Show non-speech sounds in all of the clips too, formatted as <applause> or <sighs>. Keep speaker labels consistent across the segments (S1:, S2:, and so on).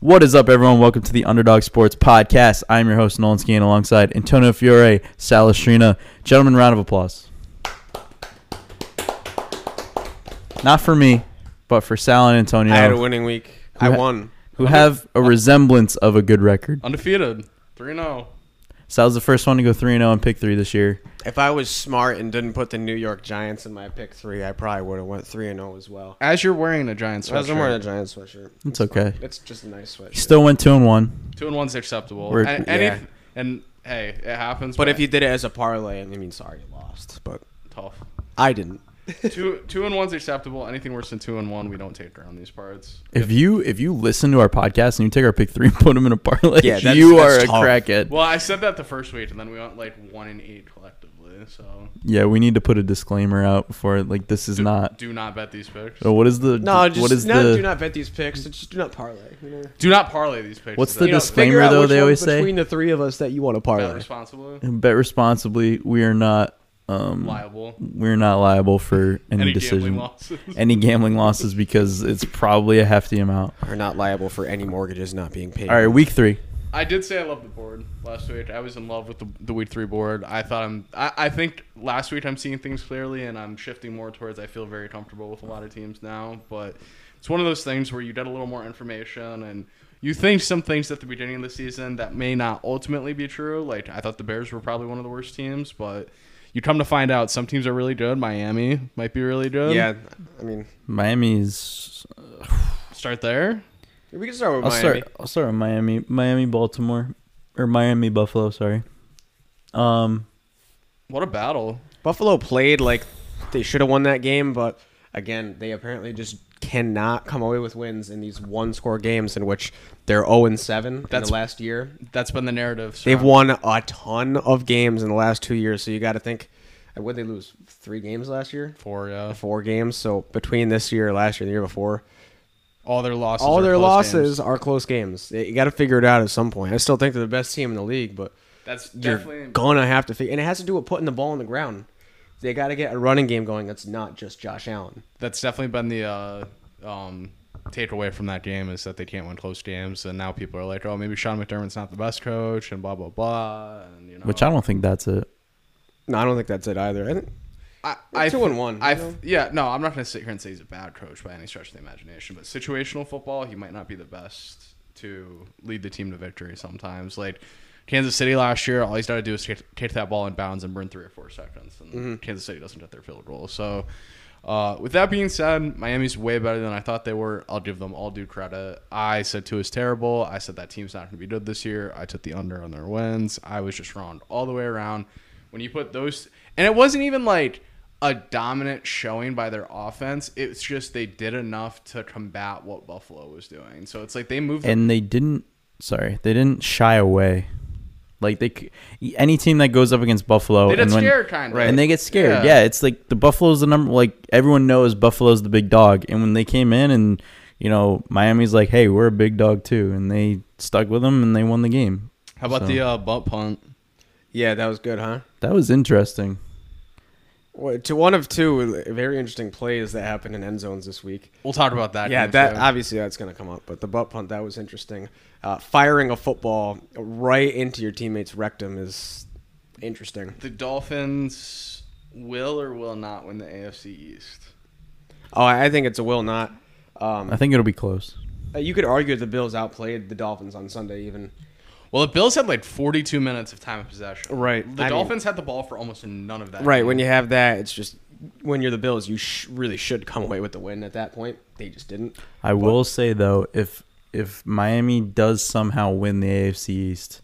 S1: What is up, everyone? Welcome to the Underdog Sports Podcast. I'm your host, Nolan Skeen, alongside Antonio Fiore, Salestrina. Gentlemen, round of applause. Not for me, but for Sal and Antonio,
S2: I had a winning week. I
S1: ha-
S2: won.
S1: who have a resemblance of a good record.
S3: Undefeated. 3 0.
S1: Sal's the first one to go 3 0 and oh pick three this year.
S2: If I was smart and didn't put the New York Giants in my pick three, I probably would have went three and zero as well.
S3: As you're wearing a Giants
S2: I was
S3: sweatshirt.
S2: wearing a Giants sweatshirt.
S1: It's okay.
S2: It's just a nice sweatshirt.
S1: Still went 2 and 1.
S3: 2 and 1's acceptable.
S1: We're-
S3: A-
S1: yeah.
S3: anyth- And hey, it happens.
S2: but if you did it as a parlay, I mean, sorry, you lost, but
S3: Tough.
S1: <laughs>
S2: I didn't.
S3: two, two and 1's acceptable. Anything worse than 2 and 1, we don't take around these parts.
S1: If you if you listen to our podcast and you take our pick three and put them in a parlay,
S2: Yeah, that's-
S1: you are
S2: that's
S1: a
S2: tough.
S1: crackhead.
S3: Well, I said that the first week, and then we went like 1 and 8 collectively. So
S1: yeah, we need to put a disclaimer out before like this is
S3: do
S1: not.
S3: do not bet these picks.
S1: So what is the
S2: No, just
S1: what is
S2: no,
S1: the
S2: do not bet these picks. Just do not parlay. You know?
S3: Do not parlay these picks.
S1: What's
S3: Is
S1: the
S3: that-
S2: You know,
S1: disclaimer,
S2: figure out
S1: though,
S2: which
S1: they
S2: one
S1: always say?
S2: between the three of us that you want to
S3: bet
S2: parlay.
S3: responsibly?
S1: bet responsibly? We are not um
S3: Liable.
S1: we're not liable for any,
S3: Any
S1: decision
S3: gambling losses.
S1: any gambling losses because it's probably a hefty amount.
S2: Are not liable for any mortgages not being paid.
S1: All right, week 3.
S3: I did say I love the board last week. I was in love with the, the week three board. I thought I'm. I, I think last week I'm seeing things clearly, and I'm shifting more towards. I feel very comfortable with a lot of teams now, but it's one of those things where you get a little more information and you think some things at the beginning of the season that may not ultimately be true. Like I thought the Bears were probably one of the worst teams, but you come to find out some teams are really good. Miami might be really good.
S2: Yeah, I mean,
S1: Miami's
S3: start there.
S2: we can start with
S1: I'll
S2: Miami.
S1: start I'll start with Miami, Miami Baltimore or Miami Buffalo, sorry. Um
S3: What a battle!
S2: Buffalo played like they should have won that game, but again, they apparently just cannot come away with wins in these one score games in which they're 0 and 7 in
S3: That's-
S2: the last year.
S3: That's been the narrative.
S2: They've
S3: surrounding-
S2: won a ton of games in the last two years, so you got to think what they lose? Three games last year?
S3: four. Yeah,
S2: Four games. So between this year, last year, and the year before,
S3: all their losses.
S2: all
S3: are
S2: their
S3: close games.
S2: losses are close games. You got to figure it out at some point. I still think they're the best team in the league, but
S3: That's
S2: you're
S3: definitely
S2: gonna have to figure. And it has to do with putting the ball on the ground. They got to get a running game going. That's not just Josh Allen.
S3: that's definitely been the uh, um, takeaway from that game is that they can't win close games, and now people are like, oh, maybe Sean McDermott's not the best coach, and blah blah blah, and you know.
S1: which I don't think that's it.
S2: No, I don't think that's it either. I think
S3: I,
S2: two and one,
S3: I
S2: you know?
S3: yeah, no, I'm not gonna sit here and say he's a bad coach by any stretch of the imagination, but situational football, he might not be the best to lead the team to victory sometimes. Like Kansas City last year, all he's got to do is kick, kick that ball in bounds and burn three or four seconds, and Kansas City doesn't get their field goal. So, uh, with that being said, Miami's way better than I thought they were. I'll give them all due credit. I said two is terrible. I said that team's not going to be good this year. I took the under on their wins. I was just wrong all the way around. When you put those, and it wasn't even like a dominant showing by their offense. It's just they did enough to combat what Buffalo was doing. So it's like they moved.
S1: and they didn't sorry they didn't shy away like they c- any team that goes up against buffalo
S3: They get
S1: and
S3: scared, kinda.
S1: and they get scared yeah.
S3: Yeah.
S1: it's like the buffalo's the number like everyone knows buffalo's the big dog and when they came in and you know miami's like hey we're a big dog too and they stuck with them and they won the game
S3: How about
S1: So-
S3: the uh, butt punt?
S2: yeah, that was good, huh?
S1: that was interesting
S2: Well, to one of two very interesting plays that happened in end zones this week.
S3: We'll talk about that.
S2: Yeah,
S3: game,
S2: that
S3: too.
S2: obviously that's going to come up, but the butt punt that was interesting. Uh, firing a football right into your teammate's rectum is interesting.
S3: the Dolphins will or will not win the AFC East.
S2: Oh, I I think it's a will not. Um,
S1: i think it'll be close
S2: you could argue the Bills outplayed the Dolphins on Sunday, even.
S3: Well, the Bills had like 42 minutes of time of possession.
S2: Right.
S3: The
S2: I mean-
S3: Dolphins had the ball for almost none of that.
S2: Right
S3: game.
S2: when you have that, it's just when you're the Bills, you sh- really should come away with the win at that point. They just didn't.
S1: i will say though if if miami does somehow win the afc east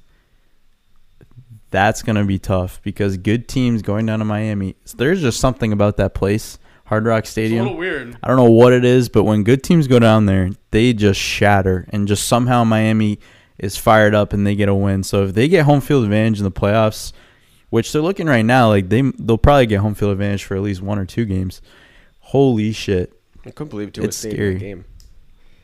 S1: that's going to be tough because good teams going down to Miami, there's just something about that place, Hard Rock
S3: It's a
S1: Stadium.
S3: little weird.
S1: I don't know what it is, but when good teams go down there, they just shatter and just somehow Miami is fired up and they get a win. So if they get home field advantage in the playoffs, which they're looking right now, like they they'll probably get home field advantage for at least one or two games. Holy shit.
S2: I couldn't believe Tua
S1: It's
S2: stayed in
S1: scary.
S2: the game.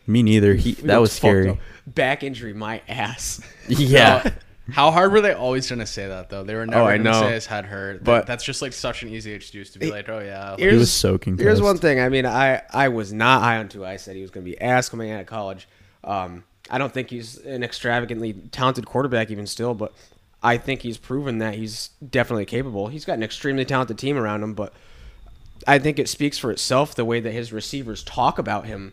S1: Me neither. He
S2: He
S1: that was
S2: looks fucked
S1: scary.
S2: up. Back injury, my ass. <laughs>
S1: Yeah.
S3: How hard were they always going to say that though? They were never
S2: Oh, I
S3: going to say
S2: know.
S3: his head hurt. But
S2: But-
S3: that's just like such an easy excuse to be like, oh yeah, like,
S2: Here's-
S1: he was soaking.
S2: Here's
S1: pissed.
S2: one thing. I mean, I I was not high on two. I said he was going to be ass coming out of college. Um, I don't think he's an extravagantly talented quarterback even still, but I think he's proven that he's definitely capable. He's got an extremely talented team around him, but I think it speaks for itself the way that his receivers talk about him.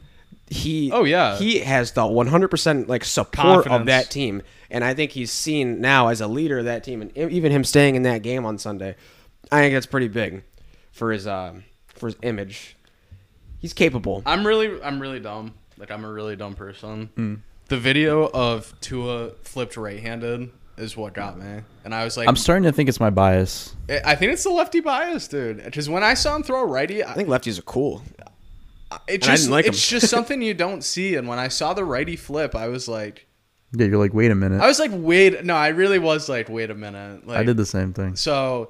S2: He
S3: Oh, yeah.
S2: he has the 100% like support of
S3: Confidence.
S2: that team, and I think he's seen now as a leader of that team, and e- even him staying in that game on Sunday, I think that's pretty big for his um for his image. He's capable.
S3: I'm really I'm really dumb. Like I'm a really dumb person.
S2: Hmm.
S3: The video of Tua flipped right-handed is what got me, and I was like,
S1: <laughs> I'm starting to think it's my bias.
S3: I I think it's the lefty bias, dude. Because when I saw him throw righty, I
S2: I think lefties are cool.
S3: it
S2: and I
S3: just
S2: didn't like
S3: it's
S2: him.
S3: just something you don't see. And when I saw the righty flip, I was like,
S1: Yeah, you're like, wait a minute.
S3: I was like, wait, no, I really was like, wait a minute. Like,
S1: I did the same thing.
S3: So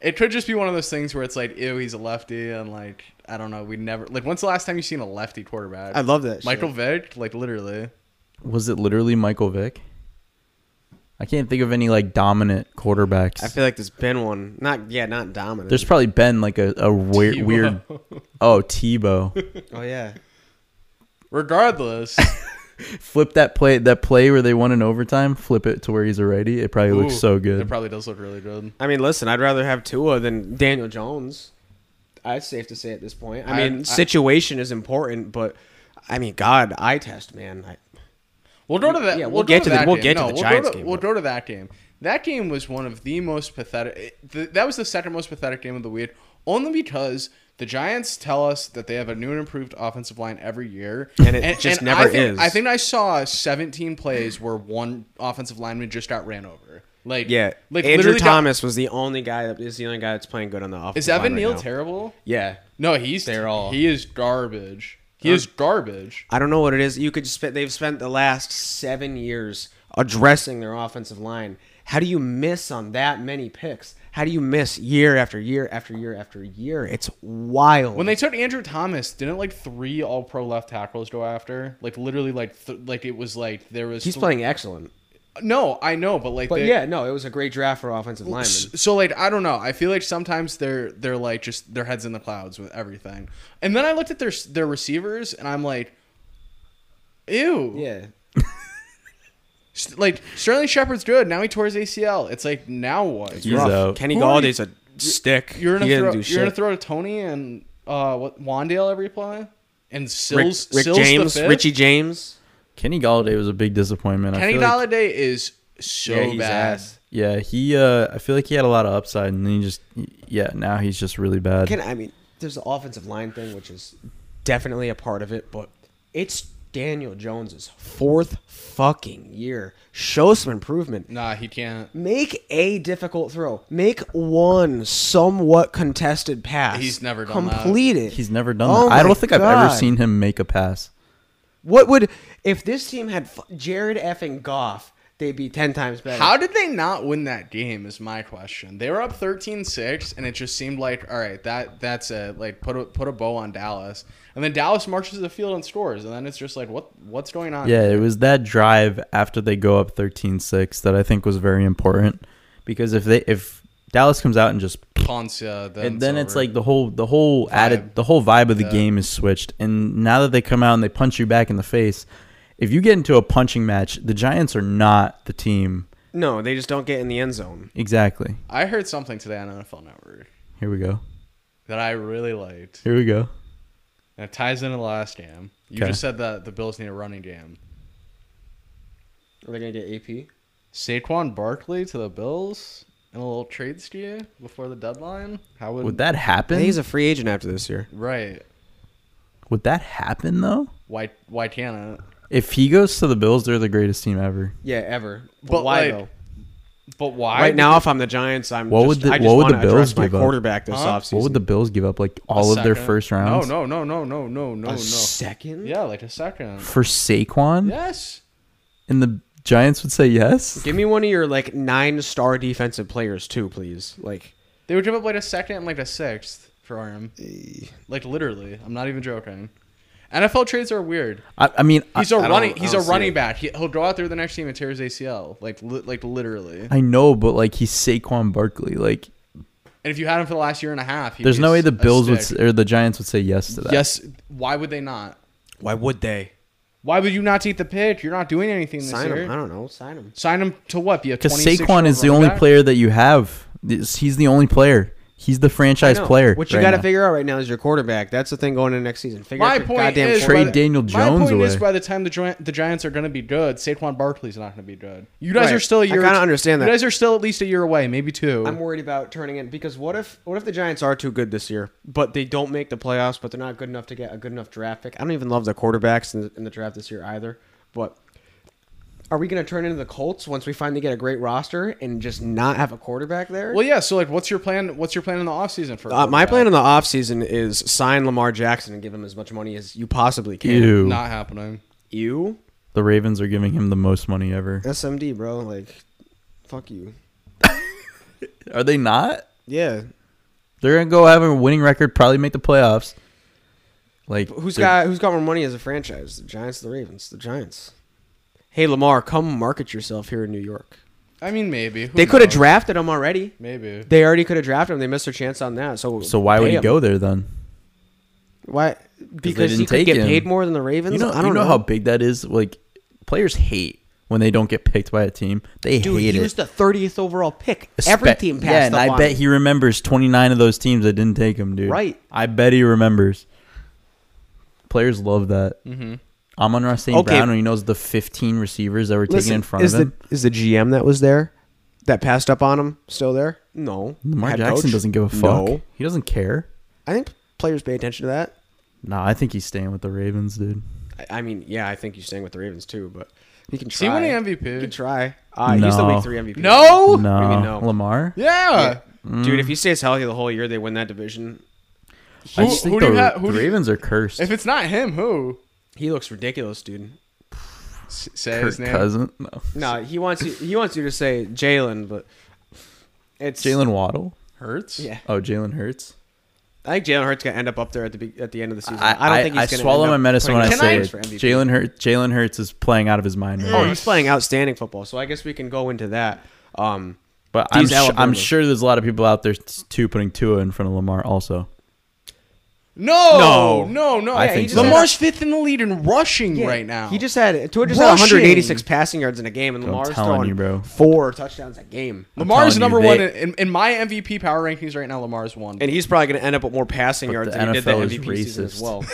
S3: it could just be one of those things where it's like, ew, he's a lefty, and like I don't know, we never like. When's the last time you seen a lefty quarterback?
S2: I love that.
S3: Michael
S2: shit.
S3: Vick, like literally.
S1: Was it literally Michael Vick? I can't think of any like dominant quarterbacks.
S2: I feel like there's been one. Not yeah, not dominant.
S1: There's probably been like a, a weird,
S3: Tebow.
S1: weird. Oh, Tebow.
S2: oh yeah.
S3: Regardless,
S1: flip that play, that play where they won in overtime. Flip it to where he's a righty. It probably looks
S3: ooh,
S1: so good.
S3: It probably does look really good.
S2: I mean, listen, I'd rather have Tua than Daniel Jones. It's safe to say at this point. I,
S3: I-
S2: mean,
S3: I-
S2: situation is important, but I mean, God, eye test, man. I,
S3: We'll go to that.
S2: Yeah,
S3: we'll,
S2: we'll
S3: go
S2: get to the-
S3: that
S2: we'll
S3: game.
S2: get to
S3: No,
S2: the
S3: we'll
S2: Giants
S3: go to,
S2: game,
S3: We'll
S2: but-
S3: go to that game. That game was one of the most pathetic. it- th- that was the second most pathetic game of the week, only because the Giants tell us that they have a new and improved offensive line every year,
S2: And it just never
S3: I think-
S2: is.
S3: I think I saw 17 plays where one offensive lineman just got ran over. Like
S2: yeah,
S3: like
S2: Andrew
S3: literally got-
S2: Thomas was the only guy that is the only guy that's playing good on the offense.
S3: is Evan Neal terrible?
S2: Yeah,
S3: No, he's
S2: They're all-
S3: He is garbage. He is garbage.
S2: I don't know what it is. You could spend. They've spent the last seven years addressing their offensive line. How do you miss on that many picks? How do you miss year after year after year after year? It's wild.
S3: When they took Andrew Thomas, didn't like three All Pro left tackles go after? Like literally, like th- like it was like there was.
S2: he's
S3: th-
S2: playing excellent,
S3: No, I know, but like,
S2: but
S3: they-
S2: yeah, no, it was a great draft for offensive linemen.
S3: S- So like, I don't know. I feel like sometimes they're they're like just their heads in the clouds with everything. And then I looked at their s- their receivers, and I'm like, ew.
S2: Yeah,
S3: S- Like Sterling Shepard's good. Now he tore his ACL. It's like now what?
S1: He's out.
S2: Kenny
S3: Who are
S2: Galladay's a stick.
S3: You're gonna
S2: He didn't
S3: throw.
S2: do
S3: You're
S2: shit.
S3: gonna throw to Tony and uh what Wandale every play, and
S2: Rick,
S3: Sills,
S2: Rick
S3: Sills the
S2: James,
S3: fifth?
S2: Richie James.
S1: Kenny Galladay was a big disappointment. I
S3: Kenny
S1: feel like-
S3: Galladay is so
S2: Yeah, he's
S3: bad.
S2: ass.
S1: yeah, he. Uh, I feel like he had a lot of upside, and then he just. Yeah, now he's just really bad.
S2: Can I mean, there's the offensive line thing, which is definitely a part of it, but it's Daniel Jones's fourth fucking year. Show some improvement.
S3: Nah, he can't.
S2: Make a difficult throw. Make one somewhat contested pass.
S3: He's never done that.
S2: complete it.
S1: He's never done
S2: Oh
S1: that. I
S2: my
S1: don't think I've ever
S2: God.
S1: seen him make a pass.
S2: What would if this team had f- Jared effing Goff? They'd be ten times better.
S3: How did they not win that game is my question. They were up 13-6 and it just seemed like all right, that that's it. Like put a put a bow on Dallas. And then Dallas marches to the field and scores and then it's just like what what's going on?
S1: Yeah, it was that drive after they go up 13-6 that I think was very important because if they if Dallas comes out and just
S3: Poncia, then
S1: and then it's
S3: uh, over.
S1: like the whole the whole added the whole vibe of the game is switched and now that they come out and they punch you back in the face, if you get into a punching match, the Giants are not the team.
S2: No, they just don't get in the end zone.
S1: Exactly.
S3: I heard something today on NFL Network
S1: Here we go.
S3: that I really liked.
S1: Here we go.
S3: And it ties into the last game. You
S1: Okay.
S3: just said that the Bills need a running game.
S2: Are they gonna get AP?
S3: Saquon Barkley to the Bills in a little trade skew before the deadline? How would,
S1: Would that happen?
S2: he's a free agent after this year.
S3: Right.
S1: Would that happen though?
S3: Why why can't it?
S1: If he goes to the Bills, they're the greatest team ever.
S2: Yeah, ever. But,
S3: But,
S2: why
S3: like,
S2: though?
S3: But why?
S2: right now, if I'm the Giants, I'm.
S1: What
S2: just,
S1: would the-
S2: I just
S1: what would the
S2: wanna address
S1: Bills
S2: my
S1: give up?
S2: quarterback this
S3: Huh?
S2: offseason?
S1: What would the Bills give up? Like all of their
S3: Second.
S1: first rounds?
S3: No, no, no, no, no, no,
S2: a
S3: no.
S2: second?
S3: Yeah, like a second.
S1: For Saquon?
S3: Yes.
S1: And the Giants would say yes?
S2: Give me one of your like nine star defensive players too, please. Like
S3: They would give up like a second and like a sixth for him. Like literally. I'm not even joking. NFL trades are weird.
S1: I, I mean, I,
S3: He's a
S2: I don't-
S3: running.
S2: I
S3: He's a
S2: don't see
S3: running
S2: it.
S3: back. He, he'll go out there the next team and tear his ACL. Like, li- like literally. And
S1: I know, but like he's Saquon Barkley. Like,
S3: if you had him for the last year and a half, he'd
S1: there's
S3: be
S1: no
S3: a
S1: way
S3: s-
S1: the
S3: a
S1: Bills would s-
S3: stick.
S1: or the Giants would say yes to that.
S3: Yes. Why would they not?
S2: Why would they
S3: Why would you not take the pitch? You're not doing anything this
S2: sign
S3: year.
S2: him? I don't know. Sign him.
S3: Sign him to what? Be a
S1: because
S3: 26
S1: Saquon is the only
S3: player.
S1: player that you have. This- He's the only player. He's the franchise
S2: No,
S1: player.
S2: What you
S1: right
S2: got to
S1: now.
S2: figure out right now is your quarterback. That's the thing going into next season. Figure out
S3: My
S2: your
S3: point
S2: goddamn
S3: is
S1: trade
S3: by the-
S1: Daniel
S3: My
S1: Jones
S3: point is
S1: away.
S3: by the time the Gi- the Giants are going to be good, Saquon Barkley's not going to be good. You guys
S2: Right.
S3: are still
S2: I
S3: a year.
S2: kinda understand
S3: You
S2: that.
S3: guys are still at least a year away, maybe 2
S2: I'm worried about turning in because what if what if the Giants are too good this year, but they don't make the playoffs, but they're not good enough to get a good enough draft pick. I don't even love the quarterbacks in the, in the draft this year either. But are we going to turn into the Colts once we finally get a great roster and just not have a quarterback there?
S3: well, yeah. So like, what's your plan? What's your plan in the offseason for? a
S2: Uh, my
S3: quarterback?
S2: plan in the offseason is sign Lamar Jackson and give him as much money as you possibly can.
S1: Ew.
S3: Not happening.
S2: You
S1: The Ravens are giving him the most money ever.
S2: SMD, bro. Like, fuck you.
S1: Are they not?
S2: Yeah.
S1: They're gonna go have a winning record, probably make the playoffs. Like
S2: But who's
S1: they're-
S2: got who's got more money as a franchise? The Giants, or the Ravens, the Giants. Hey Lamar, come market yourself here in New York.
S3: I mean, maybe Who
S2: They could have
S3: knows?
S2: drafted him already.
S3: Maybe
S2: They already could have drafted him. They missed their chance on that. So
S1: So why would
S2: pay
S1: he
S2: him.
S1: go there then?
S2: Why? Because
S1: didn't
S2: he
S1: take
S2: could get
S1: him.
S2: paid more than the Ravens.
S1: You know,
S2: I don't
S1: you know,
S2: know,
S1: how big that is. Like players hate when they don't get picked by a team. They
S2: Dude,
S1: hate
S2: he
S1: it.
S2: was the thirtieth overall pick.
S1: Espe-
S2: Every team passed
S1: Yeah, and
S2: up
S1: I
S2: on
S1: bet
S2: him.
S1: he remembers 29 of those teams that didn't take him, dude.
S2: Right.
S1: I bet he remembers. Players love that. Mm-hmm. Amon Ross St.
S2: Okay.
S1: Brown, when he knows the 15 receivers that were taken in front
S2: is
S1: of him.
S2: the is the GM that was there that passed up on him still there? No.
S1: Lamar
S2: Head
S1: Jackson
S2: coach?
S1: doesn't give a fuck.
S2: No.
S1: He doesn't care.
S2: I think players pay attention to that.
S1: Nah, I think he's staying with the Ravens, dude.
S2: I, I mean, yeah, I think you're staying with the Ravens too, but he can
S3: Is he
S2: try.
S3: winning
S2: He can
S3: MVP.
S2: try. Uh, He's the
S1: No.
S2: week three MVP.
S3: No.
S1: No. mm.
S2: do you mean no?
S1: Lamar?
S3: Yeah.
S2: dude, if he stays healthy the whole year, they win that division.
S1: I
S3: Who-
S1: just
S3: who
S1: think
S3: do
S1: the,
S3: you have- who
S1: the
S3: do you-
S1: Ravens are cursed.
S3: If it's not him, who?
S2: He looks ridiculous, dude.
S3: S- Say
S1: Kirk
S3: his name.
S1: Cousin? No.
S2: No, he wants you. He wants you to say Jalen, but it's
S1: Jalen Waddle?
S3: Hurts.
S2: Yeah,
S1: Oh, Jalen Hurts?
S2: I think Jalen Hurts gonna end up up there at the be- at the end of the season.
S1: I,
S2: I, don't think he's
S1: I
S2: gonna
S1: swallow
S2: end
S1: my
S2: up
S1: medicine when
S2: putting
S1: I
S2: up
S1: say
S2: numbers
S1: it.
S2: for MVP.
S1: Jalen Hurts. Jalen Hurts is playing out of his mind. Right
S2: Oh,
S1: now.
S2: he's playing outstanding football, so I guess we can go into that. Um,
S1: But I'm,
S2: These
S1: sh- I'm
S2: Alabama.
S1: sure there's a lot of people out there t- too putting Tua in front of Lamar also.
S3: No.
S2: No.
S3: No. No.
S1: I
S3: yeah, he
S1: think
S3: just
S1: so.
S3: Lamar's fifth in the lead in rushing
S2: yeah,
S3: right now.
S2: he just had Tua just had
S3: Rushing.
S2: 186 passing yards in a game, and
S1: I'm
S2: Lamar's
S1: telling
S2: throwing
S1: you, bro.
S2: four touchdowns a game.
S1: telling
S3: Lamar's
S1: you,
S3: number one in,
S1: they-
S3: in, in my MVP power rankings right now. Lamar's one.
S2: and he's probably going to end up with more passing yards
S1: the
S2: than he did that
S1: NFL is
S2: MVP season
S1: racist. <laughs>
S2: as well.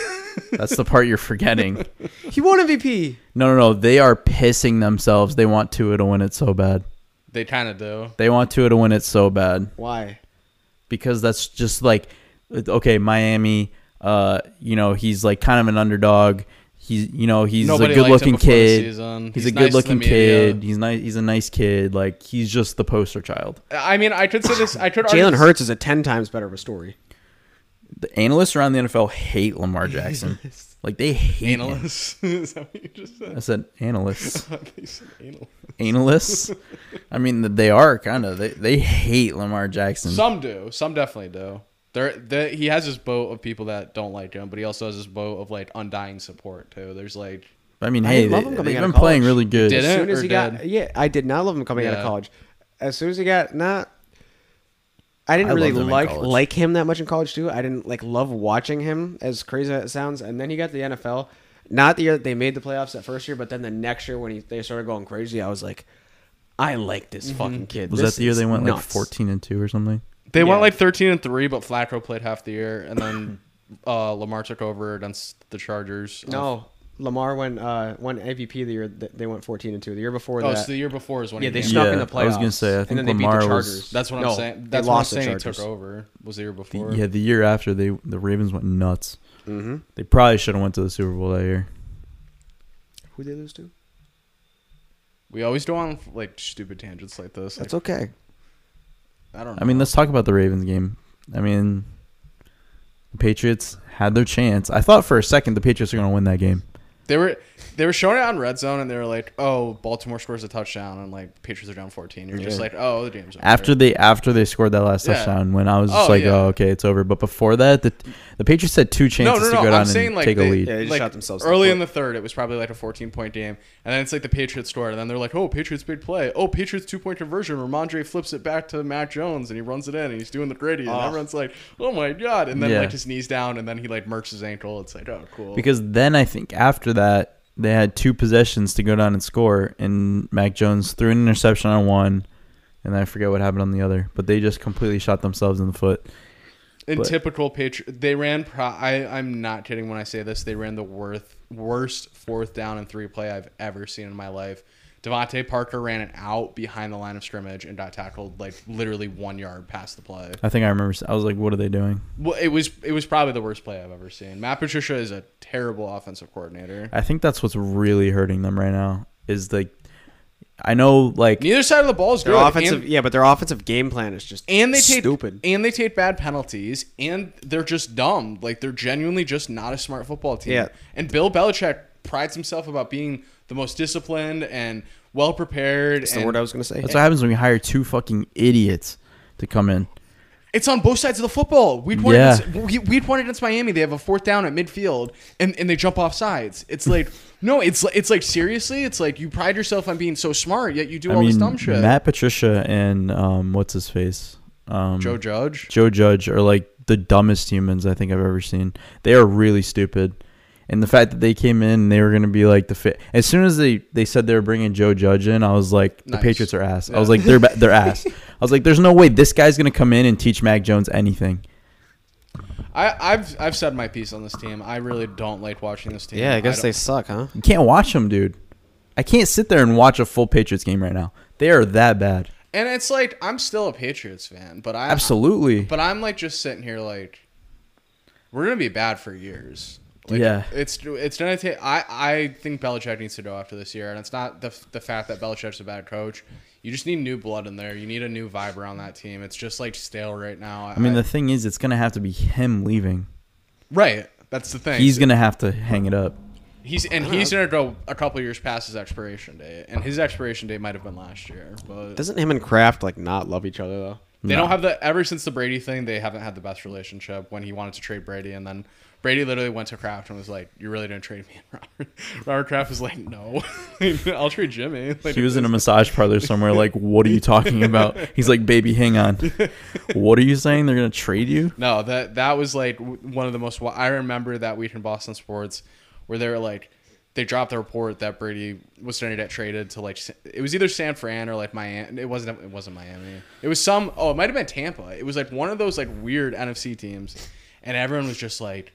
S1: That's the part you're forgetting.
S3: <laughs>
S2: he won MVP.
S1: No, no, no. They are pissing themselves. They want Tua to win it so bad.
S3: They kind of do.
S1: They want Tua to win it so bad
S2: Why?
S1: because that's just like, okay, Miami. Uh, you know, he's like kind of an underdog. He's, you know, he's
S3: Nobody
S1: a
S3: liked
S1: good-looking
S3: him before the
S1: kid.
S3: season.
S1: He's,
S3: He's
S1: a
S3: nice to the
S1: good-looking
S3: media.
S1: kid. He's nice. He's a nice kid. Like he's just the poster child.
S3: I mean, I could say this. I could.
S2: Jalen
S3: argue-
S2: Hurts is a ten times better of a story.
S1: The analysts around the NFL hate Lamar
S3: <laughs>
S1: Jackson. Like they hate him.
S3: Analysts. <laughs> Is that what you just said?
S1: I said
S3: <laughs>
S1: analysts.
S3: I thought you said anal.
S1: analysts. <laughs> I mean, they are kind of. They they hate Lamar Jackson.
S3: Some do. Some definitely do. There, there, he has his boat of people that don't like him, but he also has his boat of like undying support too. There's like,
S1: I mean,
S2: I
S1: hey,
S2: love
S1: they,
S2: him
S1: have
S2: coming out
S1: been
S2: of
S1: playing
S2: college.
S1: really good.
S2: As
S3: Did it?
S2: soon as
S3: or
S2: he got,
S3: did?
S2: yeah, I did not love him coming out
S3: Yeah.
S2: of college. As soon as he got not, I didn't
S1: I
S2: really
S1: loved him in
S2: like
S1: college.
S2: like him that much in college too. I didn't like love watching him as crazy as it sounds. And then he got to the NFL. Not the year that they made the playoffs that first year, but then the next year when he, they started going crazy, I was like, I like this fucking kid.
S1: Mm-hmm. Was
S2: This
S1: that the year
S2: is
S1: they went like
S2: nuts.
S1: fourteen and two or something?
S3: they went
S2: Yeah.
S3: like 13 and three, but Flacco played half the year, and <coughs> then uh, Lamar took over against the Chargers.
S2: No, Lamar went uh, won MVP the year that they went fourteen and two. The year before
S3: oh,
S2: that,
S3: so the year before is when
S2: yeah,
S3: he
S2: they
S3: came.
S1: snuck-
S2: stuck in
S1: Yeah,
S2: the playoffs.
S1: I was gonna say, I
S2: and
S1: think
S2: then they beat
S1: Lamar
S2: the
S1: was-
S2: Chargers.
S3: That's what I'm
S2: No,
S3: saying.
S2: they
S3: That's what I'm
S2: lost the
S3: saying. He
S2: Chargers.
S3: took over was the year before.
S1: Yeah, the year after they the Ravens went nuts. They probably should have went to the Super Bowl that year.
S2: Who they lose to?
S3: We always go on like stupid tangents like this. Like,
S2: That's okay.
S3: I don't. Know.
S1: I mean, let's talk about the Ravens game. I mean, the Patriots had their chance. I thought for a second the Patriots were going to win that game.
S3: They were they were showing it on red zone and they were like, "Oh, Baltimore scores a touchdown and like Patriots are down 14." You're just
S2: Yeah.
S3: like, "Oh, the game's over."
S1: After they after they scored that last
S3: Yeah.
S1: touchdown, when I was just
S3: Oh,
S1: like,
S3: yeah.
S1: oh, okay, it's over. But before that, the the Patriots had two
S3: no,
S1: chances
S3: no,
S1: to
S3: no.
S1: go down
S3: I'm
S1: and
S3: saying like
S1: take
S3: they,
S1: a lead.
S2: Yeah, they just
S3: like,
S2: shot themselves in the
S3: early
S2: foot.
S3: in the third. It was probably like a 14 point game, and then it's like the Patriots scored, and then they're like, "Oh, Patriots big play. Oh, Patriots two point conversion." Ramondre flips it back to Mac Jones, and he runs it in, and he's doing the gritty, and
S2: Oh.
S3: everyone's like, "Oh my god!" And then
S1: Yeah.
S3: like his knees down, and then he like mercs his ankle. It's like, "Oh, cool."
S1: Because then I think after that they had two possessions to go down and score, and Mac Jones threw an interception on one, and I forget what happened on the other. But they just completely shot themselves in the foot.
S3: In
S1: But-
S3: typical Patriot, they ran. Pro- I I'm not kidding when I say this. They ran the worst worst fourth down and three play I've ever seen in my life. Devontae Parker ran it out behind the line of scrimmage and got tackled like literally one yard past the play.
S1: I think I remember. s- I was like, what are they doing?
S3: Well, it was it was probably the worst play I've ever seen. Matt Patricia is a terrible offensive coordinator.
S1: I think that's what's really hurting them right now. Is like, I know like
S3: Neither side of the ball is
S2: Their
S3: good. and-
S2: offensive, yeah, but their offensive game plan is just
S3: and they take
S2: stupid.
S3: and they take bad penalties and they're just dumb like they're genuinely just not a smart football team
S2: Yeah.
S3: and bill belichick prides himself about being the most disciplined and well prepared
S2: That's the word I was gonna say.
S1: that's what happens when we hire two fucking idiots to come in.
S3: it's on both sides of the football we'd won,
S1: Yeah.
S3: against, we- we'd won against miami they have a fourth down at midfield and, and they jump off sides it's like <laughs> no it's li- it's like seriously it's like you pride yourself on being so smart yet you do
S1: I
S3: all
S1: mean,
S3: this dumb shit
S1: Matt Patricia and um, what's his face, um,
S3: joe judge
S1: Joe Judge are like the dumbest humans I think I've ever seen. They are really stupid. And the fact that they came in, they were going to be like the fit. As soon as they, they said they were bringing Joe Judge in, I was like, the
S3: Nice.
S1: Patriots are ass. I was
S3: Yeah.
S1: like, they're ba-
S3: <laughs>
S1: they're ass. I was like, there's no way this guy's going to come in and teach Mac Jones anything.
S3: I, I've I've said my piece on this team. I really don't like watching this team.
S2: yeah, I guess
S3: don't-
S2: they suck, huh?
S1: You can't watch him, dude. I can't sit there and watch a full Patriots game right now. They are that bad.
S3: And it's like I'm still a Patriots fan, but I
S1: Absolutely.
S3: But I'm like just sitting here like we're gonna be bad for years. Like,
S1: Yeah.
S3: it's it's gonna take. I I think Belichick needs to go after this year, and it's not the the fact that Belichick's a bad coach. You just need new blood in there. You need a new vibe around that team. It's just like stale right now.
S1: I mean, the thing is, it's going to have to be him leaving.
S3: right. That's the thing.
S1: He's going to have to hang it up.
S3: he's and he's gonna go a couple years past his expiration date, and his expiration date might have been last year. But
S2: Doesn't him and Kraft like not love each other though?
S3: They don't have the ever since the Brady thing. They haven't had the best relationship. When he wanted to trade Brady, and then Brady literally went to Kraft and was like, "You really didn't trade me." <laughs> And Robert, Robert Kraft was like, "No, <laughs> I'll trade Jimmy." <laughs> Like,
S1: He was in a massage parlor somewhere. Like, what are you talking about? He's like, baby, hang on. What are you saying? They're gonna trade you?
S3: no, that that was like w- one of the most. I remember that week in Boston sports where they were like, they dropped the report that Brady was going to get traded to like Sa- it was either San Fran or like Miami. It wasn't. It wasn't Miami. It was some. Oh, it might have been Tampa. It was like one of those like weird NFC teams, and everyone was just like.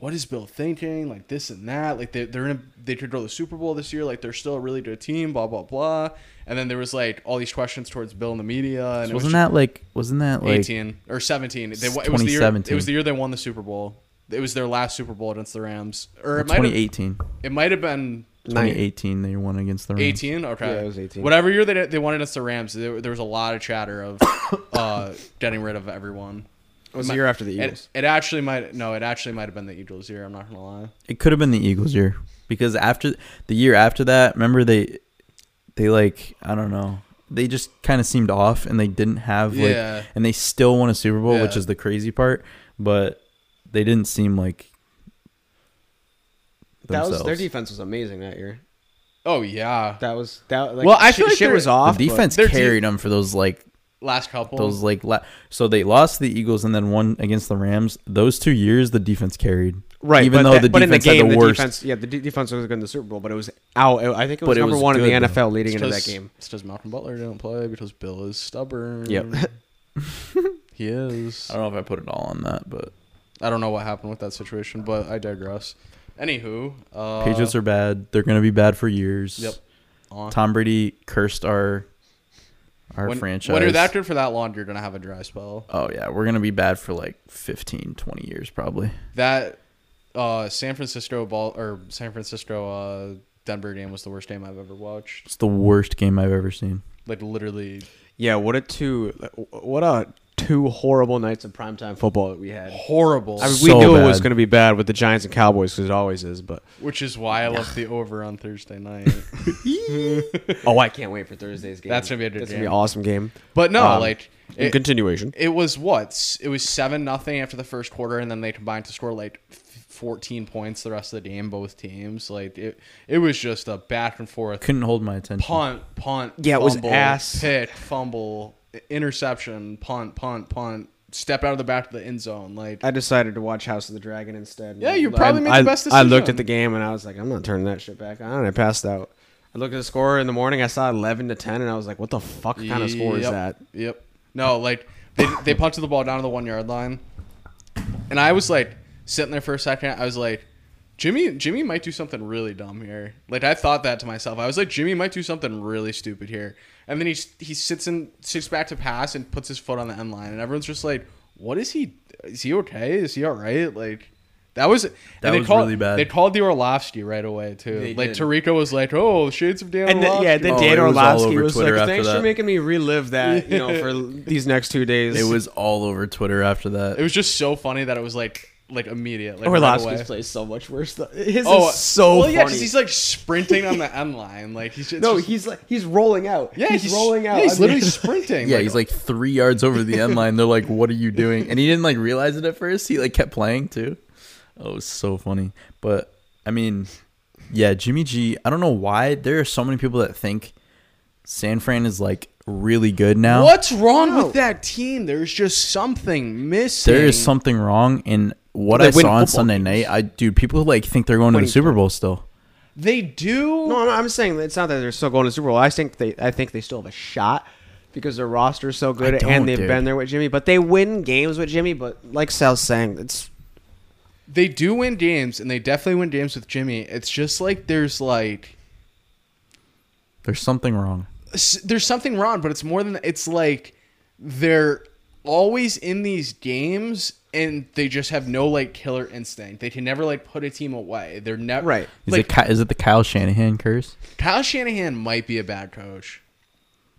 S3: what is Bill thinking? Like this and that. Like they, they're in a, they could go to the Super Bowl this year. Like they're still a really good team. Blah blah blah. And then there was like all these questions towards Bill in the media. And it was
S1: Wasn't that like? Wasn't that like?
S3: 18 or 17? They, it was the year.
S1: 2017.
S3: It was the year they won the Super Bowl. It was their last Super Bowl against the Rams. Or it might have,
S1: 2018.
S3: it might have been
S2: Nine.
S1: 2018. They won against the Rams.
S3: 18 okay
S2: Yeah, it was 18.
S3: whatever year they, they won against the rams there, there was a lot of chatter of <coughs> uh, getting rid of everyone
S2: It was the year after the
S3: it,
S2: Eagles.
S3: it actually might no it actually might have been the eagles year i'm not gonna lie
S1: It could have been the Eagles' year because after the year after that, remember they, they like I don't know. They just kind of seemed off, and they didn't have like,
S3: Yeah.
S1: and they still won a Super Bowl, which
S3: Yeah.
S1: is the crazy part. But they didn't seem like.
S2: That was, their
S1: themselves.
S2: defense was amazing that year.
S3: oh yeah
S2: That was that. Like,
S3: Well, I feel
S2: shit,
S3: like
S2: shit
S3: their-
S2: was off.
S1: The
S2: but-
S1: defense
S3: their de-
S1: carried them for those like
S3: last couple
S1: those like la- so they lost to the Eagles and then won against the Rams. Those two years, the defense carried.
S2: right?
S1: even
S2: but
S1: though
S2: that-
S1: the
S2: but in the
S1: defense had
S2: game,
S1: the
S2: the,
S1: worst.
S2: defense, yeah, the de- defense was good in the Super Bowl, but it was out. I think it
S1: But
S2: was
S1: it
S2: number
S1: was
S2: one in the
S1: good, though.
S2: NFL leading
S3: It's
S2: into that
S3: 'cause-
S2: game.
S3: it's because malcolm butler didn't play because bill is stubborn
S1: Yep.
S3: <laughs> he is
S1: I don't know if I put it all on that, but
S3: i don't know what happened with that situation but i digress anywho uh
S1: Patriots are bad. They're gonna be bad for years.
S3: Yep. on.
S1: Tom Brady cursed our our
S3: when,
S1: franchise.
S3: when you're that good for that long you're gonna have a dry spell
S1: oh yeah, we're gonna be bad for like 15, 20 years probably.
S3: That uh, San Francisco ball or San Francisco uh, Denver game was the worst game I've ever watched.
S1: It's the worst game I've ever seen.
S3: Like literally,
S2: Yeah, what a two! What a two horrible nights of primetime football that we had.
S3: Horrible.
S2: I mean,
S1: So
S2: we knew it was
S1: bad.
S2: going to be bad with the Giants and Cowboys because it always is. But
S3: which is why I left the over on Thursday night.
S2: <laughs> oh, I can't wait for Thursday's game.
S3: That's gonna be a good
S2: That's gonna be
S3: game.
S2: an awesome game.
S3: But no,
S2: Um,
S3: like
S2: in
S3: it-
S2: continuation.
S3: It was what? S- It was seven nothing after the first quarter, and then they combined to score like f- fourteen points the rest of the game. Both teams, like it, it was just a back and forth
S1: Couldn't hold my attention.
S3: punt, punt.
S2: Yeah, it was
S3: fumble,
S2: ass.
S3: pick, fumble, interception, punt, punt, punt. Step out of the back of the end zone, like
S2: I decided to watch House of the Dragon instead.
S3: Yeah, you
S2: I-
S3: probably made the
S2: I,
S3: best
S2: I looked
S3: decision.
S2: at the game and I was like, I'm not turning that shit back on. And I passed out. I looked at the score in the morning. I saw 11 to 10, and I was like, what the fuck kind of score is
S3: Yep.
S2: that?
S3: Yep. No, like they they punted the ball down to the one yard line, and I was like sitting there for a second. I was like, Jimmy, Jimmy might do something really dumb here. Like I thought that to myself. I was like, Jimmy might do something really stupid here. And then he he sits in sits back to pass and puts his foot on the end line, and everyone's just like, What is he? Is he okay? Is he all right? Like. That was that
S1: was
S3: called,
S1: really bad.
S3: They called the Orlovsky right away too.
S2: They
S3: like
S2: did.
S3: Tariko was like, "Oh, shades of Dan."
S2: And the, yeah,
S3: Orlovsky."
S2: then
S1: Oh,
S2: Dan
S1: it was all
S2: Orlovsky
S1: over
S2: was
S1: Twitter
S2: like,
S1: after
S2: thanks for
S1: that.
S2: making me relive that, you know, for <laughs> these next two days.
S1: It was all over Twitter after that.
S3: It was just so funny that it was like like immediate. Like,
S2: Orlovsky's
S3: right away.
S2: plays so much worse. Though. His
S3: Oh,
S2: is so
S3: well, yeah,
S2: funny.
S3: because he's like sprinting on the <laughs> end line. Like he's just,
S2: no,
S3: just-
S2: he's like he's rolling out.
S3: yeah,
S2: he's, rolling out.
S3: Yeah, he's
S2: I <laughs> mean-
S3: literally sprinting.
S1: yeah, he's like three yards over the end line. They're like, "What are you doing?" And he didn't like realize it at first. He like kept playing too. Oh, it was so funny. But I mean, yeah, Jimmy G. I don't know why there are so many people that think San Fran is like really good now.
S3: what's wrong
S2: No.
S3: with that team? There's just something missing.
S1: There is something wrong. And what
S2: They
S1: I
S2: win
S1: saw on
S2: football
S1: Sunday night, I dude, people like think they're going to the Super Bowl still.
S3: They do.
S2: No, no, I'm saying that it's not that they're still going to the Super Bowl. I think they, I think they still have a shot because their roster is so good
S1: don't,
S2: and they've
S1: dude.
S2: been there with Jimmy. But they win games with Jimmy. But like Sal's saying, it's
S3: They do win games, and they definitely win games with Jimmy. It's just like there's like
S1: There's something wrong.
S3: s- there's something wrong, but it's more than it's like they're always in these games and they just have no like killer instinct. They can never like put a team away. They're never
S2: Right.
S1: Is
S3: Like
S1: it Ky- is it the Kyle Shanahan curse?
S3: Kyle Shanahan might be a bad coach.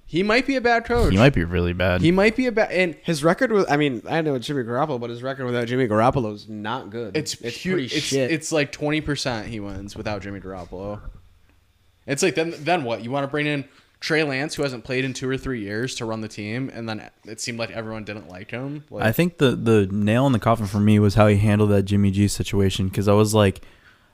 S3: He might be a bad coach.
S1: He might be really bad.
S3: He might be a bad and
S2: his record with. I mean, I know Jimmy Garoppolo, but his record without Jimmy Garoppolo is not good.
S3: it's
S2: it's
S3: pu-
S2: pretty
S3: it's,
S2: shit.
S3: it's like twenty percent he wins without Jimmy Garoppolo. It's like then then what? You want to bring in Trey Lance who hasn't played in two or three years to run the team, and then it seemed like everyone didn't like him. Like,
S1: I think the the nail in the coffin for me was how he handled that Jimmy G situation because I was like,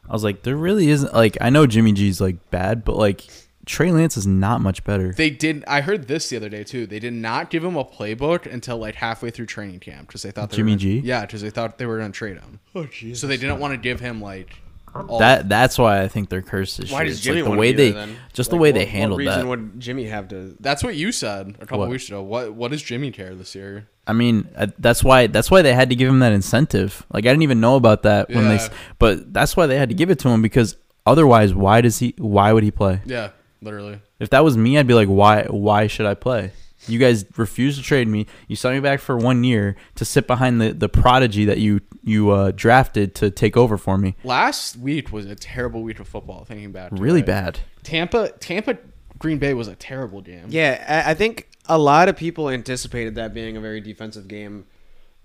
S1: I was like, there really isn't like I know Jimmy G's like bad, but like Trey Lance is not much better.
S3: They did. I heard this the other day too. They did not give him a playbook until like halfway through training camp because they thought they
S1: Jimmy
S3: were,
S1: G?
S3: Yeah, because they thought they were going to trade him. Oh Jesus! So they didn't want to give him like all
S1: that that's why I think they're cursed. As
S2: why
S1: shit.
S2: does
S1: It's,
S2: Jimmy
S1: like, the
S2: want
S1: way
S2: to be
S1: they
S2: there, then?
S1: just the
S2: Like,
S1: way
S2: what-
S1: they handled
S2: what
S1: that?
S2: reason would Jimmy have to?
S3: That's what you said a couple
S1: What?
S3: weeks ago. What What does Jimmy care this year?
S1: I mean, uh, that's why that's why they had to give him that incentive. Like I didn't even know about that when they, s-
S3: Yeah.
S1: but that's why they had to give it to him because otherwise, why does he? Why would he play?
S3: Yeah, literally.
S1: If that was me, I'd be like, why? Why should I play? You guys refuse to trade me. You sell me back for one year to sit behind the, the prodigy that you you uh, drafted to take over for me.
S3: Last week was a terrible week of football. Thinking back, to
S1: Really
S3: it.
S1: bad.
S3: Tampa, Tampa, Green Bay was a terrible game.
S2: Yeah, I, I think a lot of people anticipated that being a very defensive game,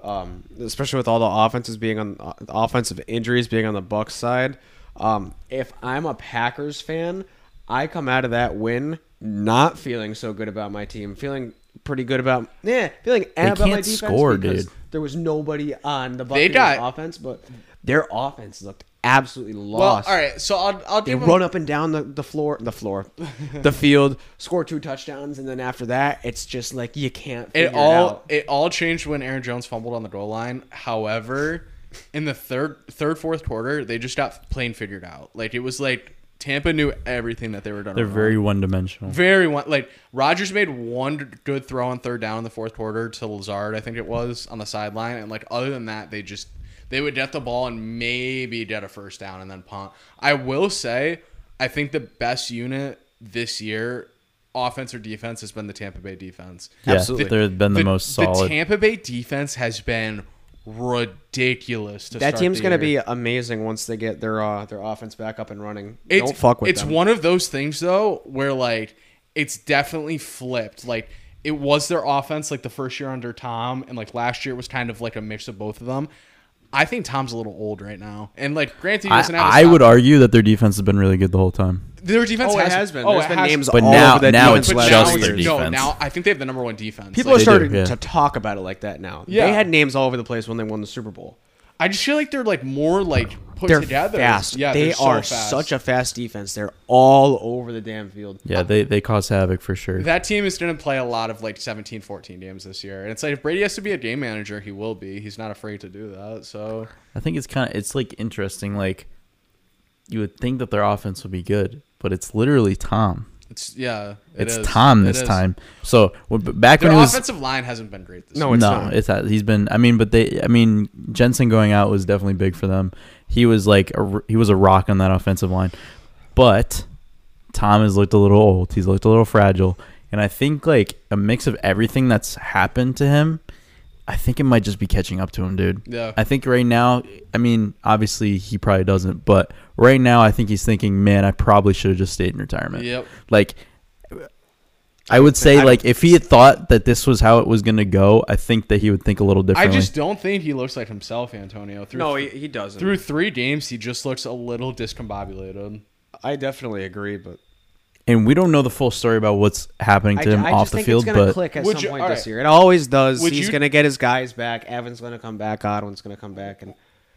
S2: um, especially with all the offenses being on uh, offensive injuries being on the Bucks side. Um, if I'm a Packers fan, I come out of that win not feeling so good about my team, feeling pretty good about yeah, feeling eh about my
S1: can't
S2: defense
S1: score,
S2: because
S1: dude.
S2: there was nobody on the Buccaneers
S3: got-
S2: offense, but their offense looked absolutely
S3: Well,
S2: lost.
S3: all right. So I'll I'll
S2: They
S3: give him-
S2: run up and down the, the floor, the floor, <laughs> the field, score two touchdowns, and then after that, it's just like you can't. Figure
S3: it
S2: it
S3: all
S2: out.
S3: it all changed when Aaron Jones fumbled on the goal line. However, in the third third fourth quarter, they just got plain figured out. Like it was like Tampa knew everything that they were done.
S1: They're very one dimensional.
S2: Mm-hmm.
S3: very one like Rogers made one good throw on third down in the fourth quarter to Lazard, I think it was on the sideline, and like other than that, they just they would get the ball and maybe get a first down and then punt. I will say, I think the best unit this year, offense or defense, has been the Tampa Bay defense.
S1: Yeah, Absolutely. they've been the most solid.
S3: Tampa Bay defense has been ridiculous. To
S2: That
S3: start
S2: team's
S3: the
S2: gonna
S3: year.
S2: be amazing once they get their uh, their offense back up and running.
S3: It's,
S2: Don't fuck with
S3: It's
S2: them.
S3: one of those things though where like it's definitely flipped. Like it was their offense like the first year under Tom, and like last year was kind of like a mix of both of them. I think Tom's a little old right now, and like granted, he
S1: I,
S3: doesn't have. a
S1: I
S3: stop-
S1: would argue that their defense has been really good the whole time.
S3: Their defense
S2: Oh, it
S3: has,
S2: has been.
S3: Oh,
S2: There's
S3: it
S2: been
S3: has-
S2: names
S1: But
S2: all
S1: now-
S2: over that
S1: now
S2: defense
S1: it's
S2: last
S3: but
S1: just
S2: year.
S1: their
S3: it's- No,
S1: defense.
S3: now I think they have the number one defense.
S2: People
S3: Like,
S1: They
S2: are
S1: do,
S2: starting
S1: yeah.
S2: to talk about it like that now.
S3: Yeah.
S2: They had names all over the place when they won the Super Bowl.
S3: I just feel like they're like more like put
S2: They're
S3: together.
S2: fast.
S3: Yeah,
S2: they
S3: they're so
S2: are
S3: fast.
S2: such a fast defense. They're all over the damn field.
S1: Yeah, they they cause havoc for sure.
S3: That team is going to play a lot of like 17, 14 games this year. And it's like if Brady has to be a game manager, he will be. He's not afraid to do that. So
S1: I think it's kind of it's like interesting. Like you would think that their offense would be good, but it's literally Tom.
S3: it's, yeah. it
S1: It's
S3: is.
S1: Tom
S3: It
S1: this
S3: is.
S1: time. So when- b- back
S3: Their
S1: when it was
S3: offensive line hasn't been great this
S2: No,
S3: year.
S2: it's
S1: no,
S2: not.
S1: it's not. He's been. I mean, but they. I mean, Jensen going out was definitely big for them. He was like a, r- he was a rock on that offensive line, but Tom has looked a little old. He's looked a little fragile, and I think like a mix of everything that's happened to him. I think it might just be catching up to him, dude.
S3: Yeah.
S1: I think right now, I mean, obviously he probably doesn't, but right now I think he's thinking, man, I probably should have just stayed in retirement.
S3: Yep.
S1: Like, I would say, like, if he had thought that this was how it was going to go, I think that he would think a little
S3: I
S1: differently.
S3: just don't think he looks like himself, Antonio. Through
S2: No, he, he doesn't.
S3: through three games, he just looks a little discombobulated.
S2: I definitely agree, but
S1: and we don't know the full story about what's happening
S2: I,
S1: to him
S2: I
S1: off
S2: just
S1: the
S2: think
S1: field,
S2: it's going to
S1: but
S2: click at
S3: Would
S2: some
S3: you-
S2: point
S3: all
S2: this
S3: right.
S2: year. It always does.
S3: Would
S2: He's
S3: you-
S2: going to get his guys back. Evan's going to come back. Godwin's going to come back, and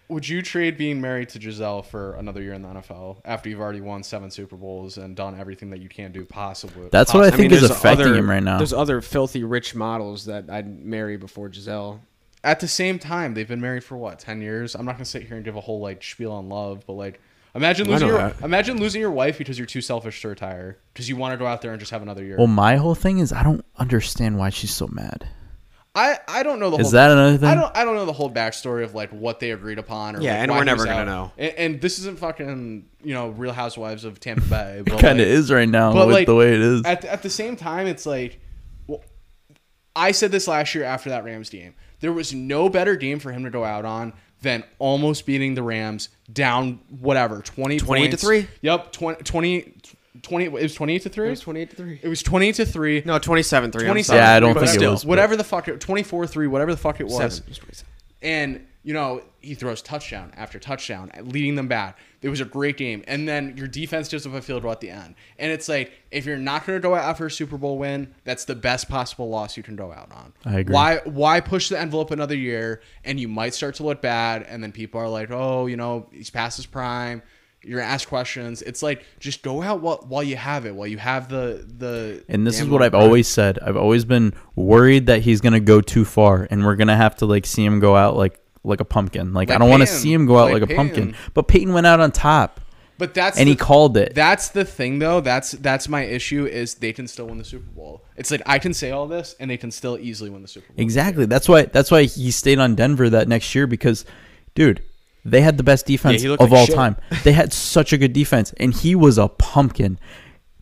S3: Would you trade being married to Giselle for another year in the NFL after you've already won seven Super Bowls and done everything that you can do possibly?
S1: That's what I
S3: possibly?
S1: think is
S2: there's
S1: affecting
S2: other-
S1: him right now.
S2: There's other filthy rich models that I'd marry before Giselle.
S3: at the same time, they've been married for what ten years. I'm not gonna sit here and give a whole like spiel on love, but like, imagine
S2: I know
S3: losing your
S2: that.
S3: imagine losing your wife because you're too selfish to retire because you want to go out there and just have another year.
S1: well, my whole thing is I don't understand why she's so mad.
S3: I I don't know the
S1: Is
S3: whole,
S1: that another thing?
S3: I don't I don't know the whole backstory of like what they agreed upon or
S2: Yeah,
S3: like,
S2: and
S3: why
S2: we're
S3: he
S2: never
S3: was
S2: gonna
S3: out.
S2: know.
S3: And, and this isn't fucking you know Real Housewives of Tampa
S1: <laughs>
S3: Bay. but,
S1: Kind of
S3: like,
S1: is right now
S3: but
S1: with
S3: like
S1: the way it is.
S3: At, at the same time, it's like, well, I said this last year after that Rams game. There was no better game for him to go out on than almost beating the Rams down whatever 20
S2: 28 to
S3: points.
S2: three?
S3: Yep, 20, 20, 20 It was twenty eight to three.
S2: It was 28 to 3.
S3: It was twenty to three.
S2: No, 27 3.
S3: 27.
S1: Yeah, I don't
S3: whatever-
S1: think it was, but-
S3: Whatever the fuck, twenty four three, whatever the fuck it was.
S2: Seven. It was 27.
S3: And you know he throws touchdown after touchdown, leading them back. It was a great game, and then your defense gives up a field goal at the end. And it's like if you're not going to go out for a Super Bowl win, that's the best possible loss you can go out on.
S1: I agree.
S3: Why why push the envelope another year? And you might start to look bad, and then people are like, oh, you know, he's past his prime. You're gonna ask questions. It's like just go out while, while you have it, while you have the the.
S1: And this is
S3: the
S1: what I've
S3: envelope.
S1: always said. I've always been worried that he's gonna go too far, and we're gonna have to like see him go out like like a pumpkin. Like, I
S3: Like
S1: don't want to
S3: Peyton.
S1: see him go out
S3: Like
S1: like, a pumpkin.
S3: Peyton.
S1: But Peyton went out on top,
S3: But that's
S1: and he
S3: the-
S1: called it.
S3: That's the thing, though. That's that's my issue is they can still win the Super Bowl. It's like I can say all this, and they can still easily win the Super Bowl.
S1: exactly. That's why. That's why he stayed on Denver that next year because, dude, they had the best defense
S2: he
S1: of
S2: looked like
S1: all
S2: shit.
S1: time. They had such a good defense, and he was a pumpkin.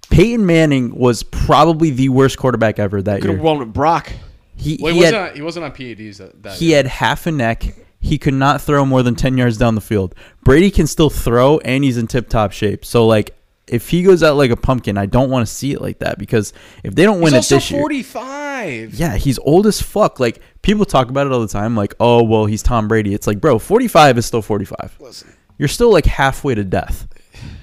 S1: Peyton Manning was probably the worst quarterback ever that
S2: Could
S1: year.
S2: have won with Brock.
S1: He,
S3: Well,
S1: he
S3: he
S1: had-
S3: wasn't on, he wasn't on PEDs that, that
S1: He
S3: year.
S1: had half a neck. He could not throw more than 10 yards down the field. Brady can still throw and he's in tip top shape. So, like, if he goes out like a pumpkin, I don't want to see it like that because if they don't win
S3: He's
S1: it
S3: also
S1: this year.
S3: forty five.
S1: Yeah, he's old as fuck. Like, people talk about it all the time. Like, oh, well, he's Tom Brady. It's like, bro, 45 is still 45.
S2: Listen.
S1: You're still like halfway to death.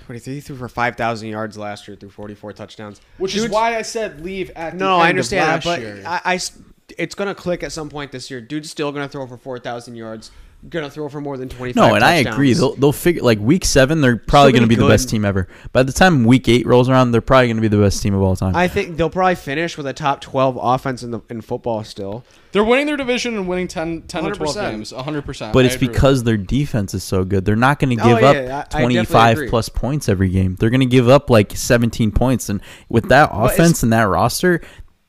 S2: 23 threw for 5,000 yards last year, through 44 touchdowns.
S3: Which is
S2: Dude's-
S3: why I said leave at. the
S2: No,
S3: end
S2: I understand that,
S3: of last
S2: but
S3: year.
S2: I, I s- it's going to click at some point this year. Dude's still going to throw for 4,000 yards, going to throw for more than 25
S1: No, and I agree.
S2: touchdowns.
S1: They'll, they'll figure like week seven, they're probably
S2: many
S1: going to be the
S2: good-
S1: best team ever. By the time week eight rolls around, they're probably going to be the best team of all time.
S2: I think they'll probably finish with a top 12 offense in, the, in football still.
S3: they're winning their division and winning 10, 10 to twelve
S2: 100%.
S3: games, hundred percent.
S1: But it's because their defense is so good. They're not going to
S2: Oh,
S1: give
S2: yeah,
S1: up
S2: I- I definitely
S1: 25
S2: agree.
S1: plus points every game. They're going to give up like 17 points. And with that
S2: it's-
S1: offense and that roster,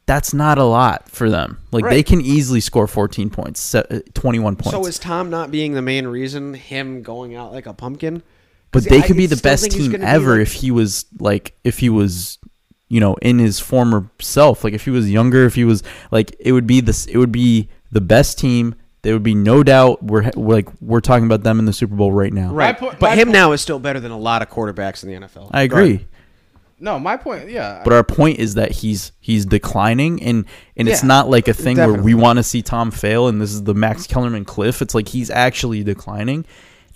S1: that's not a lot for them. Like they
S2: Right.
S1: can easily score 14 points, se- uh, 21 points.
S2: So is Tom not being the main reason, him going out like a pumpkin?
S1: but
S2: 'Cause
S1: they
S2: I
S1: could be the
S2: still think
S1: best
S2: he's
S1: team
S2: gonna be,
S1: ever
S2: like-
S1: if he was like, if he was, you know, in his former self. Like if he was younger, if he was like, it would be this, it would be the best team. There would be no doubt. We're, we're like, we're talking about them in the Super Bowl right now.
S2: Right.
S3: My po-
S2: but
S3: my
S2: him
S3: po-
S2: now is still better than a lot of quarterbacks in the NFL.
S1: I agree.
S2: Right.
S3: No, my point, yeah.
S1: But our point is that he's he's declining, and and it's
S3: Yeah,
S1: not like a thing where
S2: definitely.
S1: we want to see Tom fail, and this is the Max Kellerman cliff. It's like he's actually declining,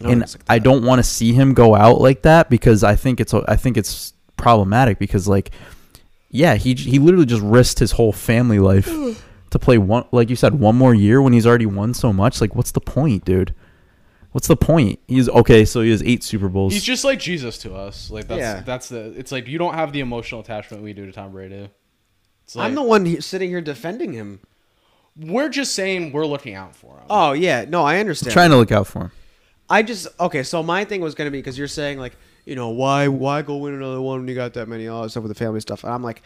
S1: and
S2: it's like
S1: I don't want to see him go out like that because I think it's I think it's problematic because like, yeah, he j- he literally just risked his whole family life to play one like you said one more year when he's already won so much. Like, what's the point, dude? What's the point? He's okay, so he has eight Super Bowls.
S3: He's just like Jesus to us. Like that's
S2: Yeah.
S3: that's the. It's like you don't have the emotional attachment we do to Tom Brady. It's like,
S2: I'm the one he- sitting here defending him.
S3: We're just saying we're looking out for him.
S2: Oh yeah, no, I understand.
S1: trying to look out for him.
S2: I just okay. So my thing was gonna be because you're saying like you know why why go win another one when you got that many all that stuff with the family stuff, and I'm like.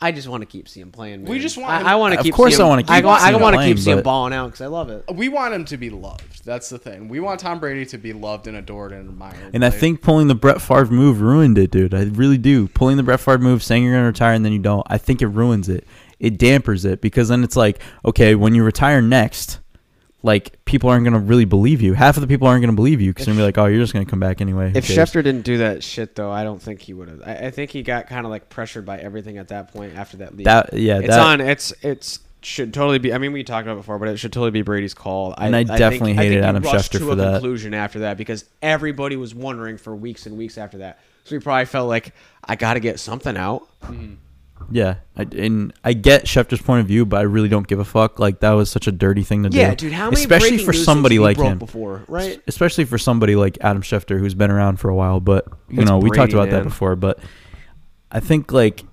S2: I just want to keep seeing him playing. Man.
S3: We just want him-
S2: I, I want to
S1: Of
S2: keep.
S1: course
S2: seeing-
S1: I wanna keep
S2: I, wa- I
S1: seeing him
S2: want to
S1: playing,
S2: keep seeing him
S1: but-
S2: balling out because I love it.
S3: We want him to be loved. That's the thing. We want Tom Brady to be loved and adored and admired.
S1: And I
S3: Like,
S1: think pulling the Brett Favre move ruined it, dude. I really do. Pulling the Brett Favre move, saying you're gonna retire and then you don't, I think it ruins it. It dampers it because then it's like, okay, when you retire next, like people aren't gonna really believe you. Half of the people aren't gonna believe you because they're gonna be like, oh, you're just gonna come back anyway. Who
S2: If
S1: cares?
S2: Schefter didn't do that shit though, I don't think he would have. I, I think he got kind of like pressured by everything at that point after that league.
S1: that, yeah,
S2: it's
S1: that,
S2: on. It's it's should totally be. I mean, we talked about it before, but it should totally be Brady's call.
S1: And I definitely
S2: think, I
S1: hated
S2: think he
S1: Adam
S2: rushed
S1: Schefter
S2: to
S1: for
S2: a
S1: that.
S2: Conclusion after that because everybody was wondering for weeks and weeks after that. So he probably felt like I got to get something out.
S1: yeah. I, and I get Schefter's point of view, but I really don't give a fuck. Like that was such a dirty thing to do.
S2: Yeah, dude. How many
S1: especially
S2: breaking
S1: for
S2: news things
S1: somebody
S2: he
S1: like
S2: broke
S1: him,
S2: before, right?
S1: especially for somebody like Adam Schefter who's been around for a while. But you
S2: It's
S1: know, we talked
S2: Brady,
S1: about that
S2: man.
S1: before. But I think like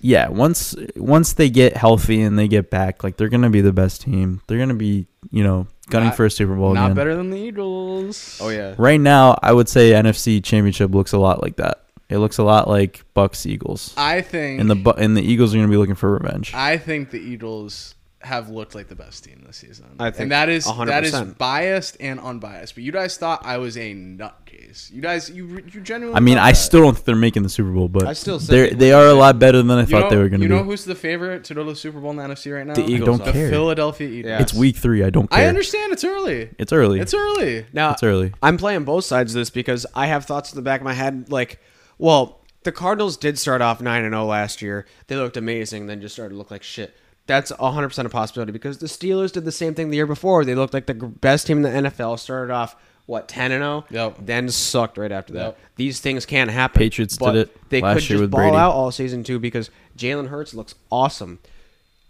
S1: yeah, once once they get healthy and they get back, like they're gonna be the best team. They're gonna be you know gunning
S3: Not-
S1: for a Super Bowl
S3: not
S1: again.
S3: better than the Eagles.
S2: Oh yeah.
S1: Right now, I would say NFC Championship looks a lot like that. It looks a lot like Bucks Eagles,
S3: I think.
S1: and the Bu- and the Eagles are gonna be looking for revenge.
S3: I think the Eagles have looked like the best team this season.
S2: I think
S3: and that is that is
S2: 100%.
S3: biased and unbiased. But you guys thought I was a nutcase. You guys, you re- you genuinely.
S1: I mean,
S3: thought
S1: I
S3: that.
S1: still don't think they're making the Super Bowl, but
S2: I still say
S1: they're
S2: they
S1: they are a lot better than I
S3: You
S1: thought
S3: know,
S1: they were gonna
S3: You know
S1: be.
S3: who's the favorite to go to the Super Bowl in the NFC right now?
S2: The Eagles
S1: don't
S3: The
S1: care.
S3: Philadelphia Eagles.
S2: Yeah.
S1: It's week three. I don't care.
S3: I understand. It's early.
S1: It's early.
S3: It's early.
S2: Now
S1: It's early.
S2: I'm playing both sides of this because I have thoughts in the back of my head. Like, well, the Cardinals did start off nine and zero last year. They looked amazing, then just started to look like shit. That's 100 percent a possibility because the Steelers did the same thing the year before. They looked like the gr- best team in the NFL. Started off what 10 and 0,
S3: Yep.
S2: then sucked right after that.
S3: Yep.
S2: These things can happen.
S1: Patriots did
S2: but
S1: it
S2: They
S1: last
S2: could
S1: year
S2: just
S1: with
S2: ball
S1: Brady.
S2: out all season too because Jalen Hurts looks awesome.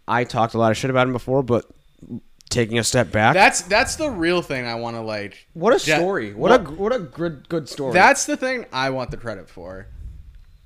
S2: I talked a lot of shit about him before, but taking a step back,
S3: That's that's the real thing I want to like.
S2: what a
S3: Ja-
S2: story! What a what a good good story.
S3: That's the thing I want the credit for.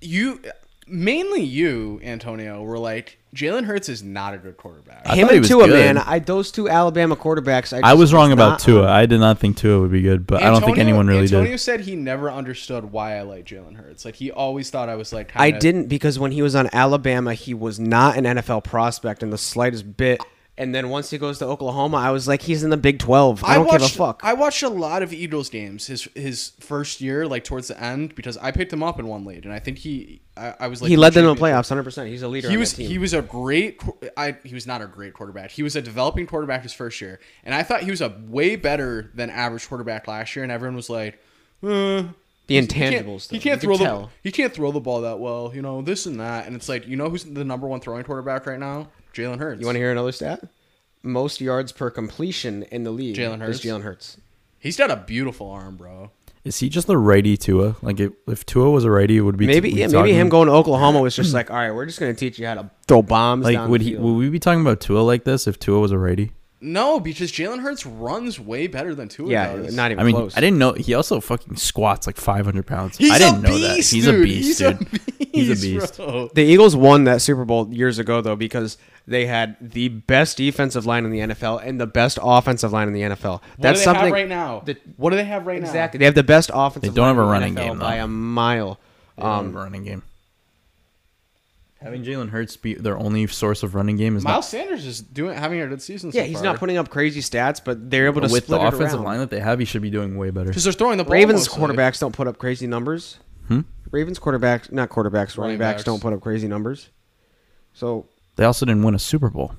S3: You, mainly you, Antonio, were like Jalen Hurts is not a good quarterback.
S1: I
S2: him
S1: thought he
S2: and
S1: was
S2: Tua,
S1: good.
S2: man. I those two Alabama quarterbacks. I,
S1: I
S2: just-
S1: was wrong
S2: it's
S1: about
S2: not-
S1: Tua. I did not think Tua would be good, but I don't think anyone really
S3: Antonio
S1: did.
S3: said he never understood why I like Jalen Hurts. Like he always thought I was like
S2: I
S3: kinda-
S2: didn't because when he was on Alabama, he was not an NFL prospect in the slightest bit. And then once he goes to Oklahoma, I was like, he's in the Big Twelve. I, don't
S3: watched,
S2: give a fuck.
S3: I watched a lot of Eagles games his his first year, like towards the end, because I picked him up in one lead, and I think he I, I was like
S2: he led them to the
S3: playoffs.
S2: playoffs, hundred percent. He's a leader.
S3: he
S2: on
S3: was
S2: that team.
S3: he was a great qu- I, he was not a great quarterback he was a developing quarterback his first year and i thought he was a way better than average quarterback last year and everyone was like uh,
S2: The
S3: he's- he can't-
S2: intangibles, though.
S3: he can't
S2: You
S3: throw
S2: could
S3: the
S2: tell.
S3: he can't throw the ball that well you know this and that and it's like you know who's the number one throwing quarterback right now jalen hurts
S2: You want to hear another stat? Most yards per completion in the league.
S3: Jalen Hurts?
S2: is Jalen Hurts.
S3: he's got a beautiful arm bro
S1: Is he just the righty Tua? Like it, if Tua was a righty, it would be
S2: Maybe
S1: we'd
S2: yeah,
S1: talking-
S2: maybe him going to Oklahoma was just like, all right, we're just gonna teach you how to throw bombs.
S1: Like
S2: down
S1: would
S2: the
S1: he?
S2: field."
S1: Would we be talking about Tua like this if Tua was a righty?
S3: no because jalen hurts runs way better than Tua
S2: yeah,
S3: does.
S2: not e- even
S1: I mean,
S2: close.
S1: I didn't know. He also fucking squats like 500 pounds.
S3: He's
S1: I
S3: a
S1: didn't know
S3: beast,
S1: that. He's a
S3: dude.
S1: beast,
S3: He's a
S1: dude.
S3: <laughs>
S2: <laughs>
S1: He's a beast.
S3: bro.
S2: The Eagles won that Super Bowl years ago though because they had the best defensive line in the NFL and the best offensive line in the NFL.
S3: What do
S2: That's
S3: they
S2: something
S3: have right now?
S2: The-
S3: what do they have right now?
S2: exactly. They have the best offensive.
S1: They don't have
S2: line
S1: a
S2: in the
S1: running
S2: NFL
S1: game, though.
S2: by a mile.
S1: Um, running game. Having Jalen Hurts be their only source of running game is not
S3: Miles Sanders is doing having a good season.
S2: Yeah,
S3: so
S2: he's
S3: far.
S2: not putting up crazy stats, but they're able to
S1: with
S2: split
S1: the
S2: it
S1: offensive
S2: around.
S1: line that they have. He should be doing way better.
S3: because they're thring the ball.
S2: Ravens
S3: mostly.
S2: quarterbacks don't put up crazy numbers.
S1: Hmm?
S2: Ravens quarterbacks, not quarterbacks, running
S3: Running
S2: backs.
S3: backs.
S2: don't put up crazy numbers. So
S1: They also didn't win a Super Bowl.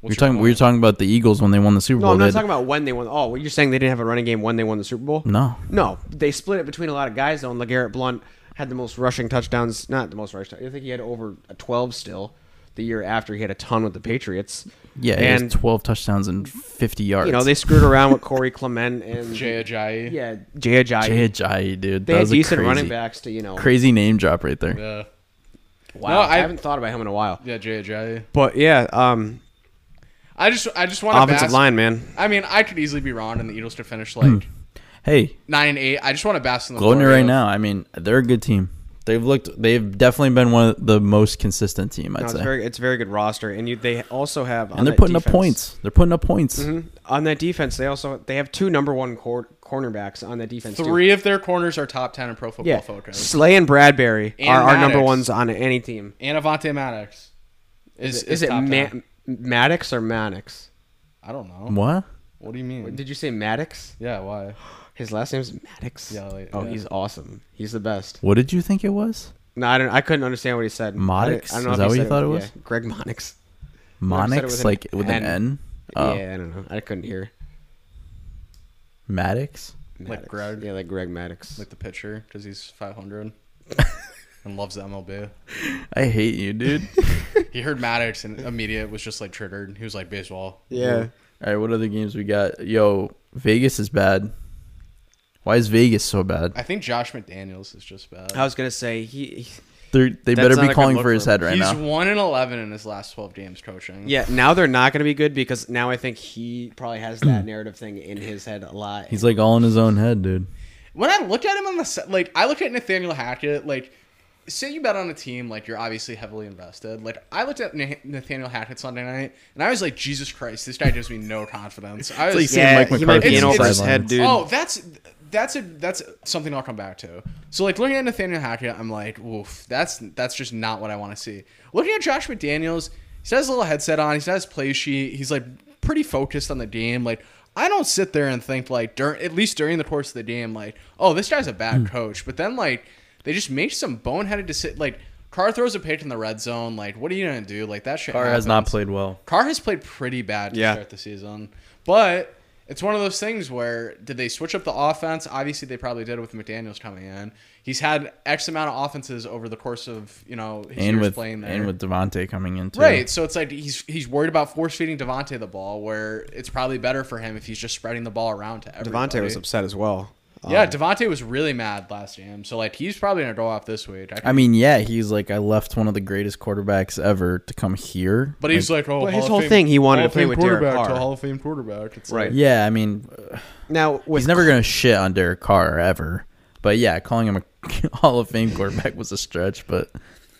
S3: What's
S1: you're
S3: your
S1: talking. We were
S3: point?
S1: talking about the Eagles when they won the Super
S2: no,
S1: Bowl.
S2: I'm
S1: They
S2: not
S1: had-
S2: talking about when they won. Oh, well, you're saying they didn't have a running game when they won the Super Bowl?
S1: No.
S2: No, they split it between a lot of guys though. And Legarrette Blunt had the most rushing touchdowns. Not the most rushing. I think he had over twelve still. The year after he had a ton with the Patriots.
S1: Yeah, he
S2: and
S1: has 12 touchdowns and 50 yards.
S2: you know they screwed around with Corey
S3: <laughs>
S2: Clement and
S3: Jay Ajayi.
S2: yeah Jay Ajayi.
S1: Jay Ajayi, dude.
S2: they
S1: that
S2: had
S1: was a
S2: decent
S1: crazy,
S2: running backs to you know.
S1: Crazy name drop right there.
S3: Yeah.
S2: Wow,
S3: No,
S2: I,
S3: I-
S2: haven't thought about him in a while.
S3: Yeah, Jay Ajayi.
S2: But yeah, um,
S3: I just I just want to
S2: offensive line man.
S3: I mean, I could easily be wrong, and the Eagles could finish like
S1: Hmm. Hey,
S3: nine and eight. I just want to bask in the
S1: Gloating
S3: glory
S1: right
S3: of-
S1: now. I mean, they're a good team. They've looked. They've definitely been one of the most consistent team. I'd
S2: No, it's
S1: say,
S2: very it's a very good roster, and you they also have on
S1: and they're
S2: that
S1: putting up
S2: defense-
S1: points. They're putting up points.
S2: Mhm. on that defense. They also they have two number one cor- cornerbacks on that defense. too.
S3: Three of their corners are top ten in Pro Football
S2: yeah.
S3: Focus,
S2: Slay and Bradbury
S3: And
S2: are our number
S3: Maddox.
S2: ones on any team.
S3: and Avante Maddox. Is
S2: Is, is it
S3: top
S2: Ma-
S3: 10.
S2: Maddox or Maddox?
S3: I don't know.
S1: What?
S3: What do you mean?
S2: Did you say Maddox?
S3: yeah, why?
S2: His last name's Maddox.
S3: Yeah, like-
S2: oh,
S3: yeah.
S2: he's awesome. He's the best.
S1: What did you think it was?
S2: No, I don't. I couldn't understand what he said. I didn't-
S1: Maddox?
S2: I don't know
S1: Is
S2: if
S1: that
S2: he
S1: what you
S2: said
S1: thought it was?
S2: Yeah, Greg Monix. said it
S1: Monix,
S2: with an
S1: like with an
S2: N.
S1: N. Oh,
S2: Yeah, I don't know. I couldn't hear.
S1: Maddox.
S2: Maddox.
S3: Greg?
S2: Yeah, like Greg Maddox.
S3: Like the pitcher, because he's five
S2: <laughs>
S3: hundred and loves the MLB.
S1: I hate you,
S2: <laughs>
S1: dude.
S3: He heard Maddox and immediate was just like triggered. He was like baseball.
S2: yeah.
S1: All right, what other games we got? Yo, Vegas is bad. Why is Vegas so bad?
S3: I think Josh McDaniels is just bad.
S2: I was gonna say he. he-
S1: They're, they
S2: That's
S1: better
S2: not a
S1: be
S2: good
S1: calling
S2: look
S1: for his
S2: for him.
S1: head right
S3: he's
S1: now.
S3: one and eleven in his last twelve games coaching.
S2: yeah, now they're not gonna be good because now I think he probably
S1: <clears throat>
S2: has that narrative thing in his head a lot.
S1: He's like all in his own head, dude.
S3: when I look at him on the se- like, I look at Nathaniel Hackett. Like, say you bet on a team, like you're obviously heavily invested. Like, I looked at Na- Nathaniel Hackett Sunday night, and I was like, Jesus Christ, this guy gives me no confidence. I was
S1: like seeing
S2: Yeah,
S1: Mike
S2: he might
S1: McCarthy on
S2: be in
S1: the
S2: over his
S1: sidelines.
S2: head, dude.
S3: Oh, that's that's a that's something I'll come back to. So like looking at Nathaniel Hackett, I'm like, woof, that's that's just not what I want to see. Looking at Josh McDaniels, he's got his little headset on, he's got his play sheet, he's like pretty focused on the game. Like I don't sit there and think like during at least during the course of the game, like, oh, this guy's a bad
S1: Hmm.
S3: coach. But then like they just make some boneheaded decision. Like Carr throws a pick in the red zone. Like, what are you gonna do? Like that shit.
S1: Carr has not
S3: happens.
S1: played well.
S3: Carr has played pretty bad to
S2: Yeah.
S3: start the season, but it's one of those things where did they switch up the offense? Obviously, they probably did with McDaniel's coming in. He's had X amount of offenses over the course of you know his
S1: And
S3: years
S1: with,
S3: playing there.
S1: and with Devontae coming in, too.
S3: Right, so it's like he's he's worried about force feeding Devontae the ball, where it's probably better for him if he's just spreading the ball around to everybody.
S2: Devontae was um, upset as well.
S3: yeah, Devontae was really mad last game, so like he's probably gonna go off this week. I
S1: I mean, yeah, he's like, I left one of the greatest quarterbacks ever to come here.
S3: but he's like, oh,
S2: But his
S3: Hall of
S2: whole
S3: Fame-
S2: thing, he wanted to
S3: Hall of
S2: play
S3: Fame
S2: with Derek
S3: quarterback
S2: Carr.
S3: a Hall of Fame quarterback. It's
S2: Right.
S3: like-
S1: yeah, I mean,
S2: Now with
S1: he's never going to shit on Derek Carr ever. But yeah, calling him a <laughs> Hall of Fame quarterback was a stretch. But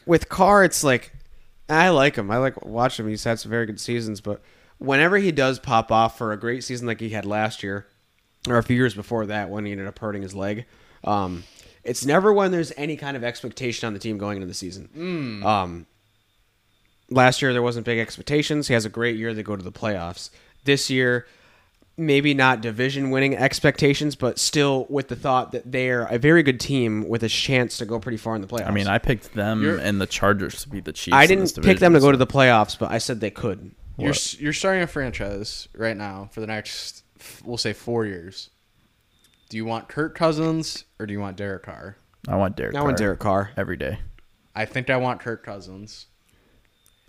S2: with Carr, it's like I like him. I like watching him. He's had some very good seasons, but whenever he does pop off for a great season like he had last year, or a few years before that when he ended up hurting his leg, um, it's never when there's any kind of expectation on the team going into the season.
S1: Hmm.
S2: Um, last year there wasn't big expectations. He has a great year. They go to the playoffs. This year, maybe not division winning expectations, but still with the thought that they are a very good team with a chance to go pretty far in the playoffs.
S1: I mean, I picked them
S3: You're-
S1: and the Chargers to beat the Chiefs.
S2: I
S1: in this
S2: didn't pick
S1: division,
S2: them to go
S1: so-
S2: to the playoffs, but I said they could.
S3: You're s- you're starting a franchise right now for the next, f- we'll say, four years. Do you want Kirk Cousins or do you want Derek Carr?
S1: I want Derek.
S2: I
S1: Carr
S2: want Derek Carr.
S1: every day.
S3: I think I want Kirk Cousins.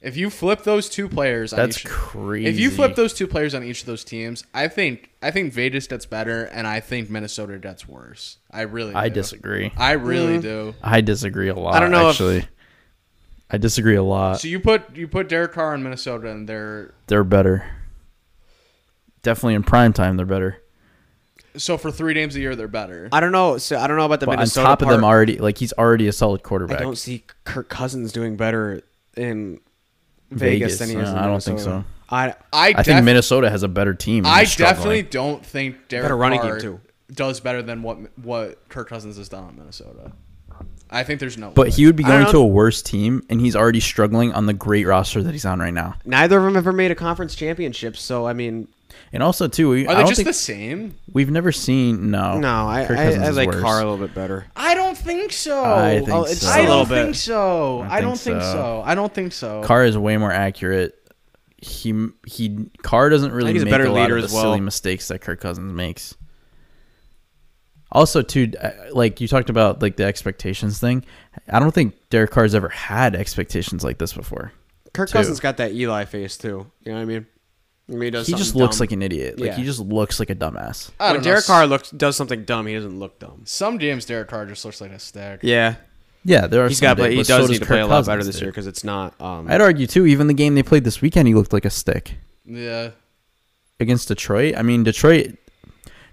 S3: If you flip those two players, on
S1: That's
S3: each,
S1: crazy.
S3: If you flip those two players on each of those teams, I think I think Vegas gets better, and I think Minnesota gets worse. I really,
S1: I
S3: do.
S1: disagree.
S3: I really do.
S1: I disagree a lot.
S2: I don't know if-
S1: Actually, I disagree a lot.
S3: So you put you put Derek Carr in Minnesota, and they're
S1: They're better. Definitely in prime time, they're better.
S3: so for three games a year, they're better.
S2: I don't know. So I don't know about the
S1: But on
S2: Minnesota
S1: top of
S2: part.
S1: them already, like he's already a solid
S2: I
S1: quarterback.
S2: don't see Kirk Cousins doing better in
S1: Vegas,
S2: Vegas, than he is.
S1: no,
S2: in
S1: I don't think
S2: Minnesota.
S1: so.
S2: I
S3: I,
S1: I
S3: def-
S1: think Minnesota has a better team. and
S3: I
S1: they're struggling.
S3: definitely don't think Derek
S2: Better running game,
S3: Carr
S2: too.
S3: does better than what what Kirk Cousins has done on Minnesota. I think there's no.
S1: But he would be
S2: I don't
S1: going to
S2: know.
S1: a worse team, and he's already struggling on the great roster that he's on right now.
S2: neither of them ever made a conference championship. So I mean,
S1: And also, too, we,
S3: are
S1: I
S3: they
S1: don't
S3: just
S1: think
S3: the same?
S1: we've never seen no.
S2: no, I
S1: Oh, Kirk
S2: I,
S1: Cousins
S2: I
S1: is
S2: like
S1: worse.
S2: Carr a little bit better.
S3: I don't think so.
S1: I think
S2: Oh, it's
S1: so.
S2: just a
S3: I
S2: little
S3: don't
S2: bit.
S3: think so.
S1: I
S3: I don't
S1: think
S3: think
S1: so.
S3: so. I don't think so.
S1: Carr is way more accurate. He he Carr doesn't really
S2: he's a
S1: make
S2: better
S1: a lot
S2: leader
S1: of the
S2: as well.
S1: silly mistakes that Kirk Cousins makes. Also, too, uh, like you talked about, like the expectations thing. I don't think Derek Carr's ever had expectations like this before.
S2: Kirk
S1: Two.
S2: Cousins got that Eli face too. You know what I mean? I mean, He, does
S1: He just
S2: something
S1: looks
S2: dumb.
S1: like an idiot. Like
S2: Yeah.
S1: he just looks like a dumbass.
S3: I don't
S2: when
S3: know.
S2: Derek Carr looks does something dumb, he doesn't look dumb.
S3: Some DMs Derek Carr just looks like a stack.
S2: Yeah,
S1: Yeah, there are.
S2: he's
S1: some
S2: got. to
S1: days,
S2: Play, he
S1: but
S2: does
S1: so
S2: need to
S1: Kirk
S2: play a lot
S1: Cousins,
S2: better this
S1: dude.
S2: year because it's not. Um,
S1: I'd argue too. Even the game they played this weekend, he looked like a stick
S3: Yeah.
S1: against Detroit. I mean, Detroit,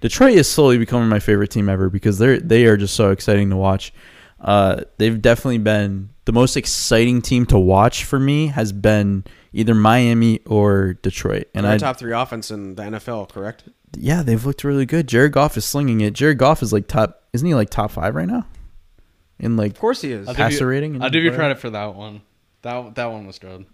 S1: Detroit is slowly becoming my favorite team ever because they're they are just so exciting to watch. Uh, they've definitely been the most exciting team to watch for me has been either Miami or Detroit, and
S2: and
S1: I
S2: top three offense in the NFL, correct?
S1: yeah they've looked really good. Jared Goff is slinging it. Jared Goff is like top, isn't he like top five right now? In like
S2: Of course he is.
S3: I'll give
S1: passer
S3: you-
S1: rating. and
S3: I'll give you
S1: whatever?
S3: credit for that one. That that one was good.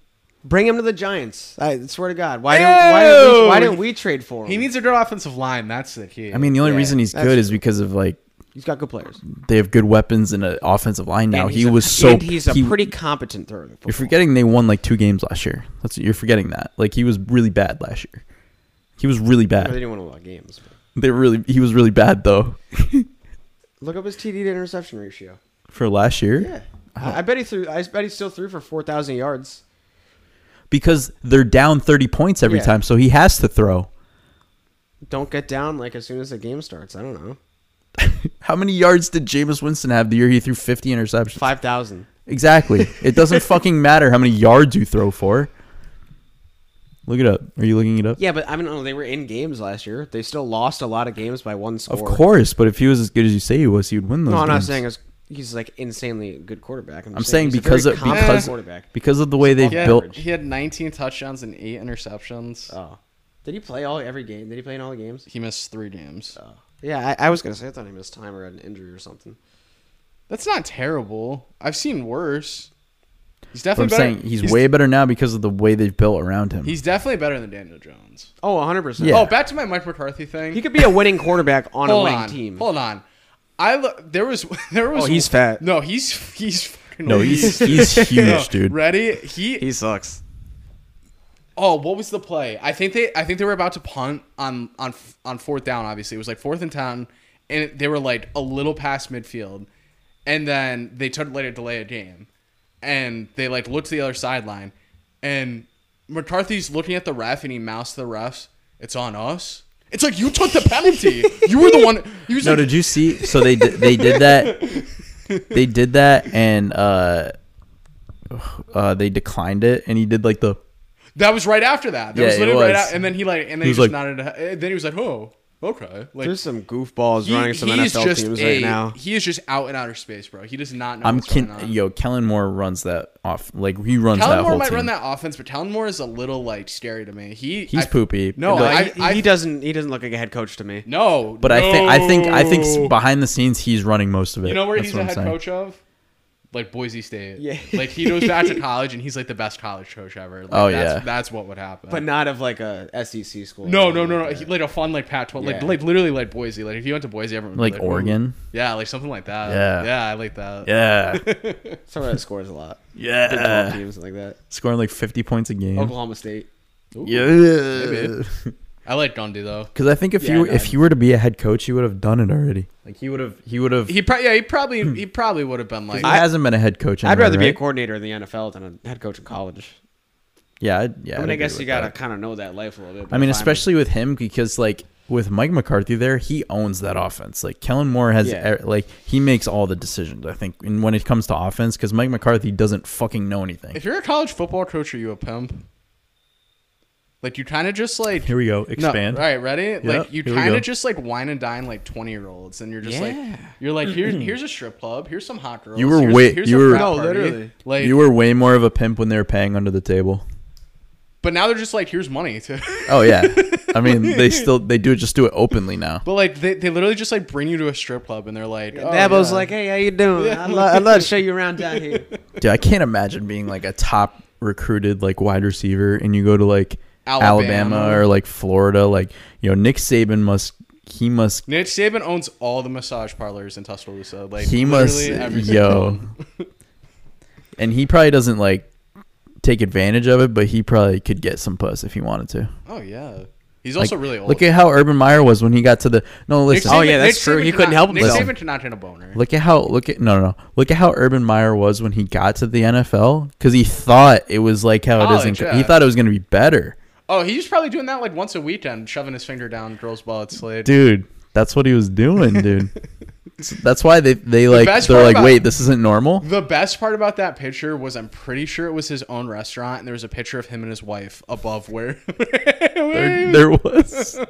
S2: Bring him to the Giants. I swear to God. Why didn't, why didn't, we, why
S3: Ew.
S2: didn't we trade for him?
S3: He needs a good offensive line. That's the key.
S1: I mean, the only
S2: Yeah,
S1: reason he's
S2: that's
S1: good is because of like
S2: He's got good players.
S1: they have good weapons and an offensive line now.
S2: And
S1: He
S2: he's a-
S1: was so
S2: And he's a
S1: he-
S2: pretty competent thrower. of the
S1: You're
S2: football.
S1: forgetting they won like two games last year. That's you're forgetting that. Like he was really bad last year. He was really
S2: They
S1: bad.
S2: didn't win a lot of games. but-
S1: They really he was really bad though <laughs>
S2: Look up his TD to interception ratio.
S1: for last year
S2: Yeah.
S1: Uh-huh.
S2: I I bet he threw. I bet he still threw for four thousand yards.
S1: because they're down 30 points every
S2: Yeah.
S1: time, so he has to throw.
S2: Don't get down like as soon as the game starts. I don't know.
S1: How many yards did Jameis Winston have the year he threw 50 interceptions?
S2: Five thousand.
S1: Exactly. it
S2: <laughs>
S1: doesn't fucking matter how many yards you throw for. Look it up. Are you looking it up?
S2: Yeah, but I don't know. They were in games last year. They still lost a lot of games by one score.
S1: Of course, but if he was as good as you say he was, he would win those.
S2: No, I'm not
S1: games.
S2: saying it's, he's like insanely good quarterback. I'm,
S1: I'm
S2: just
S1: saying
S2: he's a
S1: because
S2: very
S1: of
S2: competent
S1: because
S2: quarterback.
S1: because of the way they've
S3: he had,
S1: built.
S3: he had 19 touchdowns and eight interceptions.
S2: Oh, did he play all every game? Did he play in all the games?
S3: he missed three games.
S2: Oh. Yeah, I, I was gonna say I thought he missed time or had an injury or something.
S3: That's not terrible. I've seen worse. He's
S1: But I'm
S3: definitely better.
S1: saying he's, way better now because of the way they've built around him.
S3: He's definitely better than Daniel Jones.
S2: Oh, 100 percent.
S1: Yeah.
S3: Oh, back to my Mike McCarthy thing.
S2: he could be a winning quarterback on a
S3: hold
S2: winning
S3: on,
S2: team.
S3: Hold on. I lo- there was <laughs> there was.
S2: Oh, he's fat.
S3: No, he's he's fucking.
S1: no, he's
S3: <laughs>
S1: he's
S3: No,
S1: huge, dude.
S3: Ready? He
S2: He sucks.
S3: Oh, what was the play? I think they I think they were about to punt on on on fourth down. Obviously, it was like fourth and ten, and they were like a little past midfield, and then they took later delay a game, and they like looked to the other sideline, and McCarthy's looking at the ref and he mouths the refs. It's on us. It's like you took the penalty. you were the one. You was
S1: No,
S3: like,
S1: did you see? So they did- they did that.
S3: <laughs>
S1: They did that, and uh, uh, they declined it, and he did like the.
S3: that was right after that. That
S1: Yeah,
S3: was
S1: it
S3: literally right
S1: was.
S3: out, and then he like and then
S1: He
S3: he,
S1: was
S3: just
S1: like-
S3: nodded. And then he was like, oh, okay. Like
S2: There's some goofballs
S3: He-
S2: running some
S3: he is
S2: NFL
S3: just
S2: teams
S3: a-
S2: right now.
S3: He is just out in outer space, bro. He does not know.
S1: I'm
S3: what's going
S1: kin-
S3: on.
S1: yo, Kellen Moore runs that off. Like he runs
S3: Kellen
S1: that
S3: Moore
S1: whole
S3: might
S1: team.
S3: run that offense, but Kellen Moore is a little like scary to me. He
S1: He's
S3: I-
S1: poopy.
S3: No,
S1: But-
S3: I,
S2: he,
S3: I,
S2: he doesn't. He doesn't look like a head coach to me.
S3: no.
S1: but I think I think I think s-
S3: no.
S1: behind the scenes he's running most of it.
S3: you know where
S1: That's
S3: he's
S1: what
S3: a
S1: I'm
S3: head
S1: saying.
S3: coach of. Like Boise State,
S2: Yeah.
S3: Like he goes
S2: <laughs>
S3: back to college and he's like the best college coach ever. Like,
S1: Oh,
S3: that's,
S1: yeah.
S3: that's what would happen.
S2: But not of like a SEC school.
S3: no, no, no, no.
S2: Like
S3: He, like a fun like Pat twelve, like
S2: Yeah.
S3: like literally like Boise. Like if you went to Boise, everyone would be
S1: Like
S3: ooh.
S1: Oregon?
S3: yeah, like something like that.
S1: Yeah.
S3: yeah, I like that. <laughs>
S1: Yeah,
S2: Someone that scores a lot.
S1: Uh.
S2: Big 12
S1: yeah,
S2: teams like that.
S1: scoring like 50 points a game.
S2: Oklahoma State.
S1: Yeah.
S3: I like Gundy though.
S1: Because I think if
S2: Yeah,
S1: you
S2: no,
S1: if
S2: I'm-
S1: you were to be a head coach, you would have done it already. Like he would have he would have. He
S3: He probably yeah he
S1: Hmm.
S3: probably he probably would have been like
S1: hasn't been a head coach.
S2: I'd
S1: anywhere,
S2: rather be a
S1: right?
S2: coordinator in the NFL than a head coach in college.
S1: yeah, I'd, yeah. I'd
S2: I mean, I
S1: agree
S2: guess you
S1: with
S2: gotta
S1: that.
S2: kind of know that life a little bit.
S1: I mean, especially with him because like with Mike McCarthy there, he owns that offense. Like Kellen Moore has
S2: Yeah.
S1: er- like he makes all the decisions. I think and when it comes to offense, because Mike McCarthy doesn't fucking know anything.
S3: If you're a college football coach, are you a pimp? Like you kind of just like
S1: Here we go.
S3: No,
S1: Expand.
S3: all right, ready?
S1: Yeah,
S3: like you
S1: here we
S3: kind
S1: go.
S3: of just like wine and dine like twenty year olds, and you're just
S2: Yeah.
S3: like you're like here, here's a strip club, here's some hot
S1: Mm-hmm.
S3: girls.
S1: You were
S3: here's,
S1: way-
S3: here's
S1: you
S3: a
S1: were-
S3: frat
S2: No,
S3: party.
S2: literally.
S3: like.
S1: you were way more of a pimp when they were paying under the table.
S3: but now they're just like here's money <laughs> too.
S1: Oh
S2: <laughs>
S1: yeah. I mean, they still they do it just do it openly now.
S3: but like they, they literally just like bring you to a strip club, and they're like oh,
S2: Dabo's
S3: yeah.
S2: like, "Hey, how you doing? I'd, lo- I'd love to show you around down here."
S1: Dude, I can't imagine being like a top recruited like wide receiver and you go to like Alabama,
S3: Alabama.
S1: or like Florida, like you know, Nick Saban must he must
S3: Nick Saban owns all the massage parlors in Tuscaloosa. Like
S1: he must
S3: literally every single
S1: yo
S3: one.
S1: and he probably doesn't like take advantage of it, but he probably could get some puss if he wanted to.
S3: Oh yeah. He's also
S1: Like,
S3: really old.
S1: Look at how Urban Meyer was when he got to the no. Listen,
S2: Oh, yeah, that's true. He couldn't help
S3: himself.
S2: himself.
S3: Nick Saban should not hit a boner.
S1: Look at how look at no no no. Look at how Urban Meyer was when he got to the NFL because he thought it was like how it is. In,
S3: College, yeah.
S1: He thought it was gonna be better,
S3: Oh, he's probably doing that like once a weekend, shoving his finger down girls' butts. Like,
S1: dude. That's what he was doing, <laughs> dude. So that's why they they like
S3: best
S1: they're
S3: part
S1: like
S3: about-
S1: wait this isn't normal.
S3: The best part about that picture was I'm pretty sure it was his own restaurant, and there was a picture of him and his wife above where. <laughs> where
S1: There,
S3: he
S1: there <laughs> was. All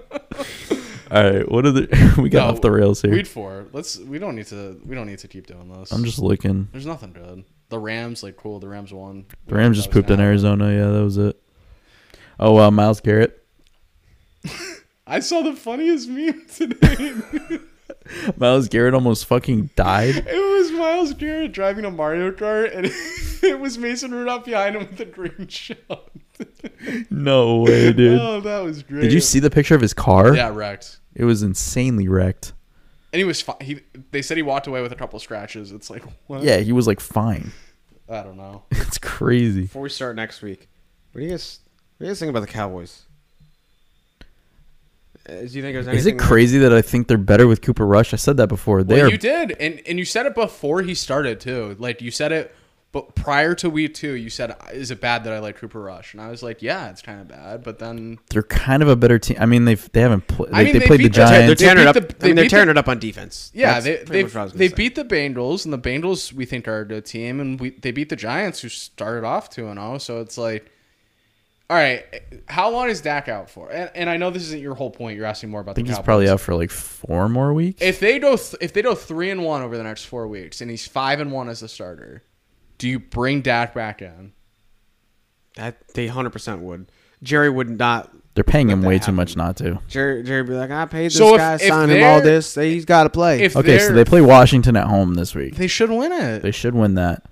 S1: right, what are the <laughs> we got
S3: No,
S1: off the rails here?
S3: Weed four. Let's. We don't need to. We don't need to keep doing this.
S1: I'm just looking.
S3: There's nothing good. The Rams, like, cool. The Rams won.
S1: The Rams just
S3: That was
S1: pooped in
S3: an out.
S1: Arizona. Yeah, that was it. Oh wow, Miles Garrett.
S3: I saw the funniest meme <laughs> today.
S1: Miles Garrett almost fucking died.
S3: it was Miles Garrett driving a Mario Kart, and <laughs> it was Mason Rudolph behind him with a green <laughs> shot.
S1: <laughs> No way, dude.
S3: Oh, that was great.
S1: Did you see the picture of his car?
S3: Yeah, wrecked.
S1: It was insanely wrecked.
S3: And he was fine. He, they said he walked away with a couple scratches. It's like, what?
S1: Yeah, he was like fine. <laughs>
S3: I don't know.
S1: It's crazy.
S2: <laughs> Before we start next week, what do you guys what do you guys think about the Cowboys? Uh, do you think there's anything?
S1: Is it
S2: there?
S1: crazy that I think they're better with Cooper Rush? I said that before. They
S3: Well,
S1: are
S3: you did, and and you said it before he started too. Like you said it, but prior to week two, you said, "Is it bad that I like Cooper Rush?" And I was like, "Yeah, it's kind of bad." But then
S1: they're kind of a better team. I mean, they've they haven't played. They,
S3: I mean,
S1: they
S3: they
S1: played the
S3: beat the-
S2: They're,
S1: Giants.
S2: they're
S3: They
S2: tearing
S3: beat
S2: it up.
S3: the-
S2: I
S3: they
S2: mean, they're
S3: beat
S2: tearing
S3: the-
S2: it up on defense.
S3: Yeah,
S2: That's pretty
S3: they
S2: much what I was
S3: they,
S2: gonna
S3: they
S2: say.
S3: beat the Bengals, and the Bengals we think are a good team, and we they beat the Giants, who started off two and zero. So it's like, all right, how long is Dak out for? And, and I know this isn't your whole point. You're asking more about
S1: I think
S3: the
S1: he's
S3: Cowboys.
S1: probably out for like four more weeks.
S3: If they go, th- if they go three and one over the next four weeks, and he's five and one as a starter, do you bring Dak back in?
S2: That they hundred percent would. Jerry would not.
S1: they're paying him
S2: that
S1: way too
S2: happened.
S1: much not to.
S2: Jerry, Jerry would be like, I paid this
S3: So if-
S2: guy,
S3: if
S2: signed him all
S3: they're-
S2: this. They, he's got to play.
S3: If
S1: Okay, so
S3: they're-
S1: they play Washington at home this week.
S3: they should win it.
S1: They should win that.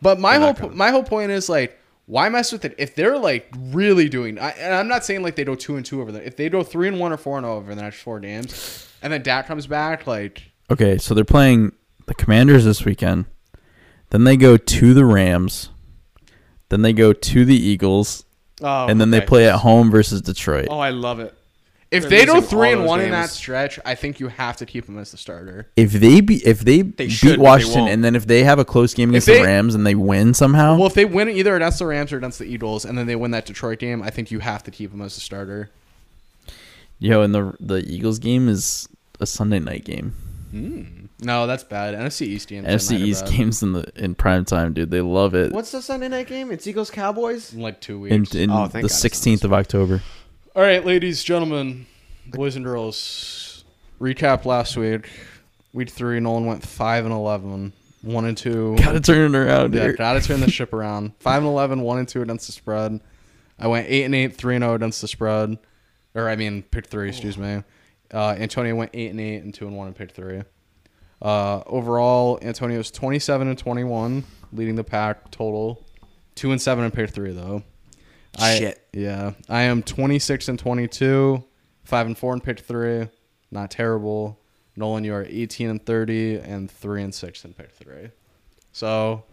S3: But my
S2: They're
S3: whole
S2: not
S3: po-
S2: gonna.
S3: my whole point is like, why mess with it if they're like really doing? I, and I'm not saying like they go two and two over there. If they go three and one or four and oh over the next four games, and then Dak comes back, like
S1: Okay, so they're playing the Commanders this weekend. Then they go to the Rams. Then they go to the Eagles,
S2: oh,
S1: and then they
S2: okay.
S1: play at home versus Detroit.
S2: Oh, I love it.
S3: if
S2: They're
S3: they go
S2: losing
S3: three
S2: all
S3: and
S2: those
S3: one in that
S2: games.
S3: stretch, I think you have to keep him as the starter.
S1: If they be if they, beat
S2: should, but they
S1: Washington
S2: won't.
S1: and then if they have a close game against
S3: they-
S1: the Rams and they win somehow,
S3: Well, if they win either against the Rams or against the Eagles, and then they win that Detroit game, I think you have to keep him as the starter.
S1: yo, and the the Eagles game is a Sunday night game.
S3: No, that's bad. NFC East games. are
S1: NFC
S3: not
S1: East
S3: bad.
S1: games in the in prime time, dude. They love it.
S2: What's the Sunday night game? It's Eagles Cowboys.
S3: in like two
S1: in,
S3: weeks.
S1: in
S2: Oh, thank God
S1: the
S2: it's not
S1: sixteenth of October?
S3: All right, ladies, gentlemen, boys and girls. Recap last week. Week three, Nolan went five and eleven. One and two.
S1: Gotta turn it around,
S3: Yeah,
S1: dude.
S3: gotta turn the ship around. Five and 11, 1 and two against the spread. I went eight and eight, three and zero against the spread, or I mean pick three. Excuse me. Uh, Antonio went eight and eight and two and one in pick three. Uh, overall, Antonio's twenty seven and twenty one, leading the pack total. Two and seven in pick three though. I,
S2: Shit.
S3: Yeah, I am twenty six and twenty two, five and four in pick three. Not terrible. Nolan, you are eighteen and thirty and three and six in pick three. So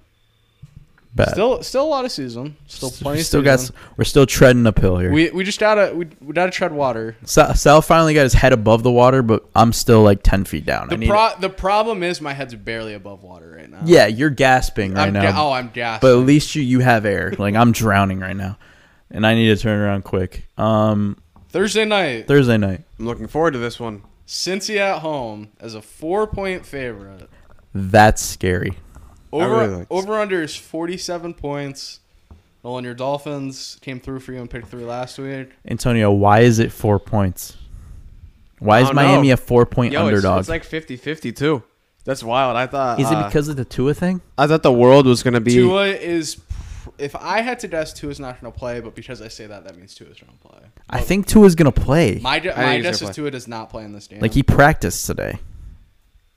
S1: Bad.
S3: Still, still a lot of season. Still plenty.
S1: we
S3: of
S1: still got
S3: season.
S1: s- we're still treading uphill here.
S3: We we just gotta we, we gotta tread water.
S1: Sal, Sal finally got his head above the water, but I'm still like ten feet down. I
S3: The
S1: need
S3: pro the problem is my head's barely above water right now.
S1: yeah, you're gasping right
S3: I'm
S1: now.
S3: ga- oh, I'm gasping.
S1: but at least you you have air. Like I'm drowning right now, and I need to turn around quick. Um,
S3: Thursday night,
S1: Thursday night,
S2: I'm looking forward to this one.
S3: Cincy at home as a four point favorite.
S1: that's scary.
S3: Over
S2: really like this.
S3: over under is forty seven points. Nolan, your Dolphins came through for you in pick three last week.
S1: Antonio, why is it four points? Why
S2: I
S1: is
S2: don't
S1: Miami
S2: know.
S1: a four point
S2: Yo, it's-
S1: underdog?
S2: It's, like 50-50 too. That's wild. I thought.
S1: is it
S2: uh,
S1: because of the Tua thing?
S2: I thought the world was gonna be?
S3: Tua is, pr- if I had to guess, Tua's not going to play. But because I say that, that means Tua's going to play.
S1: I think Tua's gonna play.
S3: My gu-
S2: I think
S3: my
S2: he's
S3: guess
S2: gonna
S3: is Tua does not play in this game.
S1: Like he practiced today.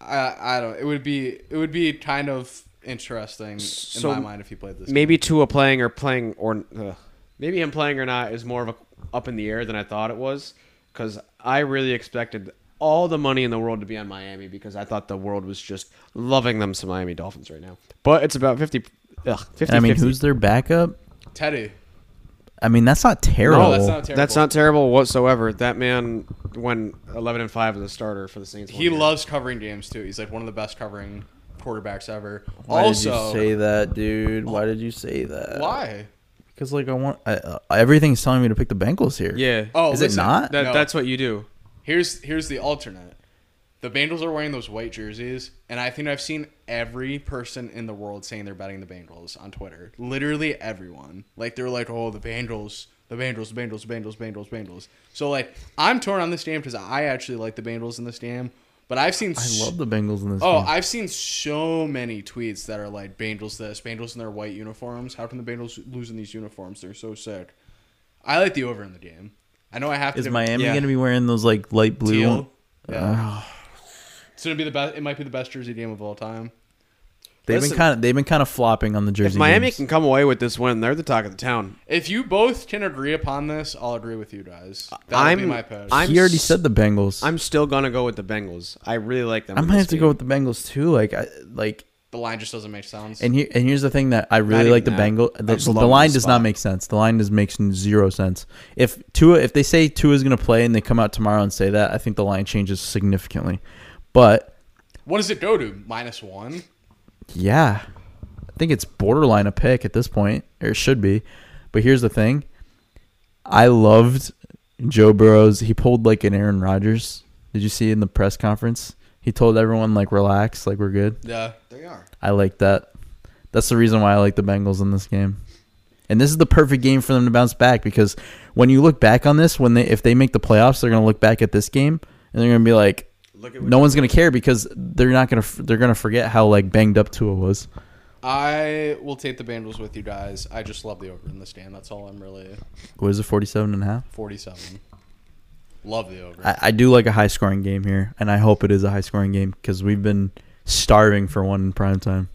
S3: I, I don't. It would be it would be kind of interesting
S2: So,
S3: in my mind if he played this.
S2: maybe Tua playing or playing or uh, maybe him playing or not is more of a up in the air than I thought it was because I really expected all the money in the world to be on Miami because I thought the world was just loving them some Miami Dolphins right now. But it's about 50 ugh, 50
S1: And I mean, who's their backup?
S3: game. Teddy.
S1: I mean, that's not terrible.
S2: Oh, That's not terrible whatsoever. That man went 11 and 5 as a starter for the Saints. one
S3: He
S2: year.
S3: loves covering games too. He's like one of the best covering quarterbacks ever.
S1: Why
S3: also,
S1: did you say that, dude? Why did you say that?
S3: why?
S1: Because like I want I, uh, everything's telling me to pick the Bengals here.
S2: Yeah.
S3: Oh,
S1: Is it
S3: listen,
S1: not?
S2: That,
S3: No.
S2: That's what you do.
S3: Here's here's the alternate. The Bengals are wearing those white jerseys, and I think I've seen every person in the world saying they're betting the Bengals on Twitter. Literally everyone. Like they're like, oh, the Bengals, the Bengals, the Bengals, the Bengals, the Bengals, the Bengals. So like, I'm torn on this game because I actually like the Bengals in this game, but I've seen
S1: I love the Bengals in this.
S3: Oh,
S1: game.
S3: I've seen so many tweets that are like Bengals this, Bengals in their white uniforms. How can the Bengals lose in these uniforms? They're so sick. I like the over in the game. I know I have to.
S1: is Miami
S3: yeah,
S1: gonna be wearing those like light blue?
S3: teal.
S1: one-
S3: Yeah. It's gonna be the best. It might be the best jersey game of all time.
S1: They've
S2: Listen.
S1: been kind of they've been kind of flopping on the jersey.
S2: If Miami
S1: games.
S2: can come away with this win, they're the talk of the town.
S3: If you both can agree upon this, I'll agree with you guys. That'll be
S2: I'm-
S3: my pick.
S2: I'm-
S1: he already said the Bengals.
S2: I'm still gonna go with the Bengals. I really like them.
S1: I
S2: in
S1: might
S2: this
S1: have to
S2: game.
S1: go with the Bengals too. Like I like
S3: the line just doesn't make sense.
S1: and here and here's the thing that I really
S2: even
S1: like the
S2: that.
S1: Bengal.
S2: I
S1: The,
S2: just
S1: the
S2: love
S1: line
S2: the
S1: does
S2: spot.
S1: not make sense. The line just makes zero sense. If Tua, if they say Tua is going to play and they come out tomorrow and say that, I think the line changes significantly. But
S3: what does it go to? Minus one.
S1: yeah, I think it's borderline a pick at this point, or it should be. But here's the thing: I loved Joe Burrow's. He pulled like an Aaron Rodgers. Did you see in the press conference? He told everyone like relax, like we're good.
S3: Yeah.
S4: They are.
S1: I like that. That's the reason why I like the Bengals in this game. And this is the perfect game for them to bounce back because when you look back on this, when they if they make the playoffs, they're going to look back at this game and they're going to be like,
S2: Look at what
S1: no one's going to care because they're not going to they're going to forget how like banged up Tua was.
S3: I will take the Bengals with you guys. I just love the over in this game. That's all I'm really
S1: What is it, 47 and a half?
S3: 47. Love the over.
S1: I, I do like a high scoring game here, and I hope it is a high scoring game because we've been starving for one in prime time.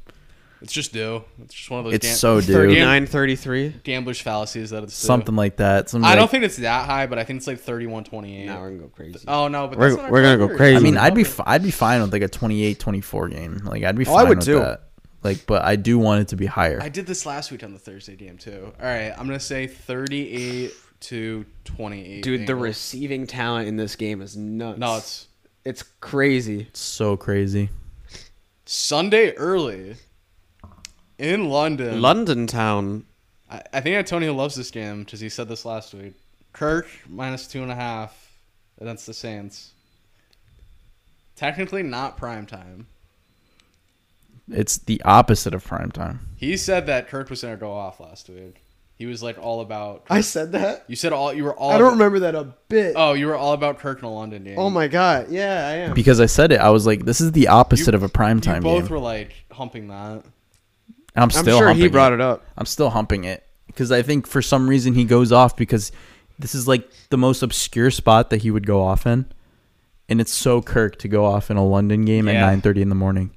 S3: it's just due. It's just one of those
S1: It's
S3: gam-
S1: so
S2: you.
S1: due.
S3: game.
S2: Nine thirty-three.
S3: gambler's fallacies that it's due.
S1: Something like that. Something
S3: I
S1: like-
S3: don't think it's that high, but I think it's like 31 28.
S2: Now we're gonna go crazy.
S3: oh, no, but
S2: We're-
S3: that's not
S2: we're gonna go
S3: covered.
S2: crazy.
S1: I mean, I'd be f- I'd be fine with like a 28-24 game. Like I'd be
S2: Oh,
S1: fine
S2: I would
S1: with
S2: too.
S1: that. Like, but I do want it to be higher.
S3: I did this last week on the Thursday game, too. All right, I'm going to say 38 to 28.
S2: Dude, the
S3: Bengals.
S2: receiving talent in this game is nuts.
S3: No, it's
S2: it's crazy.
S1: it's so crazy.
S3: Sunday early in London.
S2: London town.
S3: I, I think Antonio loves this game because he said this last week. Kirk minus two and a half against the Saints. Technically not prime time.
S1: It's the opposite of prime time.
S3: He said that Kirk was gonna go off last week. He was like all about.
S4: I said that.
S3: you said all you were all.
S4: I don't
S3: about-
S4: remember that a bit.
S3: Oh, you were all about Kirk in a London game.
S4: oh my god. Yeah, I am.
S1: Because I said it, I was like, "This is the opposite of a prime
S3: You
S1: time
S3: both
S1: game."
S3: were like humping
S1: and
S3: that.
S1: I'm
S2: I'm
S1: still
S2: sure
S1: humping
S2: he brought
S1: it.
S2: it up.
S1: I'm still humping it because I think for some reason he goes off because this is like the most obscure spot that he would go off in, and it's so Kirk to go off in a London game
S3: Yeah.
S1: at 9:30 in the morning.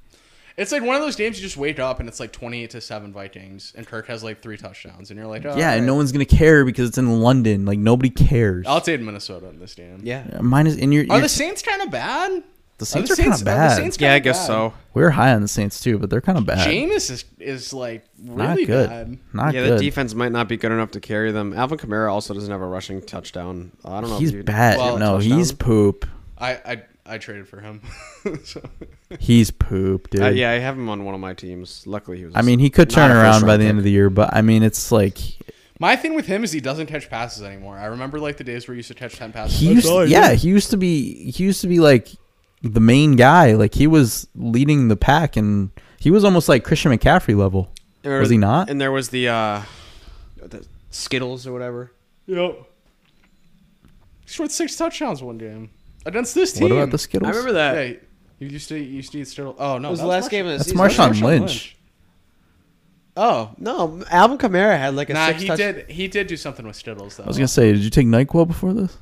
S3: It's like one of those games you just wake up and it's like twenty-eight to seven Vikings, and Kirk has like three touchdowns, and you're like, oh,
S1: yeah, and
S3: alright.
S1: no one's gonna care because it's in London. Like nobody cares.
S3: I'll take Minnesota in this game.
S2: Yeah.
S1: Yeah, Minus in your
S3: Are the Saints kind of bad?
S1: The Saints
S3: the
S1: are kind
S3: Saints-
S1: of
S3: are the
S1: bad.
S3: Saints-
S2: Yeah, I guess so.
S1: we were high on the Saints too, but they're kind of bad.
S3: Jameis is is like
S1: Not
S3: really
S1: good.
S3: bad.
S1: Not
S2: yeah,
S1: good.
S2: the defense might not be good enough to carry them. Alvin Kamara also doesn't have a rushing touchdown. I don't know.
S1: he's
S2: if you-
S1: bad.
S3: Well,
S1: no,
S2: touchdown.
S1: he's poop.
S3: I I, I traded for him. <laughs> so,
S1: He's poop, dude.
S2: Uh, yeah, I have him on one of my teams. Luckily, he was.
S1: I mean, he could
S2: not
S1: turn
S2: a
S1: around
S2: first
S1: by
S2: round
S1: the end
S2: pick.
S1: of the year, but I mean, it's like
S3: my thing with him is he doesn't catch passes anymore. I remember like the days where he used to catch ten passes. oh,
S1: he used. yeah, he used to be. He used to be like the main guy. Like he was leading the pack, and he was almost like Christian McCaffrey level.
S2: There
S1: Was he not?
S2: And there was the, uh, the Skittles or whatever.
S3: Yep. He scored six touchdowns one game against this team.
S1: What about the Skittles?
S2: I remember that.
S3: Yeah, he used to he used to eat Skittles. Oh no,
S2: Uh, It was
S3: that
S2: the last game of the
S1: That's
S2: season.
S1: Marshawn
S3: Marshawn
S1: Lynch.
S2: Oh no, Alvin Kamara had like a
S3: Nah,
S2: six
S3: he
S2: touch-
S3: did he did do something with Skittles though.
S1: I was gonna say, did you take Nyquil before this?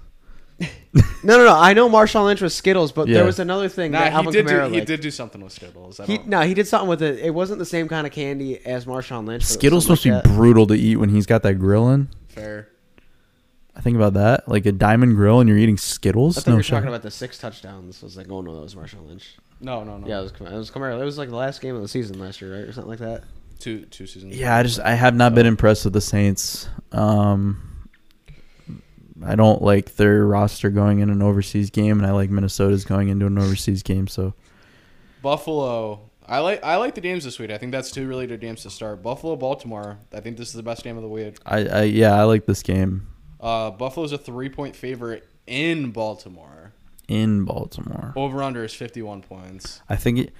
S2: No, no, no. I know Marshawn Lynch was Skittles, but
S1: Yeah.
S2: there was another thing
S3: nah,
S2: that
S3: he
S2: Alvin
S3: did do,
S2: Kamara
S3: he
S2: liked.
S3: did do something with Skittles. I
S2: He,
S3: don't-
S2: no, he did something with it. It wasn't the same kind of candy as Marshawn Lynch. but it was
S1: Skittles must
S2: something like
S1: be
S2: that.
S1: brutal to eat when he's got that grill in.
S3: fair.
S1: I think about that, like a diamond grill, and you're eating Skittles.
S2: I thought you
S1: no
S2: were
S1: shot.
S2: talking about the six touchdowns. I was like, oh no, that was Marshawn Lynch.
S3: No, no, no.
S2: Yeah, it was, Kamara. it was Kamara. It was like the last game of the season last year, right, or something like that.
S3: two two seasons.
S1: Yeah, I just I have not been impressed with the Saints. Um, I don't like their roster going in an overseas game, and I like Minnesota's going into an overseas game. So
S3: Buffalo. I like I like the games this week. I think that's two really good games to start. Buffalo, Baltimore. I think this is the best game of the week.
S1: I, I yeah, I like this game
S3: Uh, Buffalo's a three point favorite in Baltimore.
S1: in Baltimore.
S3: Over under is fifty one points.
S1: I think it.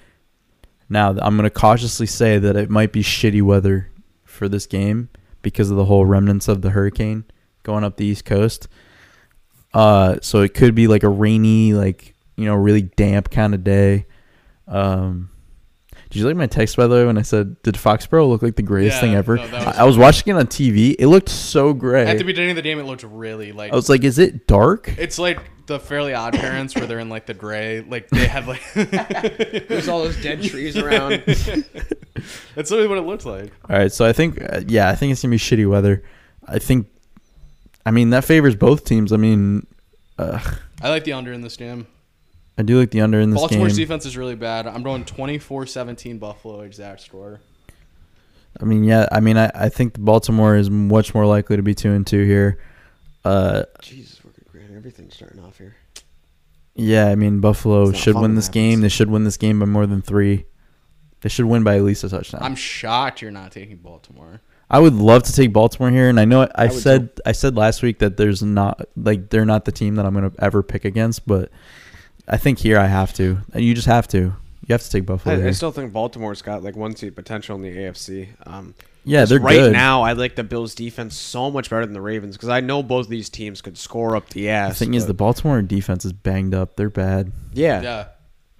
S1: Now I'm gonna cautiously say that it might be shitty weather for this game because of the whole remnants of the hurricane going up the East Coast. Uh, so it could be like a rainy, like you know, really damp kind of day. Um, did you like my text by the way when I said, "Did Foxborough look like the greatest
S3: Yeah,
S1: thing ever?"
S3: no, that was-
S1: I, I was watching it on TV. It looked so
S3: At the
S1: gray.
S3: beginning of the game, it looked really
S1: I
S3: like
S2: Oh.
S1: was like, "Is it dark?"
S3: it's like the Fairly Odd Parents where they're in like the gray, like they have like <laughs>
S2: There's all those dead trees around.
S3: that's literally what it looked like.
S1: All right, so I think uh, yeah, I think it's gonna be shitty weather. I think, I mean that favors both teams. I mean, uh,
S3: I like the under in this game.
S1: I do like the under in this
S3: Baltimore's
S1: game.
S3: defense is really bad. I'm going 24-17 Buffalo exact score.
S1: I mean, yeah, I mean I, I think Baltimore is much more likely to be two and two here. Uh,
S2: Jesus, we're granted everything's starting off here.
S1: yeah, I mean Buffalo
S2: It's not
S1: should
S2: fun
S1: win
S2: when
S1: this
S2: that
S1: game.
S2: happens.
S1: They should win this game by more than three. They should win by at least a touchdown.
S3: I'm shocked you're not taking Baltimore.
S1: I would love to take Baltimore here, and I know I,
S2: I would
S1: said I said last week that there's not like they're not the team that I'm gonna ever pick against, but I think here I have to. You just have to. You have to take Buffalo.
S2: I, I
S1: here.
S2: still think Baltimore's got like one seed potential in the AFC. Um,
S1: yeah,
S2: just
S1: they're
S2: right
S1: good.
S2: now. I like the Bills' defense so much better than the Ravens because I know both these teams could score up the
S1: the
S2: ass.
S1: thing is, the
S2: but-
S1: Baltimore defense is banged up. They're bad.
S2: yeah.
S3: Yeah.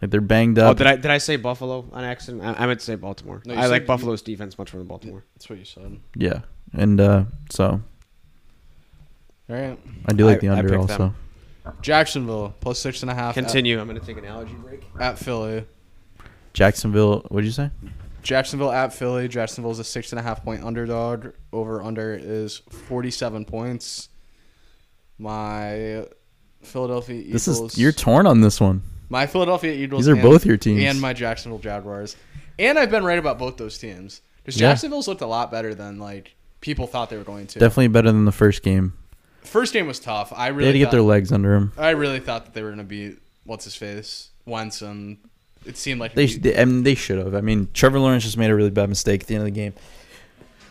S1: Like they're banged
S2: Oh,
S1: up.
S2: did I did I say Buffalo on accident? I, I meant to say Baltimore.
S3: No, you
S2: I
S3: said-
S2: like Buffalo's defense much more than Baltimore.
S3: That's what you said.
S1: yeah, and uh, so
S3: All right.
S1: I do like
S2: I-
S1: the
S2: I
S1: under
S2: picked
S1: also.
S2: them.
S3: Jacksonville plus six and a half. at-
S2: Continue. I'm going to take an allergy break.
S3: at Philly.
S1: Jacksonville. What did you say?
S3: Jacksonville at Philly. Jacksonville is a six and a half point underdog. Over under is forty seven points. My Philadelphia Eagles.
S1: This is you're torn on this one.
S3: my Philadelphia Eagles.
S1: These are
S3: and-
S1: both your teams.
S3: and my Jacksonville Jaguars. And I've been right about both those teams. Because
S1: Yeah.
S3: Jacksonville's looked a lot better than like people thought they were going to.
S1: Definitely better than the first game.
S3: First game was tough.
S1: They
S3: I
S1: had to
S3: really
S1: get their
S3: thought,
S1: legs under them.
S3: I really thought that they were going to beat what's his face Wentz, and it seemed like
S1: They,
S3: he-
S1: they, I mean, they should have. I mean, Trevor Lawrence just made a really bad mistake at the end of the game.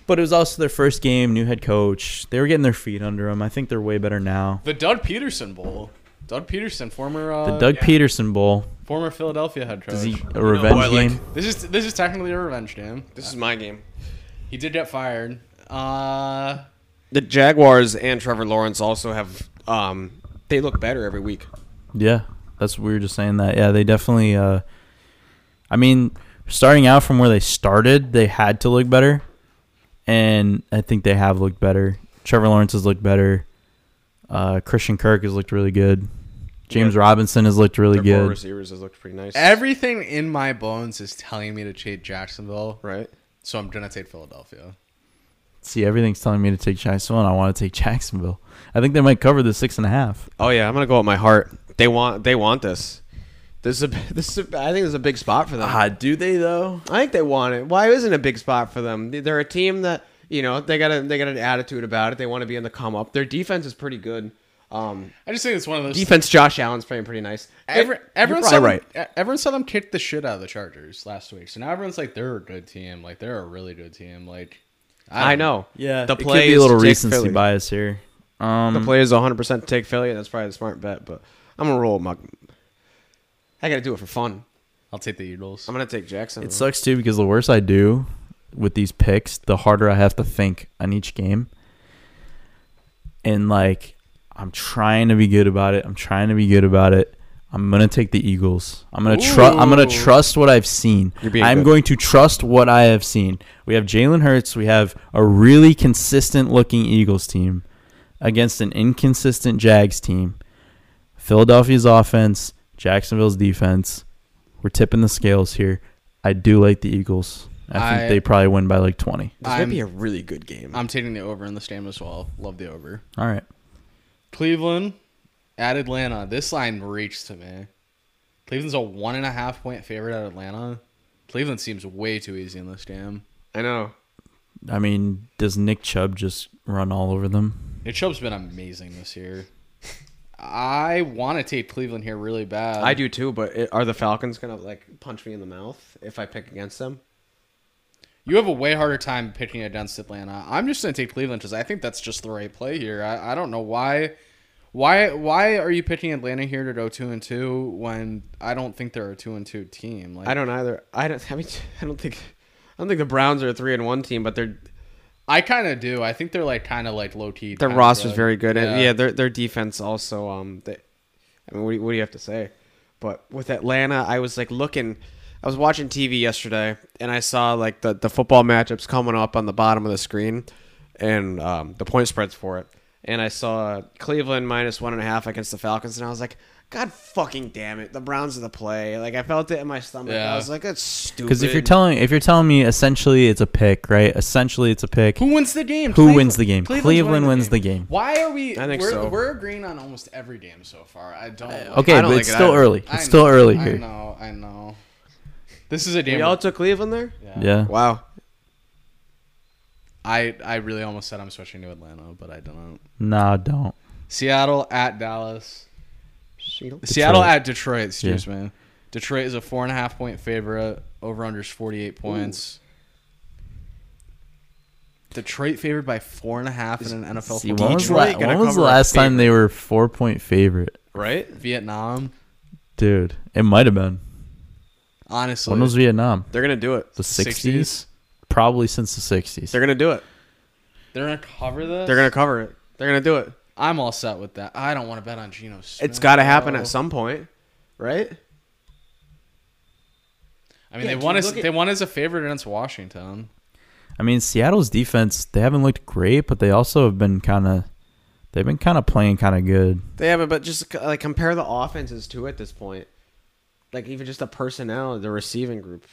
S1: But it was also their first game, new head coach. They were getting their feet under them. I think they're way better now.
S3: the Doug Peterson Bowl. Doug Peterson, former uh,
S1: The Doug Peterson Bowl
S3: former Philadelphia head coach.
S1: is he a revenge
S2: who I like?
S1: game.
S3: This is this is technically a revenge game.
S2: This is my game.
S3: He did get fired. Uh,
S2: The Jaguars and Trevor Lawrence also have. Um, they look better every week.
S1: Yeah, that's what we were just saying. That yeah, they definitely. Uh, I mean, starting out from where they started, they had to look better, and I think they have looked better. Trevor Lawrence has looked better. Uh, Christian Kirk has looked really good. James
S2: Yeah.
S1: Robinson has looked really
S2: Their core
S1: good.
S2: receivers has looked pretty nice.
S3: everything in my bones is telling me to take Jacksonville,
S2: right.
S3: so I'm gonna take Philadelphia.
S1: See, everything's telling me to take Jacksonville, and I want to take Jacksonville. I think they might cover the six and a half.
S2: Oh yeah, I'm gonna go with my heart. They want they want this. This is a, <laughs> this is a, I think this is a big spot for them.
S1: Uh, do they though?
S2: I think they want it. Why isn't it a big spot for them? They- They're a team that you know they got a, they got an attitude about it. They want to be in the come up. Their defense is pretty good. Um,
S3: I just think it's one of those.
S2: defense. Josh Allen's playing pretty nice.
S3: Every,
S2: It-
S3: everyone
S2: Eh, you're
S3: saw them, e,
S2: probably
S3: Everyone saw them kick the shit out of the Chargers last week, so now everyone's like, they're a good team. Like they're a really good team. Like
S2: I,
S3: don't
S2: know.
S1: Yeah,
S2: the
S1: it could
S2: play
S1: be a little
S2: is to take
S1: recency
S2: Philly.
S1: bias here. Um,
S2: The play is 100 percent to take Philly. and That's probably the smart bet. But I'm gonna roll with my. I gotta do it for fun.
S3: I'll take the Eagles.
S2: I'm gonna take Jackson.
S1: It sucks too because the worse I do with these picks, the harder I have to think on each game. And like, I'm trying to be good about it. I'm trying to be good about it. I'm gonna take the Eagles. I'm gonna trust. I'm gonna
S3: Ooh.
S1: trust what I've seen.
S2: You're being
S1: I'm
S2: good.
S1: going to trust what I have seen. We have Jalen Hurts. We have a really consistent looking Eagles team against an inconsistent Jags team. Philadelphia's offense, Jacksonville's defense. We're tipping the scales here. I do like the Eagles. I think
S3: I-
S1: they probably win by like 20.
S2: This might
S3: I'm-
S2: be a really good game.
S3: I'm taking the over in this game as well. Love the over.
S1: All right.
S3: Cleveland at Atlanta. This line reached to me. Cleveland's a one and a half point favorite at Atlanta. Cleveland seems way too easy in this game.
S2: I know.
S1: I mean, does Nick Chubb just run all over them?
S3: Nick Chubb's been amazing this year. I want to take Cleveland here really bad.
S2: I do too, but it, are the Falcons gonna like punch me in the mouth if I pick against them?
S3: You have a way harder time picking against Atlanta. I'm just going to take Cleveland because I think that's just the right play here. I, I don't know why, why, why are you picking Atlanta here to go two and two when I don't think they're a two and two team. Like
S2: I don't either. I don't. I mean, <laughs> I don't think. I don't think the Browns are a three and one team, but their
S3: I kind of do. I think they're like kind of like low key.
S2: their
S3: kinda
S2: roster's
S3: good.
S2: very good, and yeah, their their defense also. Um, they, I mean, what do, you, what do you have to say? But with Atlanta, I was like looking. I was watching TV yesterday, and I saw like the the football matchups coming up on the bottom of the screen, and um, the point spreads for it. And I saw Cleveland minus one and a half against the Falcons, and I was like, God fucking damn it, the Browns are the play. Like I felt it in my stomach.
S3: Yeah.
S2: I was like, that's stupid.
S1: Because if you're telling if you're telling me essentially it's a pick, right? Essentially it's a pick.
S3: Who wins the game?
S1: Who wins the game? Cleveland
S3: winning
S1: wins the game.
S3: Why are we?
S2: I think
S3: we're,
S2: so. Uh,
S3: We're agreeing on almost every game so far. I don't.
S1: Okay,
S2: I
S1: but
S2: don't like
S1: it's
S2: it
S1: still
S2: either.
S1: early.
S3: I
S1: It's still
S3: know,
S1: early
S3: I
S1: here.
S3: know. I know. This is a game.
S2: you all took Cleveland there.
S1: Yeah.
S2: Wow.
S3: I I really almost said I'm switching to Atlanta, but I don't.
S1: No, don't.
S3: Seattle at Dallas. Seattle at Detroit. Excuse me. Detroit is a four and a half point favorite. Over unders 48 points. Detroit favored by four and a half in an NFL
S1: See,
S3: football
S1: when was,
S3: game.
S1: la-
S2: Detroit gonna
S1: when was the
S2: cover a
S1: last time they were four point favorite?
S2: Right.
S3: Vietnam.
S1: Dude, it might have been.
S3: Honestly,
S1: When was Vietnam?
S2: They're gonna do it.
S1: The 60s?
S3: 60s?
S1: Probably since the 60s.
S2: They're gonna do it.
S3: they're gonna cover this.
S2: They're gonna cover it. They're gonna do it.
S3: I'm all set with that. I don't want to bet on Geno Smith.
S2: It's got to happen
S3: though.
S2: at some point, right?
S3: I mean,
S2: Yeah,
S3: they
S2: dude,
S3: won as
S2: look at-
S3: they won as a favorite against Washington.
S1: I mean, Seattle's defense, they haven't looked great, but they also have been kind of they've been kind of playing kind of good.
S2: They haven't, but just like compare the offenses to at this point, like even just the personnel, the receiving group.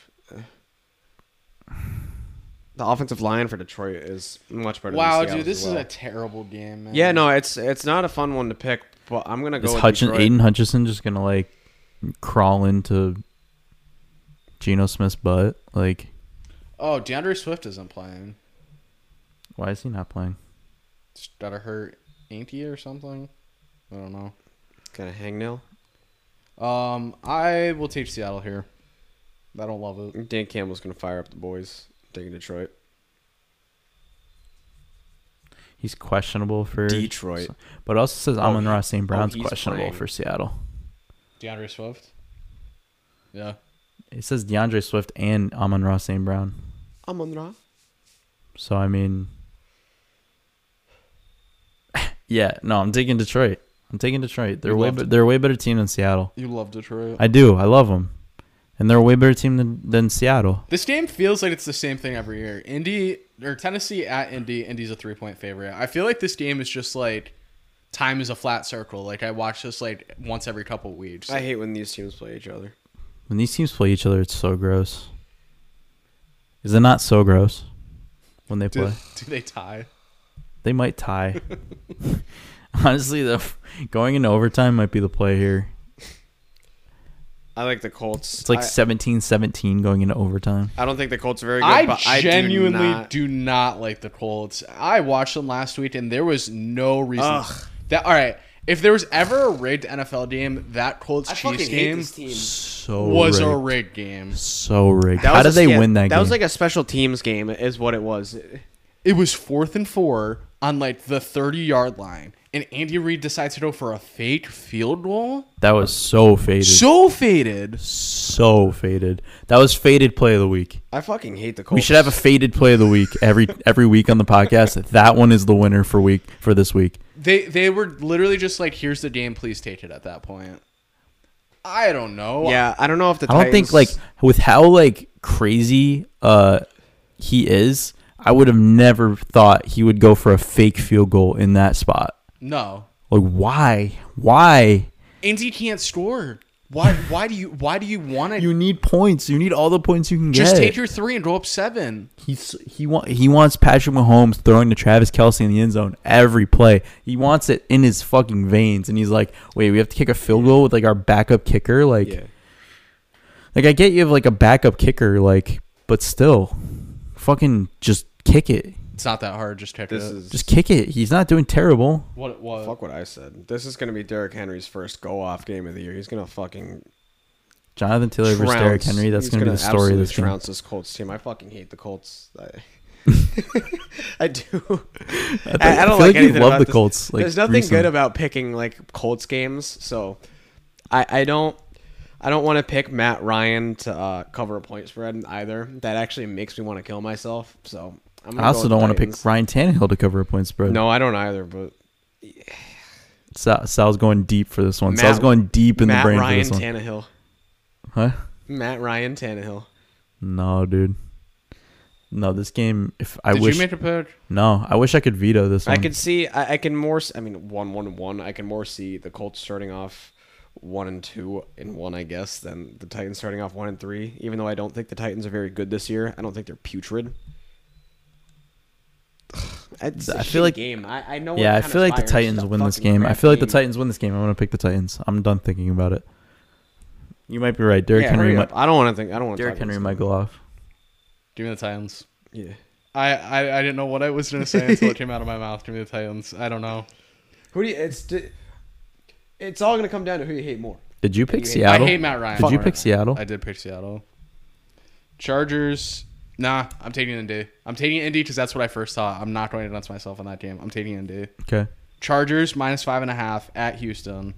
S2: The offensive line for Detroit is much better.
S3: Wow,
S2: than Seattle's
S3: dude,
S2: as
S3: this is
S2: well.
S3: a terrible game. Man.
S2: yeah. No, it's it's not a fun one to pick, but I'm gonna go.
S1: Is
S2: with
S1: Hutchin-
S2: Detroit.
S1: Aiden Hutchinson just going to like crawl into Geno Smith's butt? Like,
S3: Oh, DeAndre Swift isn't playing.
S1: why is he not playing?
S3: It's gotta hurt Ainty or something. I don't know.
S2: Gonna hangnail.
S3: Um, I will take Seattle here. I don't love it.
S2: Dan Campbell's gonna fire up the boys. Taking Detroit.
S1: He's questionable for
S2: Detroit.
S1: But it also says
S2: Oh,
S1: Amon
S2: he-
S1: Ross St. Brown's
S2: he's
S1: questionable
S2: playing.
S1: for Seattle.
S3: DeAndre Swift. Yeah.
S1: It says DeAndre Swift and Amon Ross St. Brown.
S2: I'm on the rock.
S1: So I mean, <laughs> yeah, no, I'm taking Detroit. I'm taking Detroit. They're
S3: You
S1: way
S3: love
S1: be-
S3: it.
S1: they're a way better team than Seattle.
S3: You love Detroit.
S1: I do. I love them, and they're a way better team than than Seattle.
S3: This game feels like it's the same thing every year. Indy or Tennessee at Indy. Indy's a three point favorite. I feel like this game is just like time is a flat circle. Like I watch this like once every couple weeks.
S2: I hate when these teams play each other.
S1: When these teams play each other, it's so gross. Is it not so gross when they
S3: do,
S1: play?
S3: <laughs> do they tie?
S1: They might tie. <laughs> Honestly, the going into overtime might be the play here.
S2: I like the Colts.
S1: It's like
S2: I,
S1: 17-17 going into overtime.
S2: I don't think the Colts are very good.
S3: I
S2: but I do
S3: genuinely do
S2: not-
S3: not. like the Colts. I watched them last week and there was no reason
S2: Ugh.
S3: that all right. If there was ever a rigged NFL game, that Colts
S2: I fucking
S3: Chiefs
S2: hate
S3: game
S2: this team.
S1: So
S3: was
S1: rigged.
S3: a rigged game.
S1: so rigged.
S2: That
S1: How
S2: was a
S1: did they
S2: scan-
S1: win that, game?
S2: That was like a special teams game, is what it was.
S3: It was fourth and four on like the 30 yard line, and Andy Reid decides to go for a fake field goal.
S1: That was so faded. So,
S3: So faded.
S1: faded. That was faded play of the week.
S2: I fucking hate the Colts.
S1: We should have a faded play of the week every every week on the podcast. That one is the winner for week for this week.
S3: They they were literally just like, here's the game, please take it at that point. I don't know.
S2: Yeah, I don't know if the.
S1: I don't think like
S2: Titans-
S1: with how like crazy uh he is, I would have never thought he would go for a fake field goal in that spot.
S3: No.
S1: Like why? Why?
S3: Andy can't score. Why why do you why do you want to
S1: You need points. You need all the points you can
S3: just
S1: get.
S3: take your three and go up seven?
S1: He's he want he wants Patrick Mahomes throwing to Travis Kelsey in the end zone every play. He wants it in his fucking veins, and he's like, "Wait, we have to kick a field goal with like our backup kicker." Like,
S2: Yeah.
S1: like I get you have like a backup kicker, like, but still, fucking just kick it.
S3: It's not that hard. Just check
S2: This
S3: it. out.
S2: is
S1: uh, Just kick it. He's not doing terrible.
S3: what it was.
S2: fuck what I said. This is gonna be Derrick Henry's first go off game of the year. He's gonna fucking
S1: Jonathan Taylor versus Derrick
S2: trounce.
S1: Henry. That's
S2: He's
S1: going to be the story of
S2: absolutely
S1: this game.
S2: Trounce this Colts team. I fucking hate the Colts.
S1: <laughs>
S2: I, <laughs> I do. I, I
S1: I feel
S2: don't like,
S1: like you
S2: anything
S1: love
S2: about
S1: the
S2: this.
S1: Colts, like,
S2: There's nothing
S1: recently.
S2: good about picking like Colts games, so I, I don't I don't want to pick Matt Ryan to uh, cover a point spread either. That actually makes me want to kill myself. So I'm gonna
S1: I
S2: go
S1: also
S2: with
S1: don't want to
S2: Titans.
S1: pick Ryan Tannehill to cover a point spread.
S2: No, I don't either. But
S1: Sal, Sal's going deep for this one.
S2: Matt-
S1: Sal's going deep in the
S2: Matt
S1: brain
S2: Ryan
S1: for this one.
S2: Tannehill.
S1: huh?
S2: Matt Ryan Tannehill.
S1: No, dude. No, this game. If I
S3: Did
S1: wish,
S3: you make a pick?
S1: no, I wish I could veto this one.
S2: I could see. I, I can more. s- I mean, one, one, one. I can more see the Colts starting off one and two and one, I guess, than the Titans starting off one and three. Even though I don't think the Titans are very good this year, I don't think they're putrid. <sighs> It's a
S1: I feel
S2: shitty
S1: like-
S2: game. I, I know.
S1: Yeah,
S2: it
S1: I
S2: kinda
S1: feel like the
S2: fires. It's
S1: Titans
S2: a
S1: win this
S2: fucking
S1: game. I
S2: crap
S1: feel like the
S2: game.
S1: Titans win this game. I'm gonna pick the Titans. I'm done thinking about it. You might be right. Derrick
S2: yeah,
S1: Henry.
S2: hurry
S1: Might,
S2: up. I don't want to think. I don't want to.
S1: Derrick Henry might go off.
S3: Give me the Titans.
S2: Yeah.
S3: I, I, I didn't know what I was
S2: <laughs>
S3: gonna say until it came out of my mouth. Give me the Titans. I don't know.
S2: Who do you, it's d- it's all gonna come down to who you hate more.
S1: Did you pick
S2: hate- I
S1: Seattle?
S3: I hate Matt Ryan.
S1: Did you
S3: Fuck
S1: pick
S3: Ryan.
S1: Seattle?
S3: I did pick Seattle. Chargers. Nah, I'm taking Indy. I'm taking Indy because that's what I first saw. I'm not going to nuts myself on that game. I'm taking Indy.
S1: Okay.
S3: Chargers minus five and a half at Houston.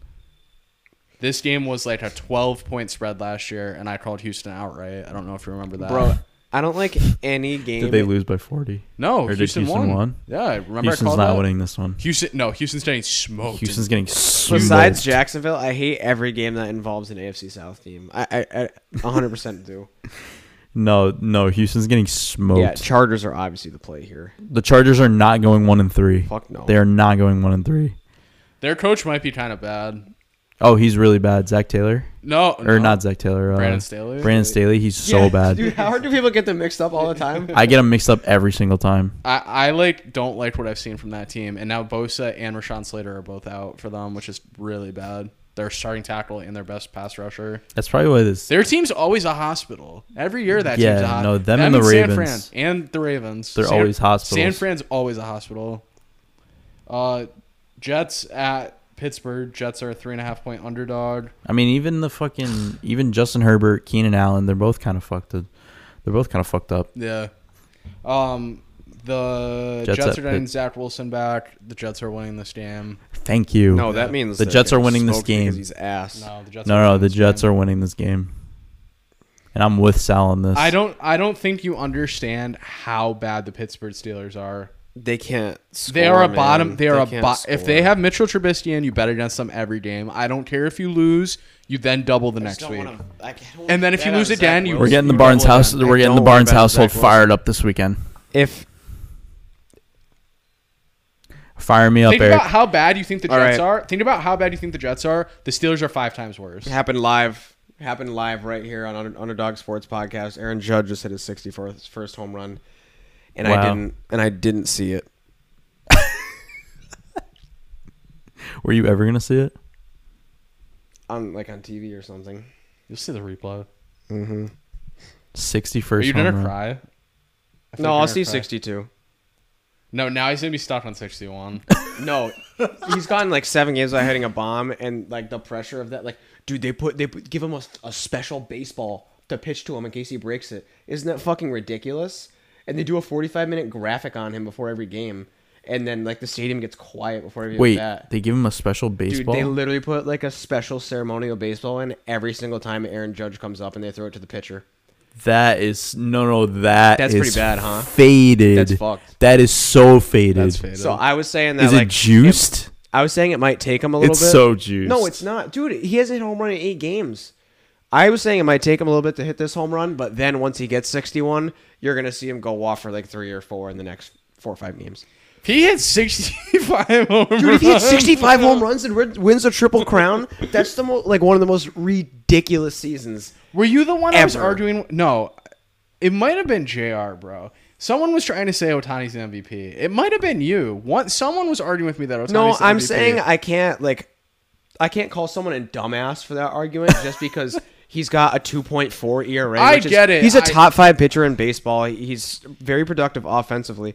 S3: This game was like a 12 point spread last year, and I called Houston outright. I don't know if you remember that.
S2: Bro, I don't like
S1: <laughs>
S2: any game.
S1: Did Uh, they lose by 40?
S3: no,
S1: Or did
S3: Houston,
S1: Houston
S3: won.
S1: won?
S3: Yeah, I remember I
S1: Houston's
S3: called
S1: not
S3: that.
S1: winning this one.
S3: Houston, no, Houston's getting smoked.
S1: Houston's getting smoked.
S2: Besides Jacksonville, I hate every game that involves an AFC South team. I, I, I 100% do.
S1: no, no, Houston's getting smoked.
S2: Yeah, Chargers are obviously the play here.
S1: the Chargers are not going one and three.
S2: Fuck no.
S1: They are not going one and three.
S3: Their coach might be kind of bad.
S1: Oh, he's really bad. Zach Taylor
S3: No,
S1: or
S3: no.
S1: not Zach Taylor. Uh,
S3: Brandon Staley?
S1: Brandon Staley. He's so bad.
S2: Dude, how hard do people get them mixed up all the time?
S1: I get him mixed up every single time.
S3: I, I like don't like what I've seen from that team, and now Bosa and Rashawn Slater are both out for them, which is really bad. Their starting tackle and their best pass rusher.
S1: That's probably why this.
S3: Their team's always a hospital. Every year that
S1: Yeah,
S3: team's a hospital.
S1: no, them and the Ravens.
S3: Fran and the Ravens.
S1: They're always hospitals.
S3: San Fran's always a hospital. Uh, Jets at Pittsburgh. Jets are a three and a half point underdog.
S1: I mean, even the fucking even Justin Herbert, Keenan Allen, they're both kind of fucked. They're both kind of fucked up.
S3: Yeah. Um, the
S1: Jets
S3: Jets,
S1: at
S3: are getting
S1: Pitt.
S3: Zach Wilson back. The Jets are winning this game.
S1: Thank you.
S2: No, that means
S1: The
S2: they're
S1: Jets are
S2: getting
S1: winning this
S2: smoked because
S1: game.
S2: He's ass.
S3: No, the Jets.
S1: no,
S3: are
S1: no,
S3: winning
S1: the
S3: this
S1: Jets
S3: game.
S1: are winning this game, and I'm with Sal on this.
S3: I don't. I don't think you understand how bad the Pittsburgh Steelers are.
S2: They can't. Score,
S3: They are a
S2: man.
S3: bottom. They are a
S2: can't
S3: bo- If they
S2: score.
S3: have Mitchell Trubisky and you bet against them every game, I don't care if you lose. You then double the
S2: I just
S3: next
S2: don't
S3: week.
S2: wanna- I can't-
S3: And then if you
S2: bet on
S3: lose
S2: Zach
S3: again, you-
S1: We're
S2: Wilson.
S1: getting the
S3: You're
S1: Barnes
S3: double
S1: house.
S3: down.
S1: We're
S2: I
S1: getting the
S2: don't worry
S1: Barnes
S2: about
S1: household
S2: Zach Wilson.
S1: fired up this weekend.
S2: If
S1: Fire me up,
S3: Think
S1: Eric.
S3: about how bad you think the
S2: All
S3: Jets
S2: right.
S3: are. Think about how bad you think the Jets are. The Steelers are five times worse.
S2: happened live, happened live right here on Under- Underdog Sports Podcast. Aaron Judge just hit his 64th first home run, and
S1: Wow.
S2: I didn't, and I didn't see it.
S1: Were you ever gonna see it?
S2: on like on TV or something.
S3: You'll see the replay.
S1: Sixty
S3: Are
S1: first.
S3: you
S1: home
S3: gonna
S1: run.
S3: cry? I feel like
S2: No,
S3: you're
S2: I'll
S3: gonna
S2: see
S3: cry.
S2: 62.
S3: No, now he's gonna be stuck on sixty-one. <laughs>
S2: No, he's gotten like seven games without hitting a bomb, and like the pressure of that, like, dude, they put they put, give him a, a special baseball to pitch to him in case he breaks it. Isn't that fucking ridiculous? And they do a 45 minute graphic on him before every game, and then like the stadium gets quiet before every
S1: Wait,
S2: bat.
S1: they give him a special
S2: Dude,
S1: baseball.
S2: they literally put like a special ceremonial baseball in every single time Aaron Judge comes up, and they throw it to the pitcher.
S1: that is no, no. That
S2: That's
S1: is
S2: pretty bad, huh?
S1: Faded.
S2: That's fucked.
S1: That is so faded.
S3: That's faded.
S2: So I was saying that
S1: Is
S2: like
S1: it juiced?
S2: I was saying it might take him a little
S1: It's
S2: bit.
S1: so juiced.
S2: No, it's not, dude. He hasn't hit a home run in eight games. I was saying it might take him a little bit to hit this home run, but then once he gets 61, you're gonna see him go off for like three or four in the next four or five games.
S3: he hit sixty-five. Home
S2: Dude, if he hit <laughs>
S3: runs.
S2: 65 home runs and win- wins a triple crown, that's the mo- like one of the most ridiculous seasons.
S3: Were you the one I was
S2: Ever.
S3: arguing? No, it might have been Jr. Bro, someone was trying to say Otani's the MVP. It might have been you. One, someone was arguing with me that Otani's
S2: No,
S3: the
S2: I'm
S3: MVP.
S2: saying I can't like I can't call someone a dumbass for that argument just
S3: <laughs>
S2: because he's got a 2.4 ERA.
S3: I
S2: E which is-
S3: get it.
S2: He's a
S3: I-
S2: top five pitcher in baseball. He's very productive offensively.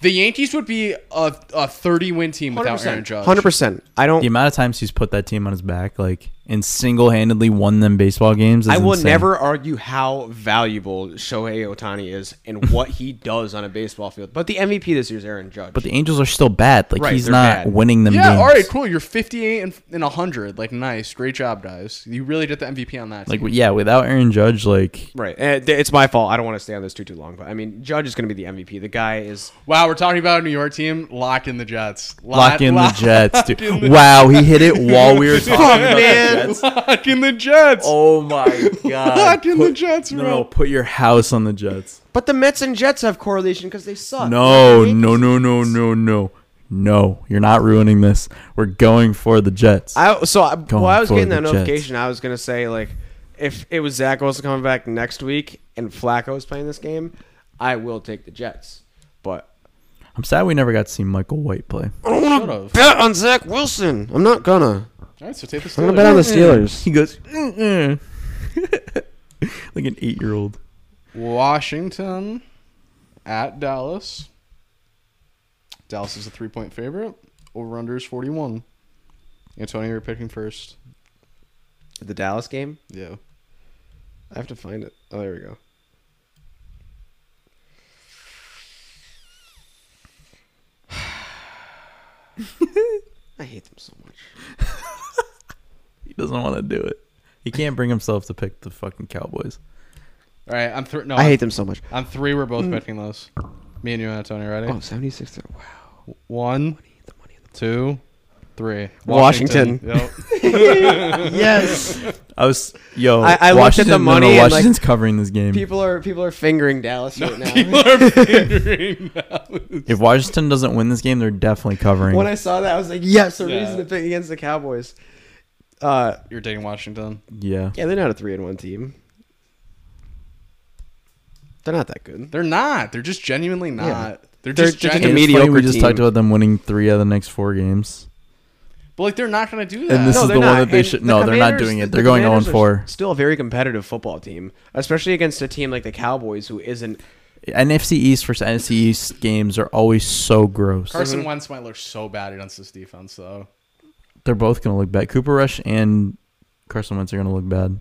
S3: The Yankees would be a, a 30 win team without Aaron
S2: 100%.
S3: Judge.
S2: 100%. I don't.
S1: The amount of times he's put that team on his back, like, and single handedly won them baseball games. Is
S2: I will
S1: insane.
S2: never argue how valuable Shohei Otani is and what he does on a baseball field. But the MVP this year is Aaron Judge.
S1: But the Angels are still bad. Like
S2: Right,
S1: he's
S2: they're
S1: not
S2: bad.
S1: winning them.
S3: Yeah,
S1: games.
S3: all right, cool. You're 58 and, and 100. Like, nice. Great job, guys. You really did the MVP on that.
S1: Like
S3: team.
S1: yeah, without Aaron Judge, like
S2: right, And th- it's my fault. I don't want to stay on this too too long. But I mean, Judge is going to be the MVP. The guy is.
S3: wow, we're talking about a New York team. Lock in the Jets.
S1: lock in the
S3: lock- <laughs>
S1: Jets,
S3: in
S1: dude.
S3: the-
S1: wow, he hit it while we were talking about the
S2: man.
S1: Jets.
S3: Lock in the Jets.
S1: Oh my god.
S3: <laughs> Lock in the Jets,
S1: No,
S3: bro.
S1: no, put your house on the Jets.
S2: But the Mets and Jets have correlation because they suck.
S1: No, no, no, no, no, no. No, you're not ruining this. We're going for the Jets.
S2: I so I,
S1: Going
S2: while I was
S1: for
S2: getting that
S1: the Jets.
S2: notification, I was going to say like, if it was Zach Wilson coming back next week and Flacco is playing this game, I will take the Jets. But
S1: I'm sad we never got to see Michael White play.
S2: I don't
S3: Shut up.
S2: bet on Zach Wilson. I'm not gonna.
S3: All right, so take the
S2: I'm gonna bet on the Steelers.
S3: Steelers.
S1: He goes "Mm-mm." <laughs> like an eight year old.
S3: Washington at Dallas. Dallas is a three point favorite. Over under is 41. Antonio, you're picking first.
S2: The Dallas game.
S3: Yeah.
S2: I have to find it. Oh, there we go. I hate them so much.
S1: He doesn't want to do it. He can't bring himself to pick the fucking Cowboys.
S3: All right, I'm three. No,
S2: I
S3: I'm-
S2: hate them so much.
S3: I'm three. We're both picking those. Me and you, Antonio, ready?
S2: Oh, 76. to- Wow.
S3: <laughs> One,
S2: The money in the-
S3: two, three.
S2: Washington. <laughs>
S3: Yep.
S4: yes.
S1: I was yo.
S2: I- I looked at
S1: Washington-
S2: the
S1: no, no,
S2: money and, like,
S1: Washington's covering this game.
S2: People are people are fingering Dallas right now.
S3: People
S2: <laughs>
S3: are <laughs> figuring out.
S1: if Washington doesn't win this game, they're definitely covering.
S2: When I saw that, I was like, yes, a
S3: Yeah.
S2: reason to pick against the Cowboys. Uh,
S3: You're taking Washington.
S1: yeah.
S2: yeah, they're not a three and one team. They're not that good.
S3: They're not. They're just genuinely not.
S2: Yeah.
S3: They're
S2: They're
S3: just
S2: just
S1: And
S2: a
S3: genuinely.
S1: it's
S2: mediocre
S1: funny we just
S2: team.
S1: talked about them winning three of the next four games.
S3: But like, they're not gonna do that.
S1: And this
S2: No,
S1: is
S2: they're
S1: the one
S2: not.
S1: that they
S2: And
S1: should-
S2: the
S1: no, they're not
S2: Commanders-
S1: doing it.
S2: the
S1: They're going
S2: Commanders
S1: 0-4.
S2: are Still a very competitive football team, especially against a team like the Cowboys, who isn't.
S1: NFC East versus NFC East games are always so gross.
S3: Carson Wentz might look so bad against this defense, though.
S1: They're both going to look bad. Cooper Rush and Carson Wentz are going to look bad.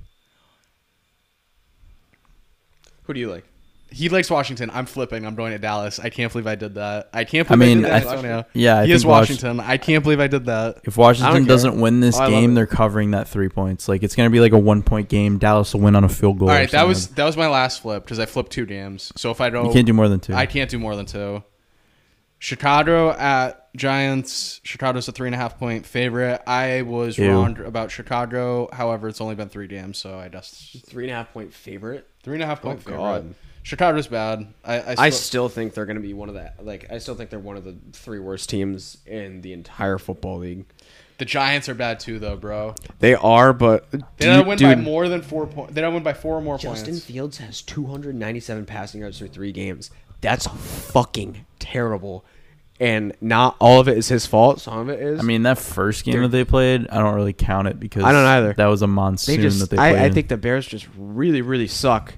S2: Who do you like?
S3: He likes Washington. I'm flipping. I'm going to Dallas. I can't believe I did that. I can't
S1: I
S3: believe I,
S1: mean,
S3: did
S1: I
S3: that,
S1: th-
S3: Antonio.
S1: yeah, I
S3: he is
S1: think Wash-
S3: Washington. I can't believe I did that.
S1: If
S2: I don't
S1: Washington
S2: care.
S1: doesn't win this
S2: Oh, I love
S1: game,
S2: it.
S1: they're covering that three points. Like it's going to be like a one point game. Dallas will win on a field goal.
S3: All
S1: or
S3: right, that was
S1: something.
S3: that was my last flip because I flipped two games. So if I don't,
S1: you can't do more than two.
S3: I can't do more than two. Chicago at Giants. Chicago's a three and a half point favorite. I was
S1: Ew.
S3: wrong about Chicago. However, it's only been three games, so I just
S2: Three and a half point favorite.
S3: three and a half
S1: Oh,
S3: point favorite.
S2: God.
S3: Chicago's bad. I I,
S2: I
S3: still-
S2: still think they're going to be one of that. Like, I still think they're one of the three worst teams in the entire football league.
S3: the Giants are bad too, though, bro.
S2: They are, but do
S3: They don't
S2: you-
S3: win by
S2: dude,
S3: more than four points. They don't win by four or more
S2: Justin
S3: points.
S2: Fields has 297 passing yards through three games. That's fucking terrible, and not all of it is his fault. Some of it is.
S1: I mean, that first game that they played, I don't really count it because
S2: I don't either.
S1: That was a monsoon
S2: they just
S1: that they played.
S2: I, I
S1: in.
S2: think the bears just really really suck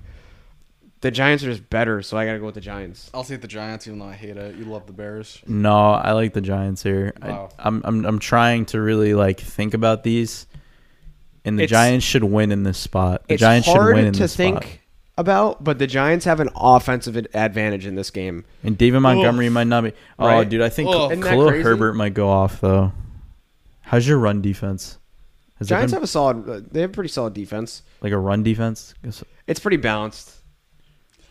S2: the giants are just better so i gotta go with the giants
S3: I'll take the Giants, even though I hate it. You love the Bears.
S1: No, I like the Giants here.
S3: Wow.
S1: I, I'm, I'm I'm trying to really like think about these, and the
S2: It's-
S1: Giants should win in this spot. The Giants should win in this spot.
S2: about but the giants have an offensive ad- advantage in this game
S1: And David Montgomery might not be. Oh,
S2: Right.
S1: dude, I think
S3: Oof.
S1: Khalil
S2: Isn't that crazy?
S1: Herbert might go off though. How's your run defense? Has it
S2: giants
S1: been,
S2: have a solid uh, they have a pretty solid defense
S1: like a run defense? Guess-
S2: it's pretty balanced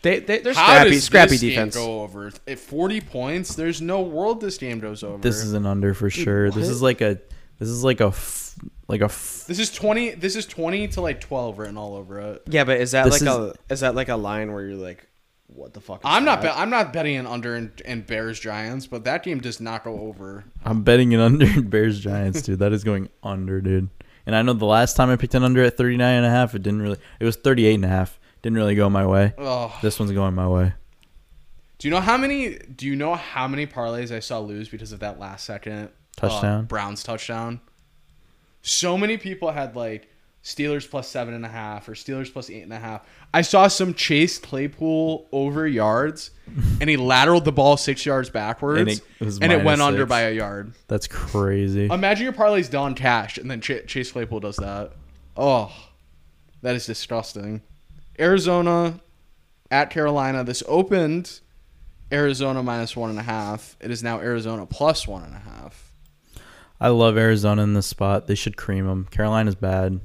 S2: they, they they're
S3: How
S2: scrappy
S3: does
S2: scrappy
S3: this game
S2: defense
S3: go over at forty points? There's no world this game goes over.
S1: This is an under for sure. This
S2: what?
S1: is like a this is like a f- like a f-
S3: This is twenty. This is twenty to like twelve written all over it.
S2: yeah but is that
S1: This
S2: like a is that like a line where you're like what the fuck is
S3: I'm not. Be-
S2: that?
S3: I'm not betting an under and, and Bears Giants, but that game does not go over.
S1: I'm betting an under <laughs> in Bears Giants, dude. That is going under, dude. And I know the last time I picked an under at 39 and a half, it didn't really it was 38 and a half. Didn't really go my way.
S3: Ugh.
S1: This one's going my way.
S3: Do you know how many? Do you know how many parlays I saw lose because of that last second uh,
S1: Touchdown?
S3: Browns touchdown. So many people had like Steelers plus seven and a half or Steelers plus eight and a half. I saw some chase Claypool over yards, and he lateraled the ball six yards backwards,
S1: And
S3: and
S1: it
S3: it,
S1: was minus
S3: went under
S1: six.
S3: by a yard.
S1: That's crazy.
S3: Imagine your parlays Don Cash, and then Ch- Chase Claypool does that. Oh, that is disgusting. Arizona at Carolina. This opened Arizona minus one and a half. It is now Arizona plus one and a half.
S1: I love Arizona in this spot. They should cream them. Carolina's bad.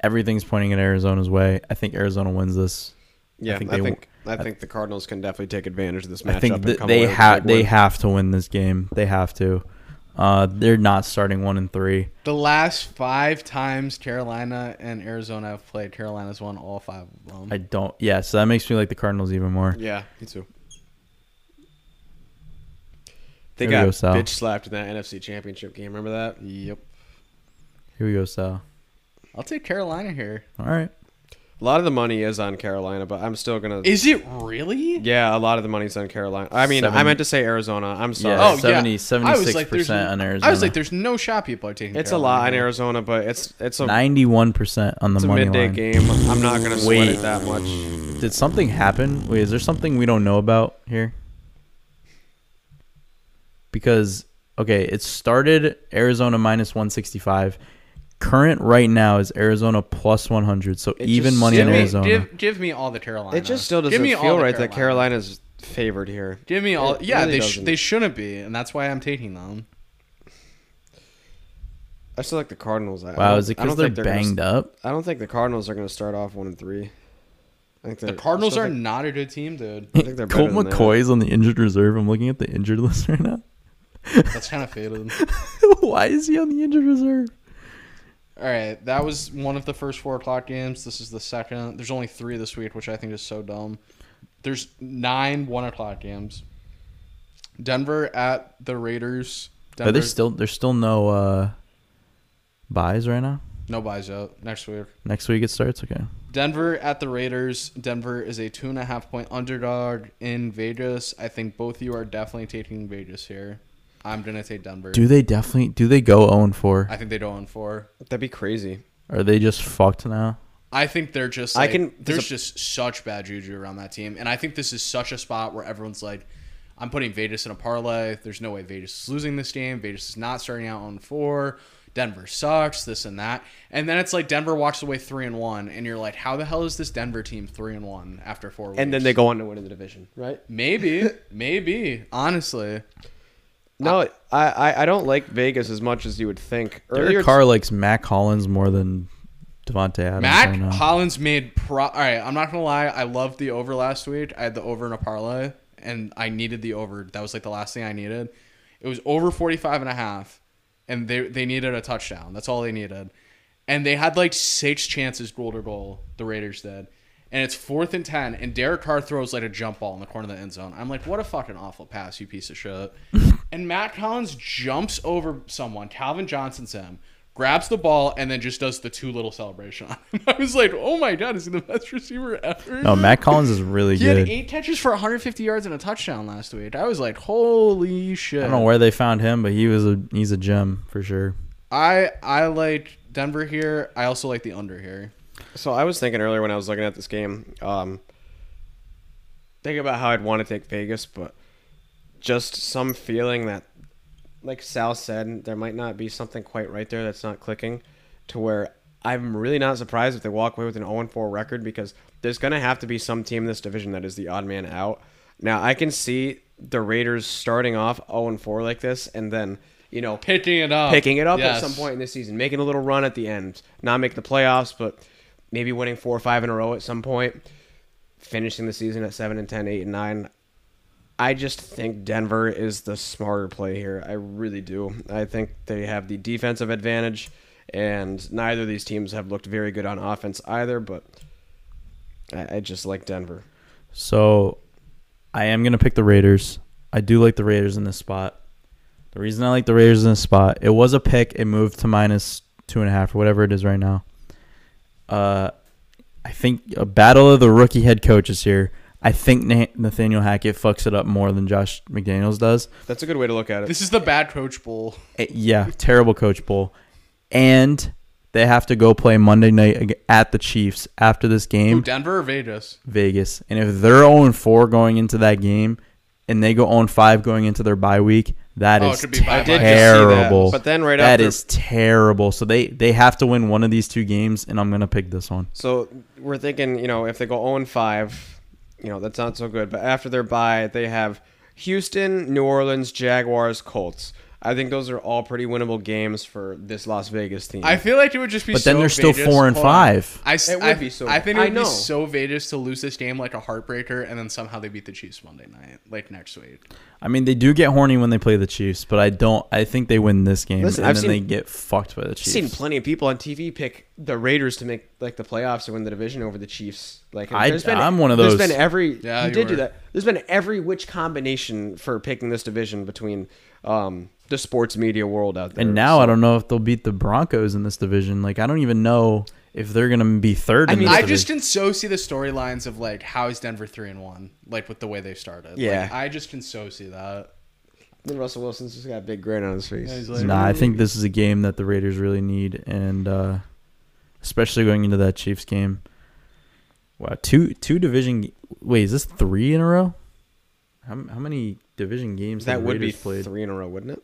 S1: Everything's pointing at Arizona's way. I think Arizona wins this.
S2: Yeah, I think
S1: they
S2: I
S1: w-
S2: think, the Cardinals can definitely take advantage of this matchup.
S1: I think
S2: and
S1: that
S2: come
S1: they
S2: away with a
S1: have
S2: big
S1: they
S2: win.
S1: have to win this game. They have to. Uh, they're not starting one and three.
S3: The last five times Carolina and Arizona have played, Carolina's won all five of
S1: I
S3: them.
S1: don't. Yeah, so that makes me like the Cardinals even more.
S2: Yeah, me too. They
S1: Here we
S2: got
S1: go, Sal.
S2: bitch slapped in that NFC Championship game. Remember that?
S3: yep.
S1: Here we go, Sal.
S3: I'll take Carolina here.
S1: All right.
S2: A lot of the money is on Carolina, but I'm still gonna.
S3: Is it really?
S2: yeah, a lot of the money's on Carolina. I mean, I
S1: Seven-
S2: meant to say Arizona. I'm sorry.
S1: Yeah,
S3: Oh, yeah.
S1: 70,
S3: I was
S1: 76%
S3: like, there's-
S1: on Arizona.
S3: I was like, there's no shot people are taking.
S2: it's a
S3: Oh, Carolina
S2: lot on
S3: here.
S2: Arizona, but it's it's a,
S1: 91% on the
S2: it's a
S1: money
S2: midday
S1: line.
S2: game. I'm not gonna sweat
S1: Wait.
S2: it that much.
S1: Did something happen? Wait, is there something we don't know about here? Because okay, it started Arizona minus 165. Current right now is Arizona plus 100, so
S2: It
S1: even
S2: just-
S1: money
S2: Give
S1: on
S3: Give me,
S1: Arizona.
S3: Give, give me all the Carolina.
S2: It just still
S3: Give
S2: doesn't
S3: me
S2: feel
S3: all the
S2: right that Carolina's favored here.
S3: Give me all.
S2: It
S3: Yeah,
S2: really
S3: they sh-
S2: doesn't.
S3: they shouldn't be, and that's why I'm taking them.
S2: I still like the Cardinals. I- I
S1: wow,
S2: don't-
S1: is it
S2: I don't
S1: because they're
S2: think gonna-
S1: banged up?
S2: I don't think the Cardinals are going to start off one and three. I think
S3: The
S2: they're- I
S3: Cardinals
S2: still
S3: are
S2: think-
S3: not a good
S1: <laughs>
S3: team, dude.
S2: I think they're
S1: Colt
S2: better than that.
S1: McCoy's on the injured reserve. I'm looking at the injured <laughs> list right now.
S3: That's kind of fatal.
S1: Why is he on the injured reserve?
S3: All right, that was one of the first four o'clock games. This is the second. There's only three this week, which I think is so dumb. There's nine one o'clock games. Denver at the Raiders. Denver,
S1: Are they still? There's still no uh, buys right now.
S3: no buys out next week?
S1: Next week it starts. Okay.
S3: Denver at the Raiders. Denver is a two and a half point underdog in Vegas. I think both of you are definitely taking Vegas here. I'm gonna take Denver.
S1: Do they definitely? Do they go 0 and 4?
S3: I think they don't own four.
S2: That'd be crazy.
S1: Are they just fucked now?
S3: I think they're just.
S2: I
S3: Like,
S2: can- there's
S3: There's
S2: a-
S3: just such bad juju around that team, and I think this is such a spot where everyone's like, "I'm putting Vegas in a parlay. There's no way Vegas is losing this game. Vegas is not starting out on four. Denver sucks. This and that, and then it's like Denver walks away three and one, and you're like, "How the hell is this Denver team three and one after four weeks?"
S2: And then they go on to win in the division, right?
S3: Maybe, maybe. Honestly,
S2: No, I, I, I don't like Vegas as much as you would think. Earlier,
S1: Derek Carr likes Mac Hollins more than Devontae Adams.
S3: Mac
S1: right now.
S3: Hollins made pro. All right, I'm not gonna lie. I loved the over last week. I had the over in a parlay, and I needed the over. That was like the last thing I needed. It was over 45 and a half, and they they needed a touchdown. That's all they needed, and they had like six chances goal to goal. The Raiders did. And it's fourth and ten, and Derek Carr throws like a jump ball in the corner of the end zone. I'm like, what a fucking awful pass, you piece of shit. and Matt Collins jumps over someone, Calvin Johnson's him, grabs the ball, and then just does the two little celebration on him. <laughs> I was like, oh my god, is he the best receiver ever?
S1: no, Mac Hollins is really
S3: He had
S1: good. I
S3: eight catches for 150 yards and a touchdown last week. I was like, holy shit.
S1: don't know where they found him, but he was a he's a gem for sure.
S3: I I like Denver here. I also like the under here.
S2: so I was thinking earlier when I was looking at this game, um, think about how I'd want to take Vegas, but just some feeling that, like Sal said, there might not be something quite right there that's not clicking, to where I'm really not surprised if they walk away with an 0 4 record because there's going to have to be some team in this division that is the odd man out. Now, I can see the Raiders starting off 0 4 like this and then, you know,
S3: Picking it up.
S2: picking it up
S3: Yes.
S2: at some point in this season, making a little run at the end, not make the playoffs, but maybe winning four or five in a row at some point, finishing the season at seven and 10, 8 and nine. I just think Denver is the smarter play here. I really do. I think they have the defensive advantage, and neither of these teams have looked very good on offense either. But I, I just like Denver.
S1: So I am gonna pick the Raiders. I do like the Raiders in this spot. The reason I like the Raiders in this spot, it was a pick, it moved to minus two and a half or whatever it is right now. Uh I think a battle of the rookie head coaches here. I think Na- Nathaniel Hackett fucks it up more than Josh McDaniels does.
S2: That's a good way to look at it.
S3: This is the bad coach bowl.
S1: Eh, yeah, terrible coach bowl. And They have to go play Monday night ag- at the Chiefs after this
S3: Who,
S1: game,
S3: Denver or Vegas?
S1: Vegas. And if they're 0 4 going into that game and they go 0 5 going into their bye week, that is
S3: Oh, it could be bye-bye. I did just see
S2: that.
S1: terrible.
S2: But then right
S1: That
S2: after-
S1: is terrible. So they, they have to win one of these two games, and I'm going to pick this one.
S2: So we're thinking, you know, if they go 0 and 5, you know, that's not so good. But after their bye, they have Houston, New Orleans, Jaguars, Colts. I think those are all pretty winnable games for this Las Vegas team.
S3: I feel like it would just be.
S1: But then
S3: so
S1: they're still
S3: Vegas-
S1: four and
S3: Hold on.
S1: five.
S3: I, s-
S2: It would
S3: I-
S2: be so-
S3: I think it would
S2: I know.
S3: be so Vegas to lose this game like a heartbreaker, and then somehow they beat the Chiefs Monday night, like next week.
S1: I mean, they do get horny when they play the Chiefs, but I don't. I think they win this game,
S2: Listen,
S1: and
S2: I've
S1: then
S2: seen-
S1: they get fucked by the
S2: I've
S1: Chiefs.
S2: seen plenty of people on TV pick the Raiders to make like the playoffs to win the division over the Chiefs. Like
S1: I- I'm one of those.
S2: There's been every
S3: Yeah,
S2: you,
S3: you
S2: did do
S3: were.
S2: that. There's been every which combination for picking this division between um, the sports media world out there.
S1: and now I don't know if they'll beat the Broncos in this division. Like, I don't even know if they're gonna be third.
S3: I
S1: in
S3: mean,
S1: this
S3: I
S1: division.
S3: just can so see the storylines of like how is Denver three and one, like with the way they started.
S2: Yeah.
S3: like, I just can so see that.
S2: Then Russell Wilson's just got a big grin on his face.
S3: Yeah, he's like-
S1: Nah, I think this is a game that the Raiders really need, and uh, especially going into that Chiefs game. Wow, two two division. g- Wait, is this three in a row? How, m- how many division games
S2: that
S1: have the
S2: would be
S1: Raiders played?
S2: three in a row, wouldn't it?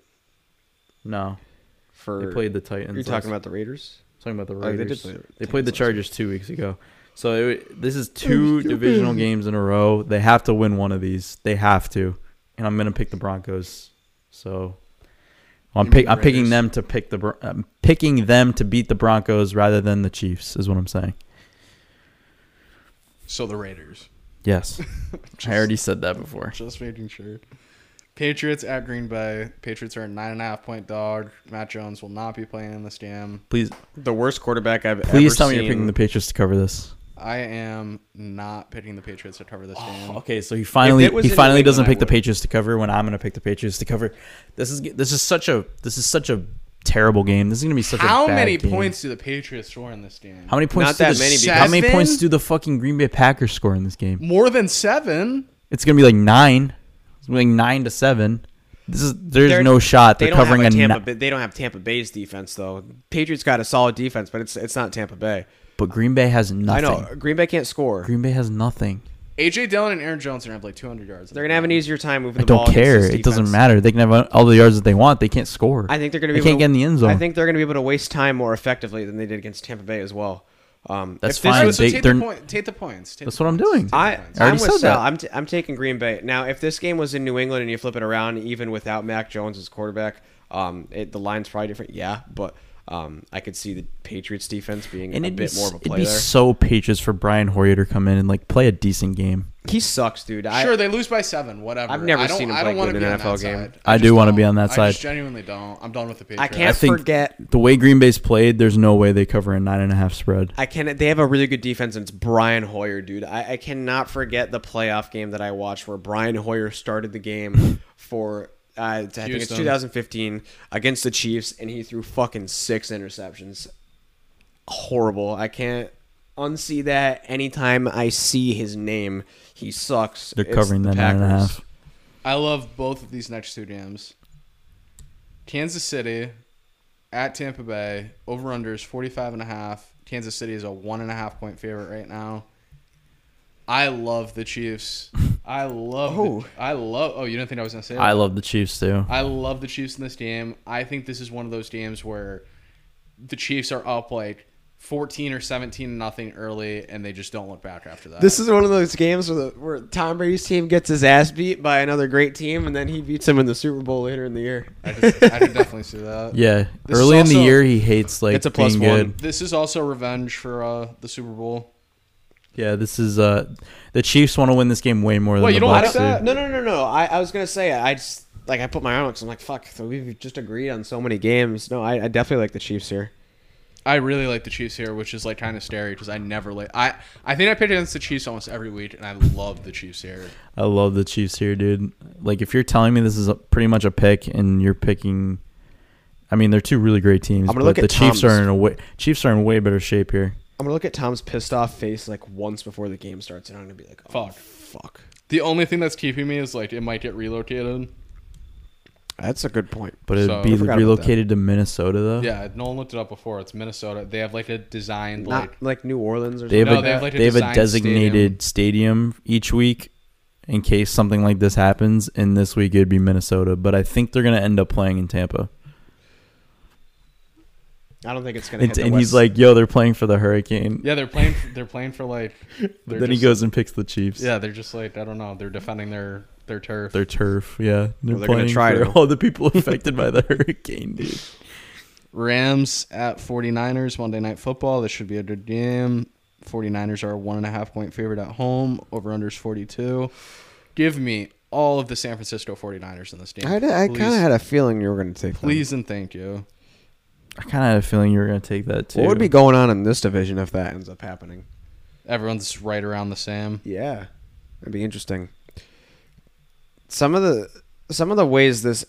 S1: No,
S2: For
S1: they played the Titans.
S2: You're
S1: last-
S2: talking about the Raiders?
S1: talking about the
S2: Oh, they
S1: Raiders.
S2: did
S1: they,
S2: play the
S1: played the
S2: Titans last
S1: Chargers two weeks ago. So it, this is two divisional games in a row. They have to win one of these. They have to, and I'm gonna pick the Broncos. So I'm
S3: You mean
S1: pick, I'm picking
S3: Raiders?
S1: them to pick the Bron- I'm picking them to beat the Broncos rather than the Chiefs is what I'm saying.
S3: So the Raiders.
S2: <laughs>
S1: Yes,
S3: Just-
S1: I already said that before.
S3: Just making sure. Patriots at Green Bay. Patriots are a nine and a half point dog. Matt Jones will not be playing in this game.
S1: Please,
S2: The worst quarterback I've ever
S1: please tell me you're
S2: seen.
S1: picking the Patriots to cover this.
S3: I am not picking the Patriots to cover this
S1: Oh,
S3: game.
S1: Okay, so he finally
S2: it was
S1: he
S2: in
S1: finally
S2: England,
S1: doesn't
S2: I
S1: pick the
S2: would.
S1: Patriots to cover when I'm going to pick the Patriots to cover. This is this is such a this is such a terrible game. This is going to be such a
S3: How
S1: bad
S3: many
S1: game.
S3: points do the Patriots score in this game?
S1: How many points?
S2: Not
S1: do
S2: that
S1: the-
S2: many, because-
S1: How many
S3: Seven?
S1: points do the fucking Green Bay Packers score in this game?
S3: More than seven.
S1: It's going to be like nine, it's gonna be like nine to seven. This is there's
S2: They're-
S1: no shot. They're
S2: don't
S1: covering a,
S2: have Tampa.
S1: ni-
S2: Bay- they don't have Tampa Bay's defense though. Patriots got a solid defense, but it's it's not Tampa Bay.
S1: but Green Bay has nothing.
S2: I know Green Bay can't score.
S1: Green Bay has nothing.
S3: AJ Dillon and Aaron Jones are gonna have like two hundred yards. in
S2: They're
S3: the
S2: gonna have an
S3: game.
S2: easier time moving
S1: I
S2: the ball.
S1: don't
S2: against
S1: care.
S2: this
S1: It doesn't
S2: defense.
S1: matter. They can have all the yards that they want. They can't score.
S2: I think they're gonna
S1: They
S2: be.
S1: can't
S2: able to-
S1: get in the end zone.
S2: I think they're gonna be able to waste time more effectively than they did against Tampa Bay as well. Um,
S1: That's
S2: if this
S1: fine.
S3: Alright, so
S1: They-
S3: take,
S1: they're-
S3: the point, take the points. Take
S1: That's
S3: the
S1: what I'm
S3: points.
S1: doing.
S3: Take the
S2: I,
S3: points.
S1: I
S2: I'm
S1: already
S2: with
S1: said
S2: Sal.
S1: that.
S2: I'm, t- I'm taking Green Bay. Now, if this game was in New England and you flip it around, even without Mac Jones as quarterback, um, it, the line's probably different. Yeah, but um, I could see the Patriots defense being
S1: and
S2: a
S1: it'd be,
S2: bit more of a
S1: it'd
S2: play
S1: be
S2: there.
S1: so Patriots for Brian Hoyer to come in and like play a decent game.
S2: he sucks, dude. I,
S3: sure, they lose by seven. Whatever.
S2: I've never
S3: I don't,
S2: seen him
S3: I
S2: play
S3: don't wanna
S2: good in an
S3: be on that
S2: NFL game.
S3: side.
S1: I do
S3: just
S1: wanna
S3: don't.
S1: be on that
S3: I
S1: side.
S3: just genuinely don't. I'm done with the Patriots.
S2: I can't
S1: I think-
S2: forget.
S1: The way Green Bay's played, there's no way they cover a nine and a half spread.
S2: I can. They have a really good defense, and it's Brian Hoyer, dude. I, I cannot forget the playoff game that I watched where Brian Hoyer started the <laughs> game for. Uh, I think it's
S3: Houston.
S2: 2015 against the Chiefs, and he threw fucking six interceptions. Horrible. I can't unsee that. Anytime I see his name, he sucks.
S1: They're
S2: It's
S1: covering
S2: the
S1: that nine and a
S2: Packers.
S1: half.
S3: I love both of these next two games. Kansas City at Tampa Bay. Over under is 45 and a half. Kansas City is a one and a half point favorite right now. I love the Chiefs. I love. the-
S2: Oh.
S3: I love. Oh, you didn't think I was gonna say that?
S1: I love the Chiefs too.
S3: I love the Chiefs in this game. I think this is one of those games where the Chiefs are up like 14 or 17 nothing early, and they just don't look back after that.
S2: This is one of those games where, the, where Tom Brady's team gets his ass beat by another great team, and then he beats him in the Super Bowl later in the year.
S3: I, just, I can definitely see that.
S1: Yeah,
S3: This is
S1: early in the
S3: also-
S1: year he hates like
S2: It's a plus
S1: being
S2: one.
S1: good.
S3: This is also revenge for uh, the Super Bowl.
S1: Yeah, this is uh the Chiefs want to win this game way more than
S3: Well, you
S1: the
S3: don't
S1: Bucks
S3: like that?
S1: do.
S2: Uh, No, no, no, no. I, I was gonna say I just like I put my arm up 'cause I'm like fuck. So we've just agreed on so many games. No, I, I definitely like the Chiefs here.
S3: I really like the Chiefs here, which is like kind of scary because I never like I. I think I picked against the Chiefs almost every week, and I love the Chiefs here.
S1: I love the Chiefs here, dude. Like if you're telling me this is a, pretty much a pick and you're picking I mean, they're two really great teams,
S2: I'm gonna
S1: but
S2: look
S1: the
S2: at
S1: Chiefs
S2: Tom's.
S1: are in a way Chiefs are in way better shape here.
S2: I'm gonna look at Tom's pissed off face like once before the game starts, and I'm gonna be like, oh,
S3: Fuck.
S2: fuck.
S3: The only thing that's keeping me is like it might get relocated.
S2: That's a good point.
S1: But it'd
S3: So- I
S1: be
S2: forgot about
S1: relocated to Minnesota though.
S3: Yeah, Nolan looked it up before. It's Minnesota. They have like a designed
S2: Not
S3: like
S2: like New Orleans or
S1: They have
S3: No,
S1: a
S3: they
S1: they
S3: have,
S1: have,
S3: like, a
S1: a
S3: design
S1: designated stadium. each week in case something like this happens. And this week it'd be Minnesota, but I think they're gonna end up playing in Tampa.
S2: I don't think it's gonna.
S1: And,
S2: hit the
S1: and
S2: West.
S1: he's like, "Yo, they're playing for the Hurricane."
S3: yeah, they're playing. They're playing
S1: <laughs>
S3: for like. they're
S1: then he
S3: just-
S1: goes and picks the Chiefs.
S3: Yeah, they're just like I don't know. They're defending their their turf.
S1: Their turf, yeah. They're,
S2: they're gonna
S1: playing
S2: try
S1: for
S2: to.
S1: all the people <laughs> affected by the hurricane, dude.
S3: Rams at 49ers Monday Night Football. This should be a good game. 49ers are a one and a half point favorite at home. Over unders 42. Give me all of the San Francisco 49ers in this game.
S2: I, I
S3: Please-
S2: kind of had a feeling you were gonna take. them.
S3: Please and thank you.
S1: I kind of had a feeling you were gonna take that too.
S2: What would be going on in this division if that ends up happening?
S3: Everyone's right around the same.
S2: Yeah, that'd be interesting. Some of the some of the ways this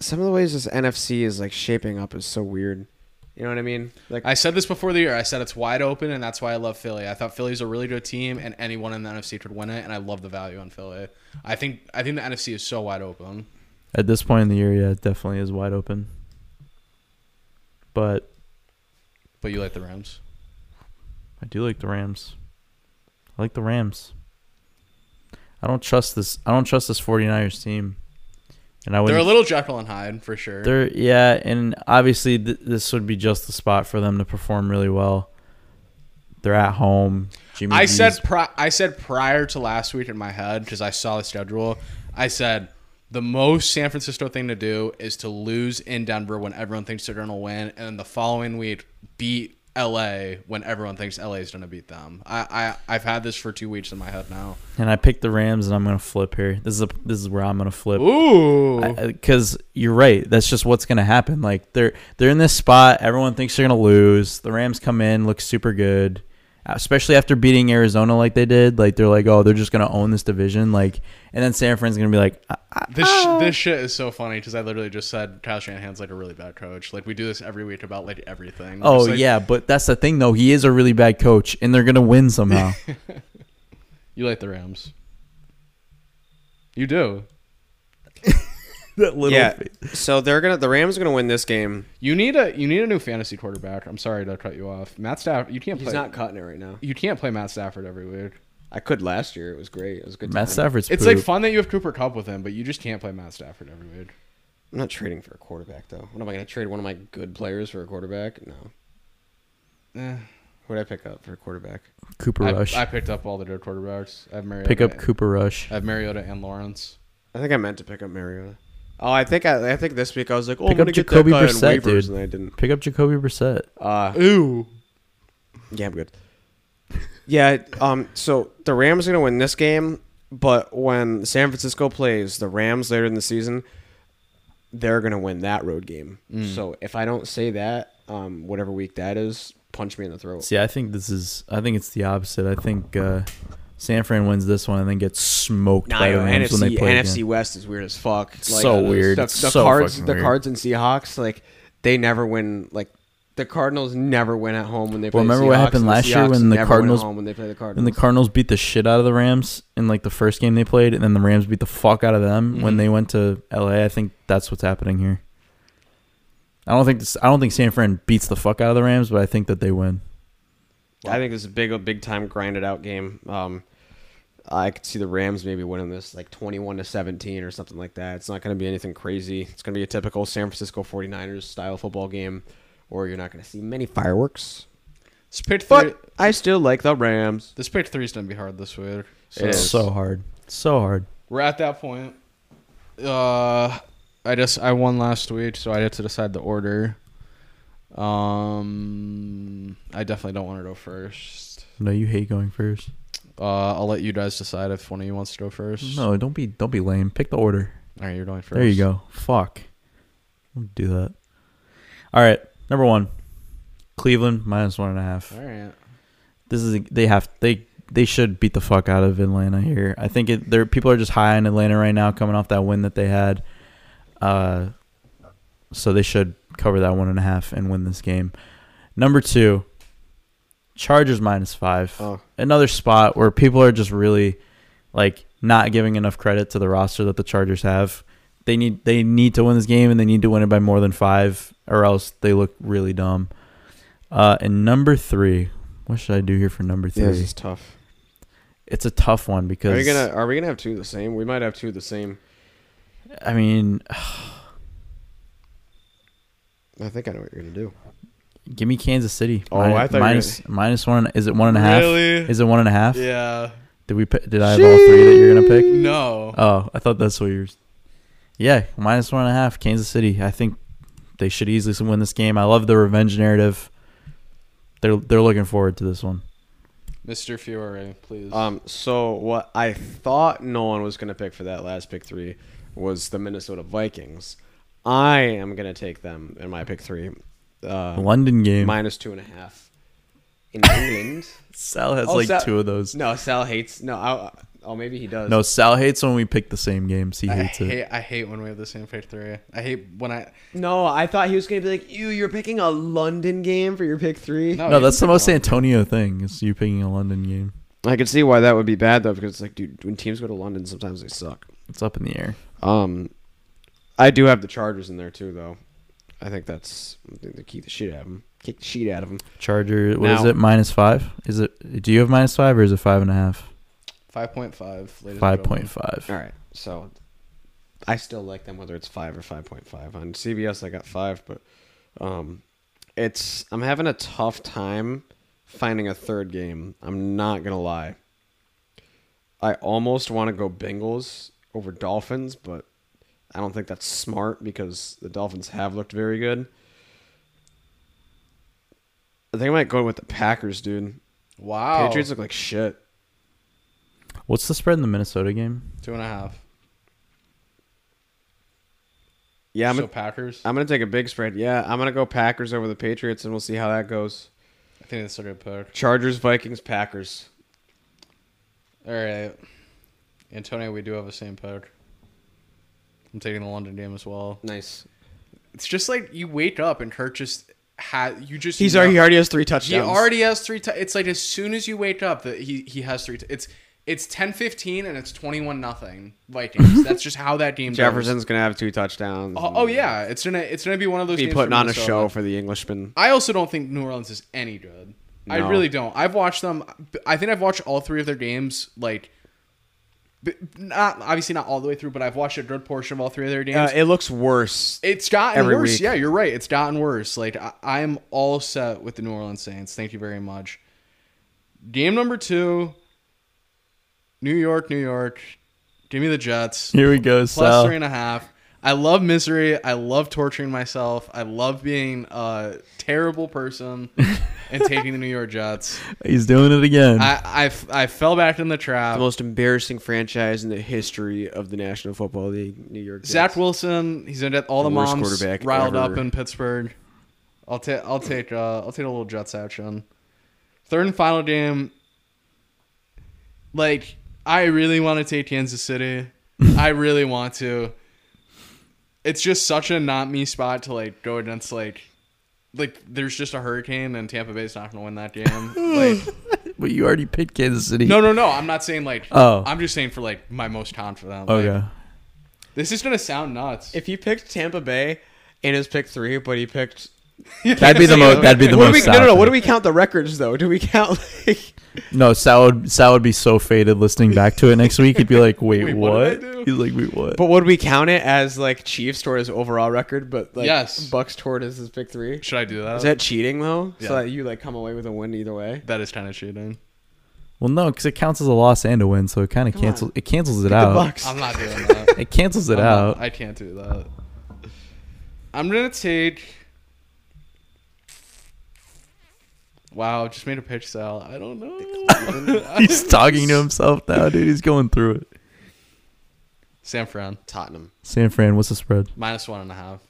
S2: some of the ways this NFC is like shaping up is so weird. You know what I mean? Like
S3: I said this before the year. I said it's wide open, and that's why I love Philly. I thought Philly's a really good team, and anyone in the NFC could win it. And I love the value on Philly. I think I think the NFC is so wide open.
S1: at this point in the year? Yeah, it definitely is wide open. But
S3: But you like the Rams?
S1: I do like the Rams. I like the Rams. I don't trust this. I don't trust this 49ers team. And I would.
S3: They're a little Jekyll and Hyde for sure.
S1: They're yeah, and obviously th- this would be just the spot for them to perform really well. They're at home. Jimmy
S3: I
S1: G's-
S3: said pri- I said prior to last week in my head because I saw the schedule. I said the most San Francisco thing to do is to lose in Denver when everyone thinks they're gonna win, and then the following week beat LA when everyone thinks LA is gonna beat them. I, I I've had this for two weeks in my head now.
S1: and I picked the Rams, and I'm gonna flip here. This is a, this is where I'm gonna flip.
S3: Ooh,
S1: because you're right. That's just what's going to happen. Like they're they're in this spot. Everyone thinks they're going to lose. The Rams come in, look super good, especially after beating Arizona like they did. Like they're like, oh, they're just going to own this division. Like, and then San Fran's going to be like, I, I,
S3: this this shit is so funny because I literally just said Kyle Shanahan's like a really bad coach. Like we do this every week about like everything.
S1: oh
S3: Just, like,
S1: yeah, but that's the thing though. He is a really bad coach, and they're going to win somehow.
S3: <laughs>
S1: <laughs>
S3: you like the Rams. You do.
S1: that little
S2: yeah, so they're gonna the Rams are gonna win this game.
S3: You need a you need a new fantasy quarterback. I'm sorry to cut you off. Matt Stafford, you can't play.
S2: He's not cutting it right now.
S3: you can't play Matt Stafford every week.
S2: I could last year. It was great. It was a good.
S1: Matt
S2: time.
S1: Stafford's
S3: It's
S1: poop.
S3: like fun that you have Cooper Cup with him, but you just can't play Matt Stafford every week.
S2: I'm not trading for a quarterback though. What am I gonna trade one of my good players for a quarterback? No.
S3: Eh,
S2: Who'd I pick up for a quarterback?
S1: Cooper Rush.
S3: I, I picked up all the good quarterbacks. I have Mariota.
S1: Pick up Cooper Rush.
S3: I have Mariota and Lawrence.
S2: I think I meant to pick up Mariota. Oh, I think I, I think this week I was like,
S1: Pick
S2: oh, I'm
S1: up
S2: gonna get
S1: Jacoby
S2: that guy on
S1: Brissett,
S2: waivers,
S1: dude.
S2: and I didn't.
S1: Pick up Jacoby Brissett.
S2: Uh,
S3: Ooh.
S2: yeah, I'm good. Yeah, um, so the Rams are gonna win this game, but when San Francisco plays the Rams later in the season, they're gonna win that road game.
S1: Mm.
S2: So if I don't say that, um, whatever week that is, punch me in the throat.
S1: See, I think this is. I think it's the opposite. I think uh, San Fran wins this one and then gets smoked
S2: Nah,
S1: by
S2: yo,
S1: the Rams
S2: NFC
S1: when they play
S2: NFC
S1: again.
S2: West is weird as fuck.
S1: so
S2: the-
S1: weird.
S2: The,
S1: It's
S2: the
S1: so
S2: cards,
S1: fucking
S2: the
S1: weird.
S2: cards and Seahawks, like they never win. Like the Cardinals never win at home when they. play
S1: Well,
S2: the
S1: remember what
S2: Seahawks,
S1: happened
S2: and
S1: last year
S2: Seahawks
S1: when the
S2: never win at
S1: Cardinals-
S2: home when they play the Cardinals.
S1: And the Cardinals beat the shit out of the Rams in like the first game they played, and then the Rams beat the fuck out of them
S2: Mm-hmm.
S1: when they went to LA. I think that's what's happening here. I don't think this, I don't think San Fran beats the fuck out of the Rams, but I think that they win.
S2: I think this is a big, a big time grinded out game. Um, I could see the Rams maybe winning this like 21 to 17 or something like that. It's not going to be anything crazy. It's going to be a typical San Francisco 49ers style football game, or you're not going to see many fireworks.
S3: This pick three.
S2: But I still like the Rams.
S3: This pick three is gonna be hard this week. So
S2: It
S1: It's
S2: is.
S1: so hard, so hard.
S3: we're at that point. Uh, I just I won last week, so I had to decide the order. Um, I definitely don't want to go first.
S1: No, you hate going first.
S3: Uh, I'll let you guys decide if one of you wants to go first.
S1: No, don't be don't be lame. Pick the order.
S3: All right, you're going first.
S1: There you go. Fuck. Don't do that. All right. Number one, Cleveland minus one and a half.
S3: All right.
S1: This is they have they they should beat the fuck out of Atlanta here. I think it, there people are just high on Atlanta right now, coming off that win that they had. Uh, so they should cover that one and a half and win this game. Number two, Chargers minus five
S2: Oh,
S1: another spot where people are just really like not giving enough credit to the roster that the Chargers have. They need they need to win this game and they need to win it by more than five, or else they look really dumb. Uh, and number three, what should I do here for number three?
S2: Yeah, this is tough.
S1: It's a tough one because
S2: Are we gonna Are we gonna have two of the same? We might have two of the same.
S1: I mean,
S2: I think I know what you're gonna do.
S1: give me Kansas City.
S2: Oh, I thought you were
S1: minus- minus one. Is it one and a half?
S3: Really?
S1: Is it one and a half?
S3: Yeah.
S1: Did we? pi- Did I have all three that you're gonna pick?
S3: No.
S1: Oh, I thought that's what yours. Yeah, minus one and a half. Kansas City. I think they should easily win this game. I love the revenge narrative. They're they're looking forward to this one.
S3: Mr. Fiore, please.
S2: Um. So what I thought Nolan was gonna pick for that last pick three was the Minnesota Vikings. I am gonna take them in my pick three. Uh,
S1: London game.
S2: minus two and a half in England.
S1: Sal has
S2: Oh,
S1: like
S2: Sal-
S1: two of those. No.
S2: No, Sal hates. No, I, oh maybe he does.
S1: Sal hates when we pick the same games. He
S3: I
S1: hates it.
S3: hate, I hate when we have the same pick three. I hate when I.
S2: No, I thought he was gonna be like, "You, you're picking a London game for your pick three.
S1: no,
S3: you
S1: that's the
S3: pick
S1: most
S3: one.
S1: Antonio thing. Is you picking a London game?
S2: I can see why that would be bad though, because it's like, dude, when teams go to London, sometimes they suck.
S1: It's up in the air.
S2: Um, I do have the Chargers in there too, though. I think that's I think they keep the shit out of them. Kick the shit out of them.
S1: Charger. What is
S2: Now-
S1: it? Minus five? Is it? Do you have minus five or is it five and a half?
S3: 5.5. ladies and
S1: Five
S3: gentlemen.
S1: point five.
S2: All right, so I still like them whether it's five or five point five. On CBS, I got five, but um, it's I'm having a tough time finding a third game. I'm not gonna lie. I almost want to go Bengals over Dolphins, but I don't think that's smart because the Dolphins have looked very good. I think I might go with the Packers, dude.
S3: Wow.
S2: Patriots look like shit.
S1: What's the spread in the Minnesota game?
S3: Two and a half.
S2: Yeah, I'm
S3: so
S2: gonna-
S3: Packers.
S2: I'm gonna take a big spread. Yeah, I'm gonna go Packers over the Patriots, and we'll see how that goes.
S3: I think that's a good pick.
S2: Chargers, Vikings, Packers.
S3: All right. Antonio, we do have the same pick. I'm taking the London game as well.
S2: Nice.
S3: It's just like you wake up and Kurt just had you just
S2: He's
S3: know-
S2: already he already has three
S3: he
S2: touchdowns.
S3: already has three. T- it's like as soon as you wake up that he he has three. T- it's it's ten fifteen and it's twenty one nothing
S2: <laughs>
S3: Vikings. That's just how that game. goes.
S2: Jefferson's gonna have two touchdowns.
S3: Oh, oh, yeah, it's gonna it's gonna be one of those.
S2: be
S3: games
S2: putting
S3: for
S2: on a
S3: Minnesota.
S2: show for the Englishman.
S3: I also don't think New Orleans is any good. I
S2: No.
S3: really don't. I've watched them. I think I've watched all three of their games. Like, b- not obviously not all the way through, but I've watched a good portion of all three of their games.
S2: Uh, it looks worse.
S3: It's gotten
S2: Every
S3: worse.
S2: week.
S3: Yeah, you're right. It's gotten worse. Like I, I'm all set with the New Orleans Saints. Thank you very much. Game number two. New York, New York. Give me the Jets.
S1: Here we go,
S3: Plus
S1: Sal.
S3: three and a half. I love misery. I love torturing myself. I love being a terrible person and taking the New
S2: <laughs>
S3: York Jets.
S1: He's doing it again.
S3: I, I, I fell back in the
S2: the
S3: trap.
S2: most embarrassing franchise in the history of the National Football League, New York.
S3: Zach
S2: Jets.
S3: Wilson, he's gonna get all the,
S2: The worst
S3: moms
S2: quarterback
S3: riled
S2: ever.
S3: up in Pittsburgh. I'll take I'll take uh, I'll take a little Jets action. Third and final game. Like I really want to take Kansas City. I really want to. It's just such a not me spot to like go against like like there's just a hurricane and Tampa Bay's not gonna win that game. like
S1: but you already picked Kansas City.
S3: no no no, I'm not saying like
S1: Oh.
S3: I'm just saying for like my most confident. Like,
S1: Okay.
S3: This is gonna sound nuts.
S2: If he picked Tampa Bay in his pick three, but he picked.
S1: That'd be the mo-
S3: uh,
S1: that'd be the
S2: what do
S1: most
S2: We, no, no, no.
S1: sad
S2: What do we count the records though? Do we count like?
S1: No, Sal would Sal would be so faded listening back to it next week. He'd be like, "Wait,
S3: Wait, what
S1: what?"
S3: did I do?
S1: He's like, "Wait, what?"
S2: But would we count it as like Chiefs toward his overall record, but like
S3: Yes.
S2: Bucks toward his his pick three?
S3: Should I do that?
S2: Is that cheating though? So
S3: Yeah.
S2: that you like come away with a win either way.
S3: That is kind of cheating.
S1: well, no, because it counts as a loss and a win, so it kind of cancels it cancels it out.
S2: The Bucks.
S3: I'm not <laughs> doing that.
S1: It cancels it
S3: I'm
S1: out.
S3: not- I can't do that. I'm gonna take. Wow, just made a pitch, Sal. I don't know. <laughs>
S1: He's talking to himself now, dude. He's going through it.
S3: San Fran
S2: Tottenham.
S1: San Fran, what's the spread?
S3: minus one and a half.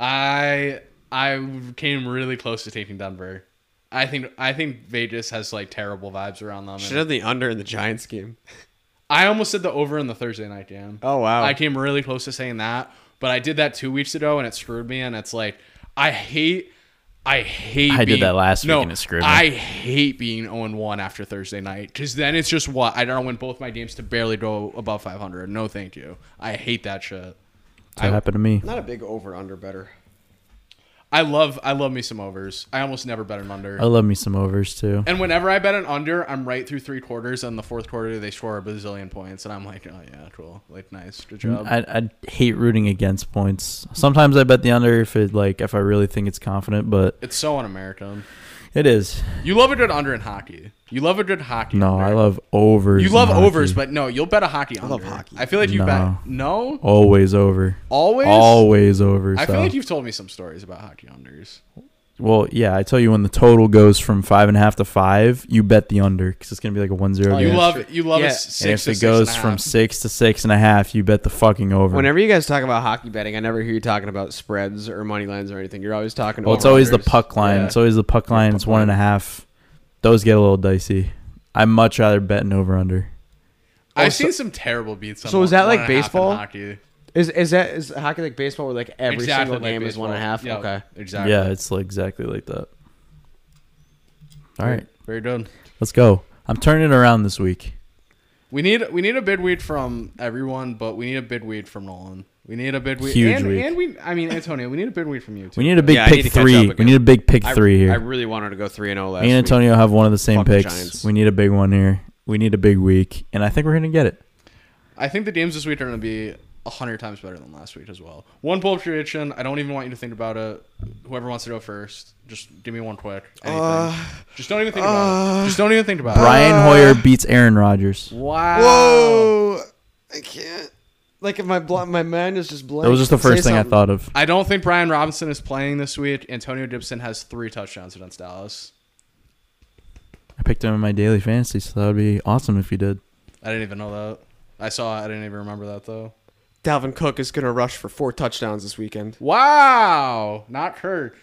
S3: I I came really close to taking Denver. I think I think Vegas has like terrible vibes around them. and-
S2: Should have the under in the Giants game.
S3: I almost said the over in the Thursday night game.
S2: Oh, wow.
S3: I came really close to saying that, but I did that two weeks ago and it screwed me. And it's like I hate, I hate.
S1: I did
S3: being-
S1: that last
S3: no,
S1: week in a scrimmage.
S3: I hate being 0 1 after Thursday night because then it's just what I don't win both my games to barely go above 500. No, thank you. I hate that shit.
S1: That's what happened to me.
S2: Not a big over under better.
S3: I love I love me some overs. I almost never bet an under.
S1: I love me some overs too.
S3: And whenever I bet an under, I'm right through three quarters, and the fourth quarter they score a bazillion points, and I'm like, oh yeah, cool, like nice, good job.
S1: Mm, I, I hate rooting against points. Sometimes I bet the under if it like if I really think it's confident, but
S3: it's so un-American.
S1: it is.
S3: You love a good under in hockey. You love a good hockey.
S1: No,
S3: under.
S1: I love overs.
S3: You
S1: in
S3: love
S1: hockey.
S3: overs, but no, you'll bet a hockey under.
S2: love hockey.
S3: I feel like you
S1: No.
S3: bet no
S1: always over.
S3: always.
S1: Always over.
S3: I feel
S1: so.
S3: like you've told me some stories about hockey unders.
S1: Well, yeah, I tell you when the total goes from five and a half to five, you bet the under because it's gonna be like a one zero.
S3: Oh, You
S1: game.
S3: love you love
S2: Oh, Yeah.
S3: a six.
S1: and
S3: to
S1: if it
S3: six
S1: goes
S3: and a
S1: from
S3: half.
S1: six to six and a half, you bet the fucking over.
S2: Whenever you guys talk about hockey betting, I never hear you talking about spreads or money lines or anything. You're always talking.
S1: well, it's always the
S2: over-unders.
S1: puck line.
S3: yeah.
S1: It's always the puck line. It's one and a half. Those get a little dicey. I much rather bet an over under.
S2: Oh,
S3: I've
S2: so-
S3: seen some terrible beats. on
S2: so is
S3: one-
S2: that like
S3: one and a half in
S2: baseball?
S3: hockey?
S2: Is is that is hockey like baseball where like every
S3: Exactly
S2: single
S3: like
S2: game is one and a
S3: baseball.
S2: half?
S3: Yeah,
S2: Okay.
S3: Exactly.
S1: Yeah, it's like exactly like that. All right,
S3: Very good.
S1: let's go. I'm turning it around this week.
S3: We need we need a bid weed from everyone, but we need a bid weed from Nolan. We need a bid weed.
S1: Huge
S3: and,
S1: week.
S3: and we I mean Antonio, we need a bid weed from you too.
S1: We need a big
S2: Yeah, I need
S1: pick
S2: to catch up
S1: three. We
S2: again.
S1: need a big pick three here.
S2: I really wanted to go three and zero last
S1: Me and
S2: week.
S1: Antonio have one of the same
S2: Fuck the
S1: picks.
S2: Giants.
S1: we need a big one here. We need a big week, and I think we're gonna get it.
S3: I think the games this week are gonna be hundred times better than last week as well. One bold prediction. I don't even want you to think about it. Whoever wants to go first, just give me one quick. Anything. just don't even think about it. Just don't even think about
S2: Uh,
S1: Brian Hoyer beats Aaron Rodgers.
S3: it. Wow.
S2: Whoa! I can't. Like my bl- my mind is just blank.
S1: That was just the first thing I thought of.
S3: I don't think Brian Robinson is playing this week. Antonio Gibson has three touchdowns against Dallas.
S1: I picked him in my daily fantasy, so that would be awesome if you did.
S3: I didn't even know that. I saw. it. I didn't even remember that though.
S2: Dalvin Cook is gonna rush for four touchdowns this weekend.
S3: Wow, not Kirk.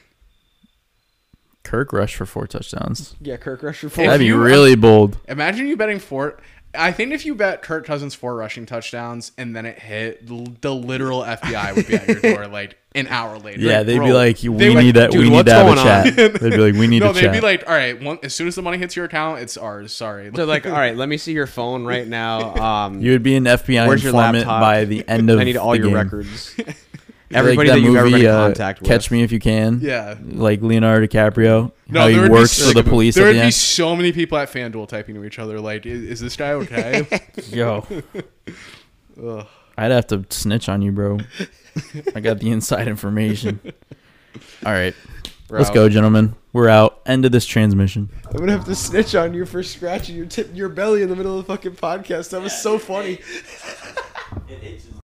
S1: Kirk rushed for four touchdowns.
S2: Yeah, Kirk rushed for four.
S1: That'd be
S3: you-
S1: really bold.
S3: Imagine you betting four. I think if you bet Kirk Cousins four rushing touchdowns and then it hit, l- the literal FBI would be at your door like an hour later.
S1: Yeah, they'd be
S3: bro.
S1: like,
S3: They
S1: "We
S3: would-
S1: need that.
S2: "Dude,
S1: We need
S2: what's
S1: to have a
S2: going on?"
S1: chat." They'd be
S2: <laughs>
S1: like, "We need
S3: No,
S1: to
S3: they'd
S1: chat."
S3: be like, all right, one, as soon as the money hits your account, it's ours. Sorry.
S2: They're like, all right, let me see your phone right <laughs> now. Um,
S1: you would be an FBI
S2: Where's your
S1: informant
S2: laptop?
S1: by the end of
S2: I need all
S1: the
S2: your
S1: game.
S2: records.
S1: Like uh,
S2: Everybody that, you've ever been in contact with.
S1: Catch me if you can.
S3: <laughs> Yeah.
S1: like Leonardo DiCaprio. how
S3: there
S1: he
S3: would be
S1: works
S3: so-
S1: for the police
S3: There
S1: at
S3: would
S1: the
S3: be
S1: end.
S3: so many people at FanDuel typing to each other, like, is, is this guy okay?
S1: Yo. <laughs> I'd have to snitch on you, bro. I got the inside
S2: <laughs>
S1: information. All right. Let's
S3: out.
S1: go, gentlemen. We're out. End of this transmission.
S2: <laughs> I'm gonna have to snitch on you for scratching your tip, your belly in the middle of the fucking podcast. That was so funny.